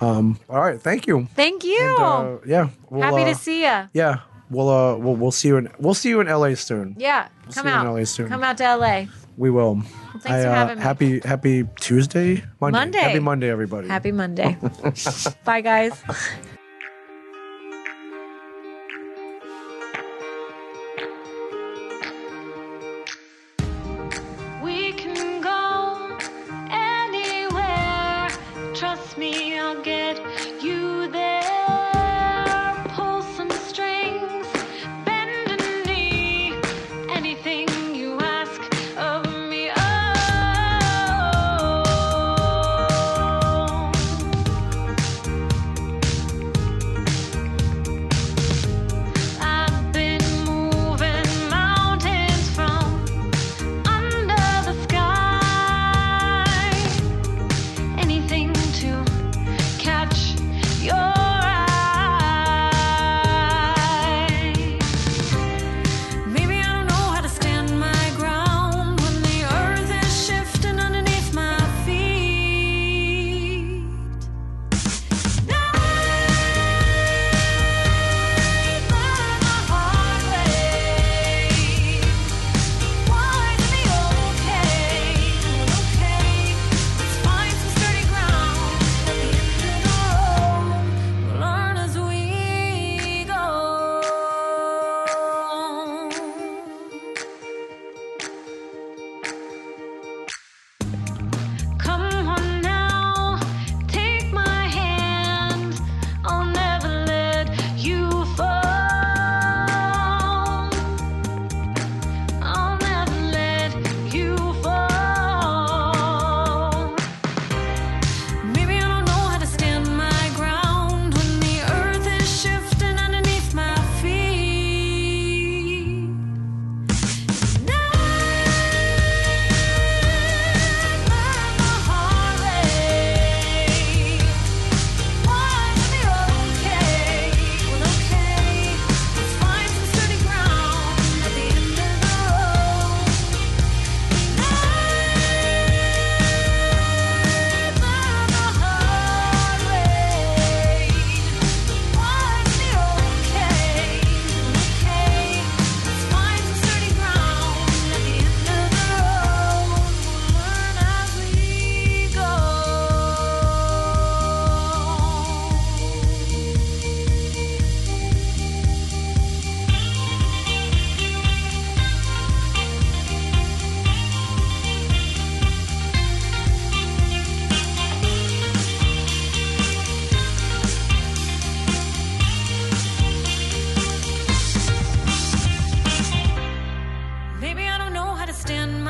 Speaker 1: um, all right. Thank you.
Speaker 2: Thank you.
Speaker 1: And, uh, yeah. we'll,
Speaker 2: Oh. Happy
Speaker 1: uh,
Speaker 2: to see you.
Speaker 1: Yeah, we'll uh, we'll we'll see you in we'll see you in LA soon.
Speaker 2: Yeah. Come
Speaker 1: see you in
Speaker 2: out.
Speaker 1: LA soon.
Speaker 2: Come out to LA.
Speaker 1: We will. uh,
Speaker 2: thanks for having me.
Speaker 1: Happy happy Tuesday, Monday.
Speaker 2: Monday.
Speaker 1: Happy Monday, everybody.
Speaker 2: Happy Monday. Bye, guys.
Speaker 3: We can go anywhere. Trust me, I'll get you there. Pull some strings, bend a knee. Anything you ask of me. Oh.
Speaker 2: lost in